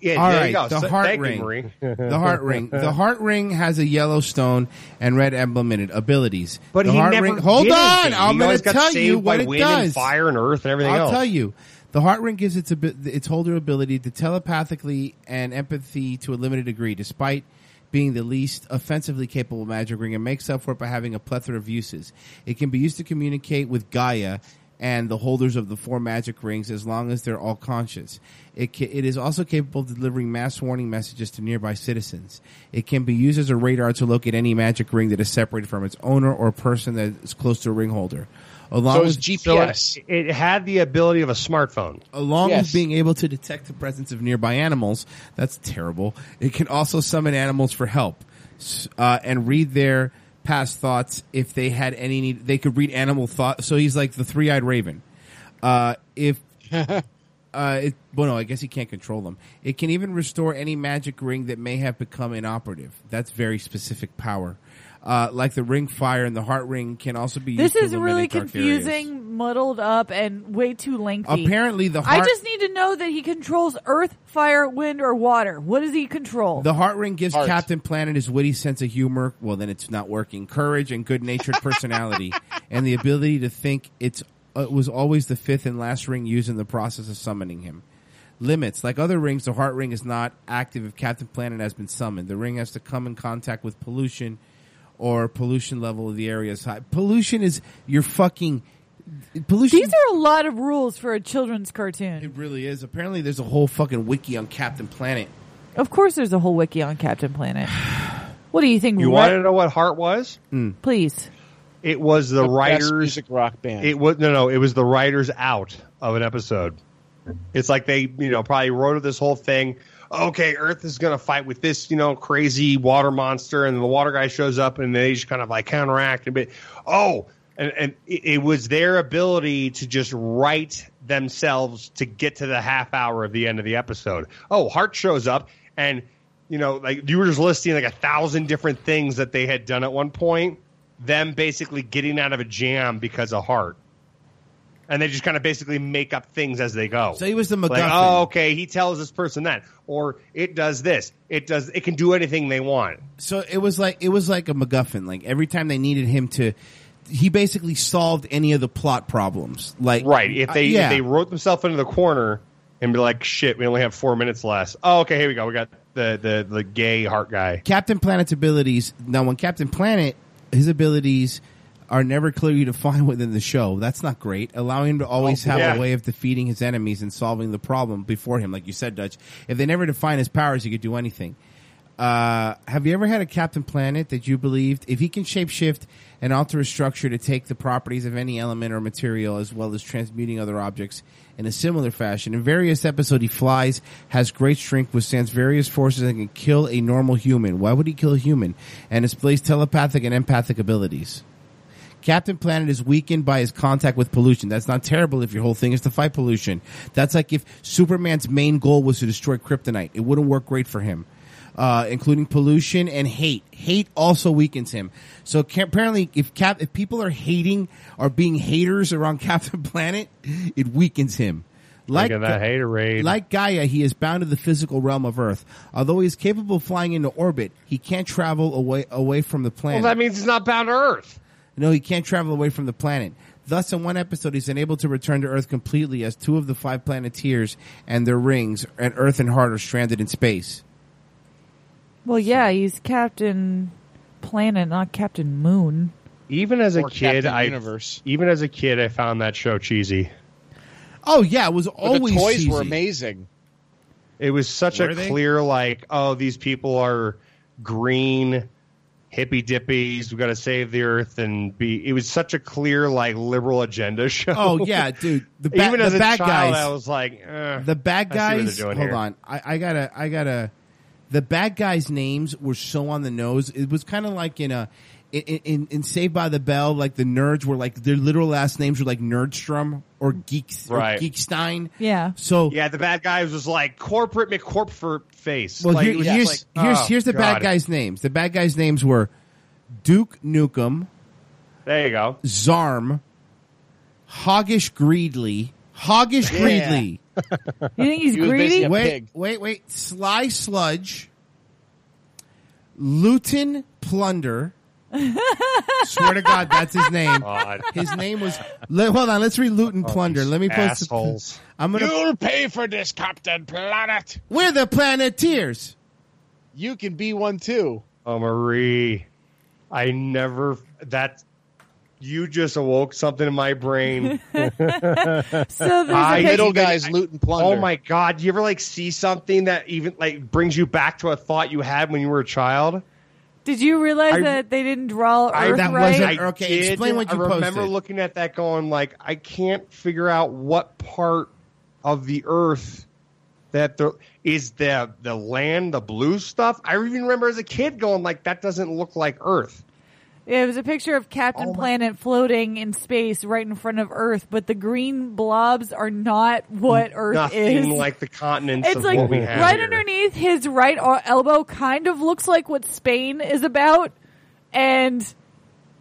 Yeah, All there right, you go. the So- heart thank you, ring. Marie. the heart ring. The heart ring has a yellow stone and red emblem in it. Abilities. But the he heart never ring. Hold did on, anything. I'm He going always to got tell saved you by what it wind and does. fire and earth and everything I'll else. tell you, the heart ring gives its abi- its holder ability to telepathically and empathy to a limited degree, despite being the least offensively capable magic ring, and makes up for it by having a plethora of uses. It can be used to communicate with Gaia and the holders of the four magic rings as long as they're all conscious. It, ca- it is also capable of delivering mass warning messages to nearby citizens. It can be used as a radar to locate any magic ring that is separated from its owner or person that is close to a ring holder. Along So it's with- GPS. So it, it had the ability of a smartphone. along Yes. with being able to detect the presence of nearby animals. That's terrible. It can also summon animals for help s- uh, and read their past thoughts if they had any need. They could read animal thought. So he's like the three eyed raven. Uh, if uh, it, well, no, I guess he can't control them. It can even restore any magic ring that may have become inoperative. That's very specific power. Uh, like the ring fire and the heart ring can also be used This to is illuminate really dark areas. confusing, muddled up, and way too lengthy. Apparently the I heart- just need to know that he controls earth, fire, wind, or water. What does he control? The heart ring gives Captain Planet his witty sense of humor. Well, then it's not working. Courage and good-natured personality, and the ability to think. It's uh, it was always the fifth and last ring used in the process of summoning him. Limits like other rings, the heart ring is not active if Captain Planet has been summoned. The ring has to come in contact with pollution or pollution level of the area is high. Pollution is your fucking pollution. These are a lot of rules for a children's cartoon. It really is. Apparently, there's a whole fucking wiki on Captain Planet. Of course, there's a whole wiki on Captain Planet. What do you think? You Ru- want to know what Heart was? Please. It was The the, best writers music rock band. It was no, no. It was the writers out of an episode. It's like they, you know, probably wrote this whole thing. Okay, Earth is going to fight with this, you know, crazy water monster, and the water guy shows up, and they just kind of like counteract a bit. Oh, and and it, it was their ability to just write themselves to get to the half hour of the end of the episode. Oh, Hart shows up, and you know, like you were just listing like a thousand different things that they had done at one point. Them basically getting out of a jam because of heart, and they just kind of basically make up things as they go. So he was the Like, MacGuffin. oh, okay, he tells this person that, or it does this, it does, it can do anything they want. So it was like it was like a MacGuffin. Like every time they needed him to, he basically solved any of the plot problems. Like Right? If Uh, they yeah. if they wrote themselves into the corner and be like, shit, we only have four minutes left. Oh, okay, here we go. We got the the the gay heart guy. Captain Planet's abilities. Now, when Captain Planet, his abilities are never clearly defined within the show. That's not great. Allowing him to always Oh, have yeah. a way of defeating his enemies and solving the problem before him, like you said, Dutch. If they never define his powers, he could do anything. Uh, have you ever had a Captain Planet that you believed if he can shapeshift and alter a structure to take the properties of any element or material as well as transmuting other objects in a similar fashion? In various episode, he flies, has great strength, withstands various forces, and can kill a normal human. Why would he kill a human? And displays telepathic and empathic abilities. Captain Planet is weakened by his contact with pollution. That's not terrible if your whole thing is to fight pollution. That's like if Superman's main goal was to destroy kryptonite. It wouldn't work great for him, uh, including pollution and hate. Hate also weakens him. So ca- apparently, if Cap- if people are hating or being haters around Captain Planet, it weakens him. Like Look at that hater raid. Like Gaia, he is bound to the physical realm of Earth. Although he is capable of flying into orbit, he can't travel away away from the planet. Well, that means he's not bound to Earth. No, he can't travel away from the planet. Thus, in one episode, he's unable to return to Earth completely as two of the five planeteers and their rings and Earth and Heart are stranded in space. Well, yeah, he's Captain Planet, not Captain Moon. Even as a Or kid, Captain I even as a kid, I found that show cheesy. Oh yeah, it was But the always toys cheesy. were amazing. It was such Were a they? clear like, oh, these people are green hippy dippies. We got to save the earth and be. It was such a clear like liberal agenda show. Oh yeah, dude. The ba- Even the as a bad child, guys, I was like, eh, the bad I see what they're guys. doing Hold here. on, I, I gotta, I gotta. The bad guys' names were so on the nose. It was kind of like in a. In, in, in Saved by the Bell, like the nerds were like their literal last names were like Nerdstrom or Geeks Right. or Geekstein. Yeah. So yeah, the bad guy was just like corporate McCorp for face. Well, like, here- it was just here's like, here's oh, here's the God. bad guys' names. The bad guys' names were Duke Nukem, There you go. Zarm, Hoggish Greedley, Hoggish Yeah. Greedley. You think he's He was basically greedy? a Wait, pig. wait, wait. Sly Sludge, Luton Plunder. Swear to God, that's his name. God. His name was. Le- hold on, let's read Luton Plunder. Let me post. Oh, assholes. I'm gonna. You'll pay for this, Captain Planet. We're the Planeteers. You can be one too. Oh, Marie, I never that. You just awoke something in my brain. so there's a picture- Middle guy's loot and plunder. Oh my god! You ever like see something that even like brings you back to a thought you had when you were a child? Did you realize I- that they didn't draw I- Earth that right? I did. I remember looking at that, going like, I can't figure out what part of the Earth that the is the the land, the blue stuff. I even remember as a kid going like, that doesn't look like Earth. Yeah, it was a picture of Oh Captain Planet floating in space right in front of Earth, but the green blobs are not what Earth Nothing is. like the continents it's of like what we have right here. underneath his right o- elbow, kind of looks like what Spain is about, and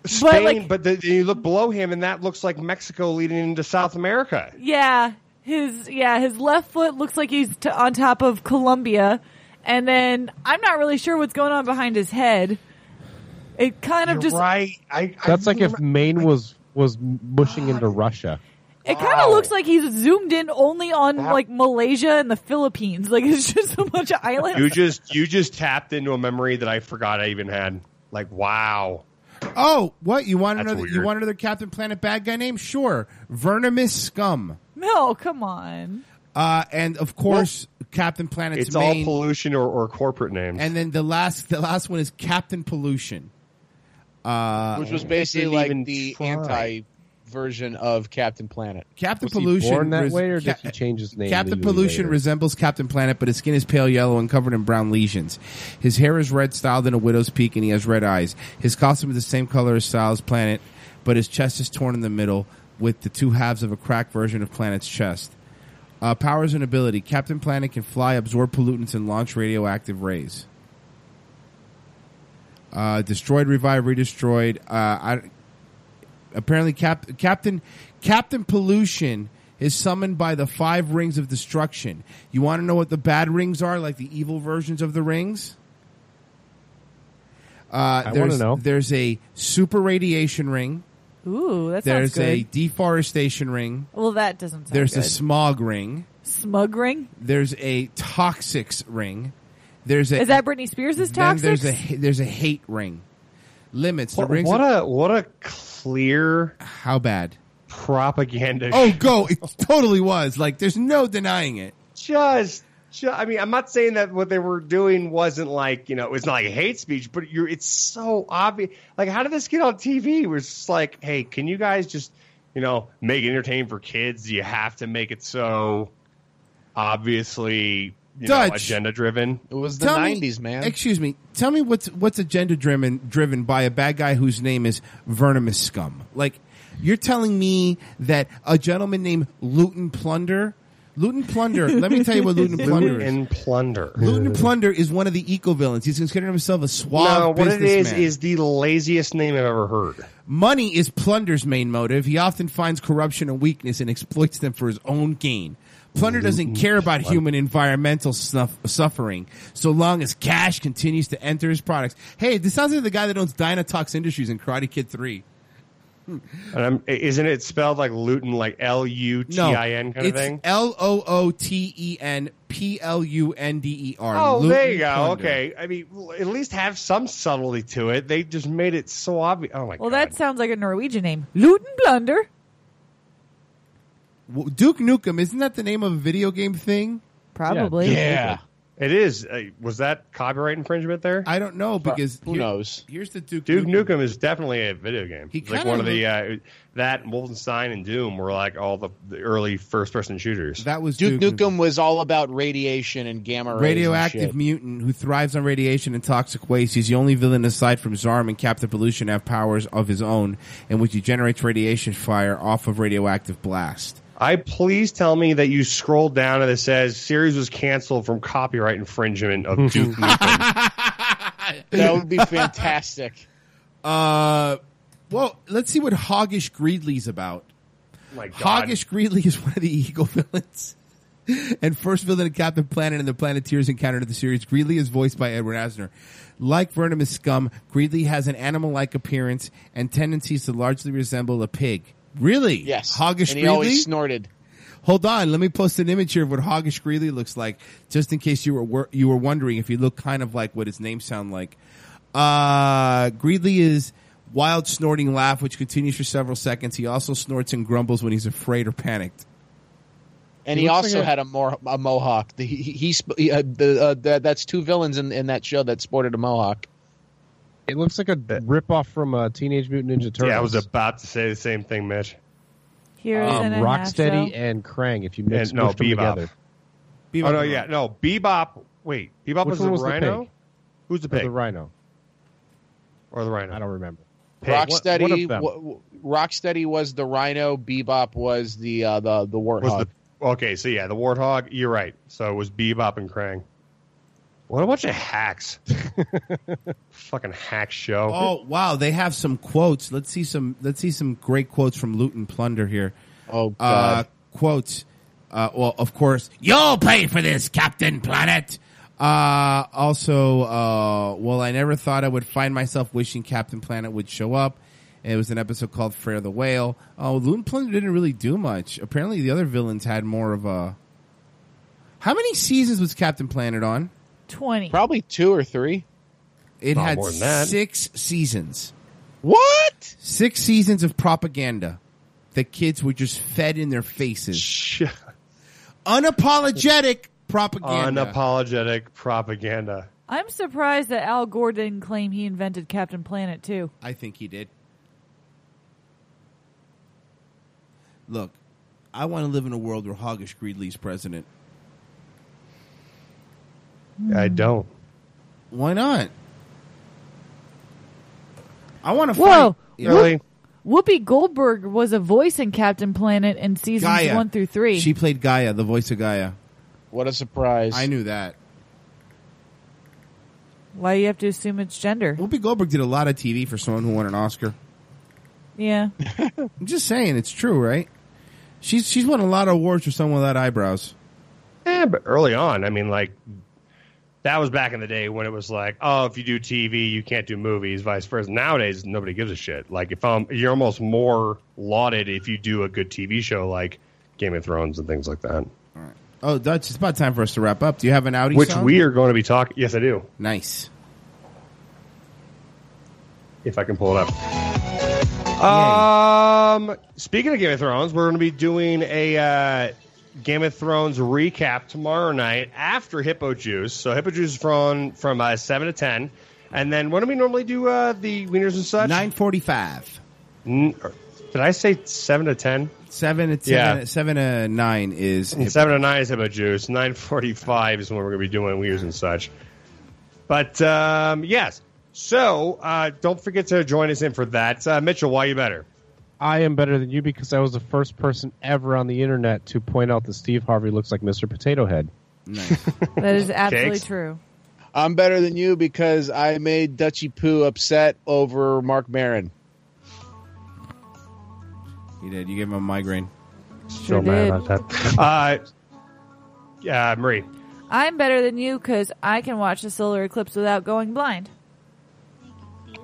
Spain, but but, like the, you look below him, and that looks like Mexico leading into South America. yeah, his yeah his left foot looks like he's t- on top of Colombia, and then I'm not really sure what's going on behind his head. It kind of just I, That's like if Maine was was mushing into Russia. It kind of looks like he's zoomed in only on like Malaysia and the Philippines. Like it's just a bunch of islands. You just you just tapped into a memory that I forgot I even had. Like wow, Oh, what you want That's another? You weird. want another Captain Planet bad guy name? Sure, Vermimus Scum. No, come on. Uh, and of course, Captain Planet's It's all main. pollution or, or corporate names. and then the last, the last one is Captain Pollution, uh, which was basically like the anti version of Captain Planet. Captain Pollution. res- Cap- Captain Pollution resembles Captain Planet, but his skin is pale yellow and covered in brown lesions. His hair is red, styled in a widow's peak, and he has red eyes. His costume is the same color as Styles' Planet, but his chest is torn in the middle, with the two halves of a cracked version of Planet's chest. Uh, powers and ability: Captain Planet can fly, absorb pollutants, and launch radioactive rays. Uh, destroyed, revived, redestroyed. Uh, I, apparently, Cap- Captain Captain Pollution is summoned by the five rings of destruction. You want to know what the bad rings are, like the evil versions of the rings? Uh, wanna there's, know. There's a super radiation ring. Ooh, that sounds there's good. a deforestation ring. well, that doesn't sound There's good. a smog ring. smug ring. There's a toxics ring. There's a Is that Britney Spears' then toxics? There's a ha- there's a hate ring. Limits the What- rings. what of- a what a clear how bad propaganda. oh go it totally was like there's no denying it. just, ju- I mean, I'm not saying that what they were doing wasn't like you know it's not like hate speech, but you're it's so obvious. Like, how did this get on TV? It was just like, hey, can you guys just you know make it entertaining for kids? You have to make it so obviously you know, Dutch. agenda driven. It was Tell me- Excuse me. Tell me what's what's agenda driven driven by a bad guy whose name is Vernimus Scum. Like you're telling me that a gentleman named Luton Plunder, Luton Plunder. let me tell you what Luton Plunder is. and plunder. Luton Plunder is one of the eco villains. He's considering himself a suave. No, what it is businessman. is the laziest name I've ever heard. Money is Plunder's main motive. He often finds corruption and weakness and exploits them for his own gain. Plunder doesn't Mm-hmm. care about human environmental snuff, suffering so long as cash continues to enter his products. Hey, this sounds like the guy that owns Dynatox Industries in Karate Kid 3. And I'm, isn't it spelled like Luton, like L U T No. I N kind of it's thing? L O O T E N P L U N D E R. Oh, there Luton you go. Plunder. Okay. I mean, l- at least have some subtlety to it. They just made it so obvious. Oh my well, that sounds like a Norwegian name, Luton Blunder. W- Duke Nukem, isn't that the name of a video game thing? Probably. Yeah. It is. Uh, was that copyright infringement there? I don't know because who knows? Here's the Duke. Duke Nukem, is definitely a video game. It's like kinda one of the uh, that and Wolfenstein and Doom were like all the, the early first person shooters. That was Duke, Duke Nukem was all about radiation and gamma rays. radioactive and shit. mutant who thrives on radiation and toxic waste. He's the only villain aside from Zarm and Captain Pollution have powers of his own, in which he generates radiation fire off of radioactive blast. I please tell me that you scroll down and it says series was canceled from copyright infringement of Mm-hmm. Duke Nukem. That would be fantastic. Uh, well, let's see what Hoggish Greedley's about. Oh My God. Hoggish Greedley is one of the Eagle villains. And first villain of Captain Planet and the Planeteers encountered in the series, Greedley is voiced by Edward Asner. Like Vernimus Scum, Greedley has an animal-like appearance and tendencies to largely resemble a pig. Really? Yes. Hoggish and he Greedley? always snorted. Hold on, let me post an image here of what Hoggish Greeley looks like, just in case you were wor- you were wondering if he looked kind of like what his name sound like. Uh, Greeley is wild snorting laugh, which continues for several seconds. He also snorts and grumbles when he's afraid or panicked. And He he, looks also like a- had a, mor- a mohawk. The, he, he, sp- he uh, the, uh, that that's two villains in, in that show that sported a mohawk. It looks like a ripoff from uh, Teenage Mutant Ninja Turtles. Yeah, I was about to say the same thing, Mitch. Here's Um, an Rocksteady Anasho. and Krang. If you mix, And- no, mush them Bebop. together, Bebop oh no, and yeah, no, Bebop. Wait, Bebop Which was one the was the Rhino. pig? Who's the Or pig? the Rhino. Or the Rhino? I don't remember. Pig. Rocksteady, What- what of them? wa- wa- Rocksteady was the Rhino. Bebop was the uh, the the warthog. was the okay? So yeah, the Warthog. You're right. So it was Bebop and Krang. What a bunch of hacks! Fucking hack show. Oh wow, they have some quotes. Let's see some. Let's see some great quotes from Loot and Plunder here. Oh uh, God. quotes. Uh, well, of course, you'll pay for this, Captain Planet. Uh, also, uh, well, I never thought I would find myself wishing Captain Planet would show up. It was an episode called "Fair the Whale." Oh, Loot and Plunder didn't really do much. Apparently, the other villains had more of a. How many seasons was Captain Planet on? Twenty. Probably two or three. It Not had more than that. six seasons. What? Six seasons of propaganda. The kids were just fed in their faces. Unapologetic propaganda. Unapologetic propaganda. I'm surprised that Al Gore didn't claim he invented Captain Planet too. I think he did. Look, I want to live in a world where Hoggish Greeley's president. I don't. Why not? I want to. Whoa! Yeah. Whoop- Whoopi Goldberg was a voice in Captain Planet in seasons Gaia. one through three. She played Gaia, the voice of Gaia. What a surprise! I knew that. Why do you have to assume it's gender? Whoopi Goldberg did a lot of TV for someone who won an Oscar. Yeah. I'm just saying, it's true, right? She's she's won a lot of awards for someone without eyebrows. Yeah, Eh, but early on, I mean, like that was back in the day when it was like, oh, if you do TV, you can't do movies, vice versa. Nowadays, nobody gives a shit. Like if um, you're almost more lauded if you do a good TV show like Game of Thrones and things like that. Oh, Dutch, it's about time for us to wrap up. Do you have an Audi? Which song? we are going to be talking. Yes, I do. Nice. If I can pull it up. Um, speaking of Game of Thrones, we're going to be doing a uh, Game of Thrones recap tomorrow night after Hippo Juice. So Hippo Juice is from from uh, seven to ten, and then when do we normally do uh, the wieners and such? Nine forty-five. Did I say seven to ten? Seven to ten. Yeah. Seven to nine is And seven to nine is Hippo Juice. Nine forty-five is when we're going to be doing wieners and such. But um, yes, so uh, don't forget to join us in for that. Uh, Mitchell, why you better? I am better than you because I was the first person ever on the internet to point out that Steve Harvey looks like Mr. Potato Head. That is absolutely Cakes. true. I'm better than you because I made Dutchy Poo upset over Mark Marin. You did. You gave him a migraine. Sure mad did. about that. Uh, uh, Marie. I'm better than you because I can watch the solar eclipse without going blind.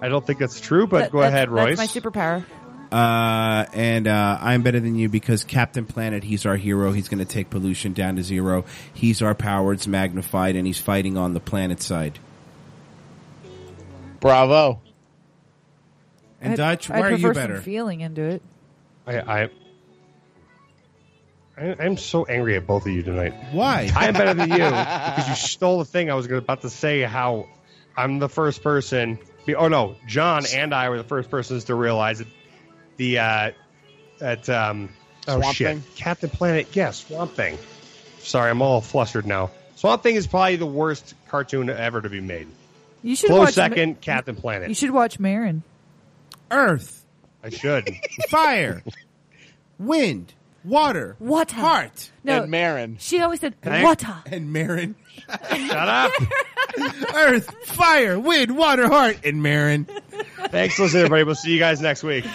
I don't think that's true, but That- go that's- ahead, Royce. That's my superpower. Uh, and uh, I'm better than you because Captain Planet, he's our hero. He's going to take pollution down to zero. He's our powers magnified, and he's fighting on the planet side. Bravo. And I'd- Dutch, I'd why are you prefer some better? feeling into it. I, I, I, I'm so angry at both of you tonight. Why? I am better than you because you stole the thing I was about to say. How I'm the first person. Oh no, John and I were the first persons to realize that the uh, that um, oh Swamp shit, Thing? Captain Planet. Yes, Swamp Thing. Sorry, I'm all flustered now. Swamp Thing is probably the worst cartoon ever to be made. You should Close watch Ma- second, Captain Planet. You should watch Marin. Earth, I should. fire, wind, water, What? heart, No, And Marin. she always said Can I- water. and Marin. Shut up. Earth, fire, wind, water, heart, and Marin. Thanks, listen, everybody. We'll see you guys next week.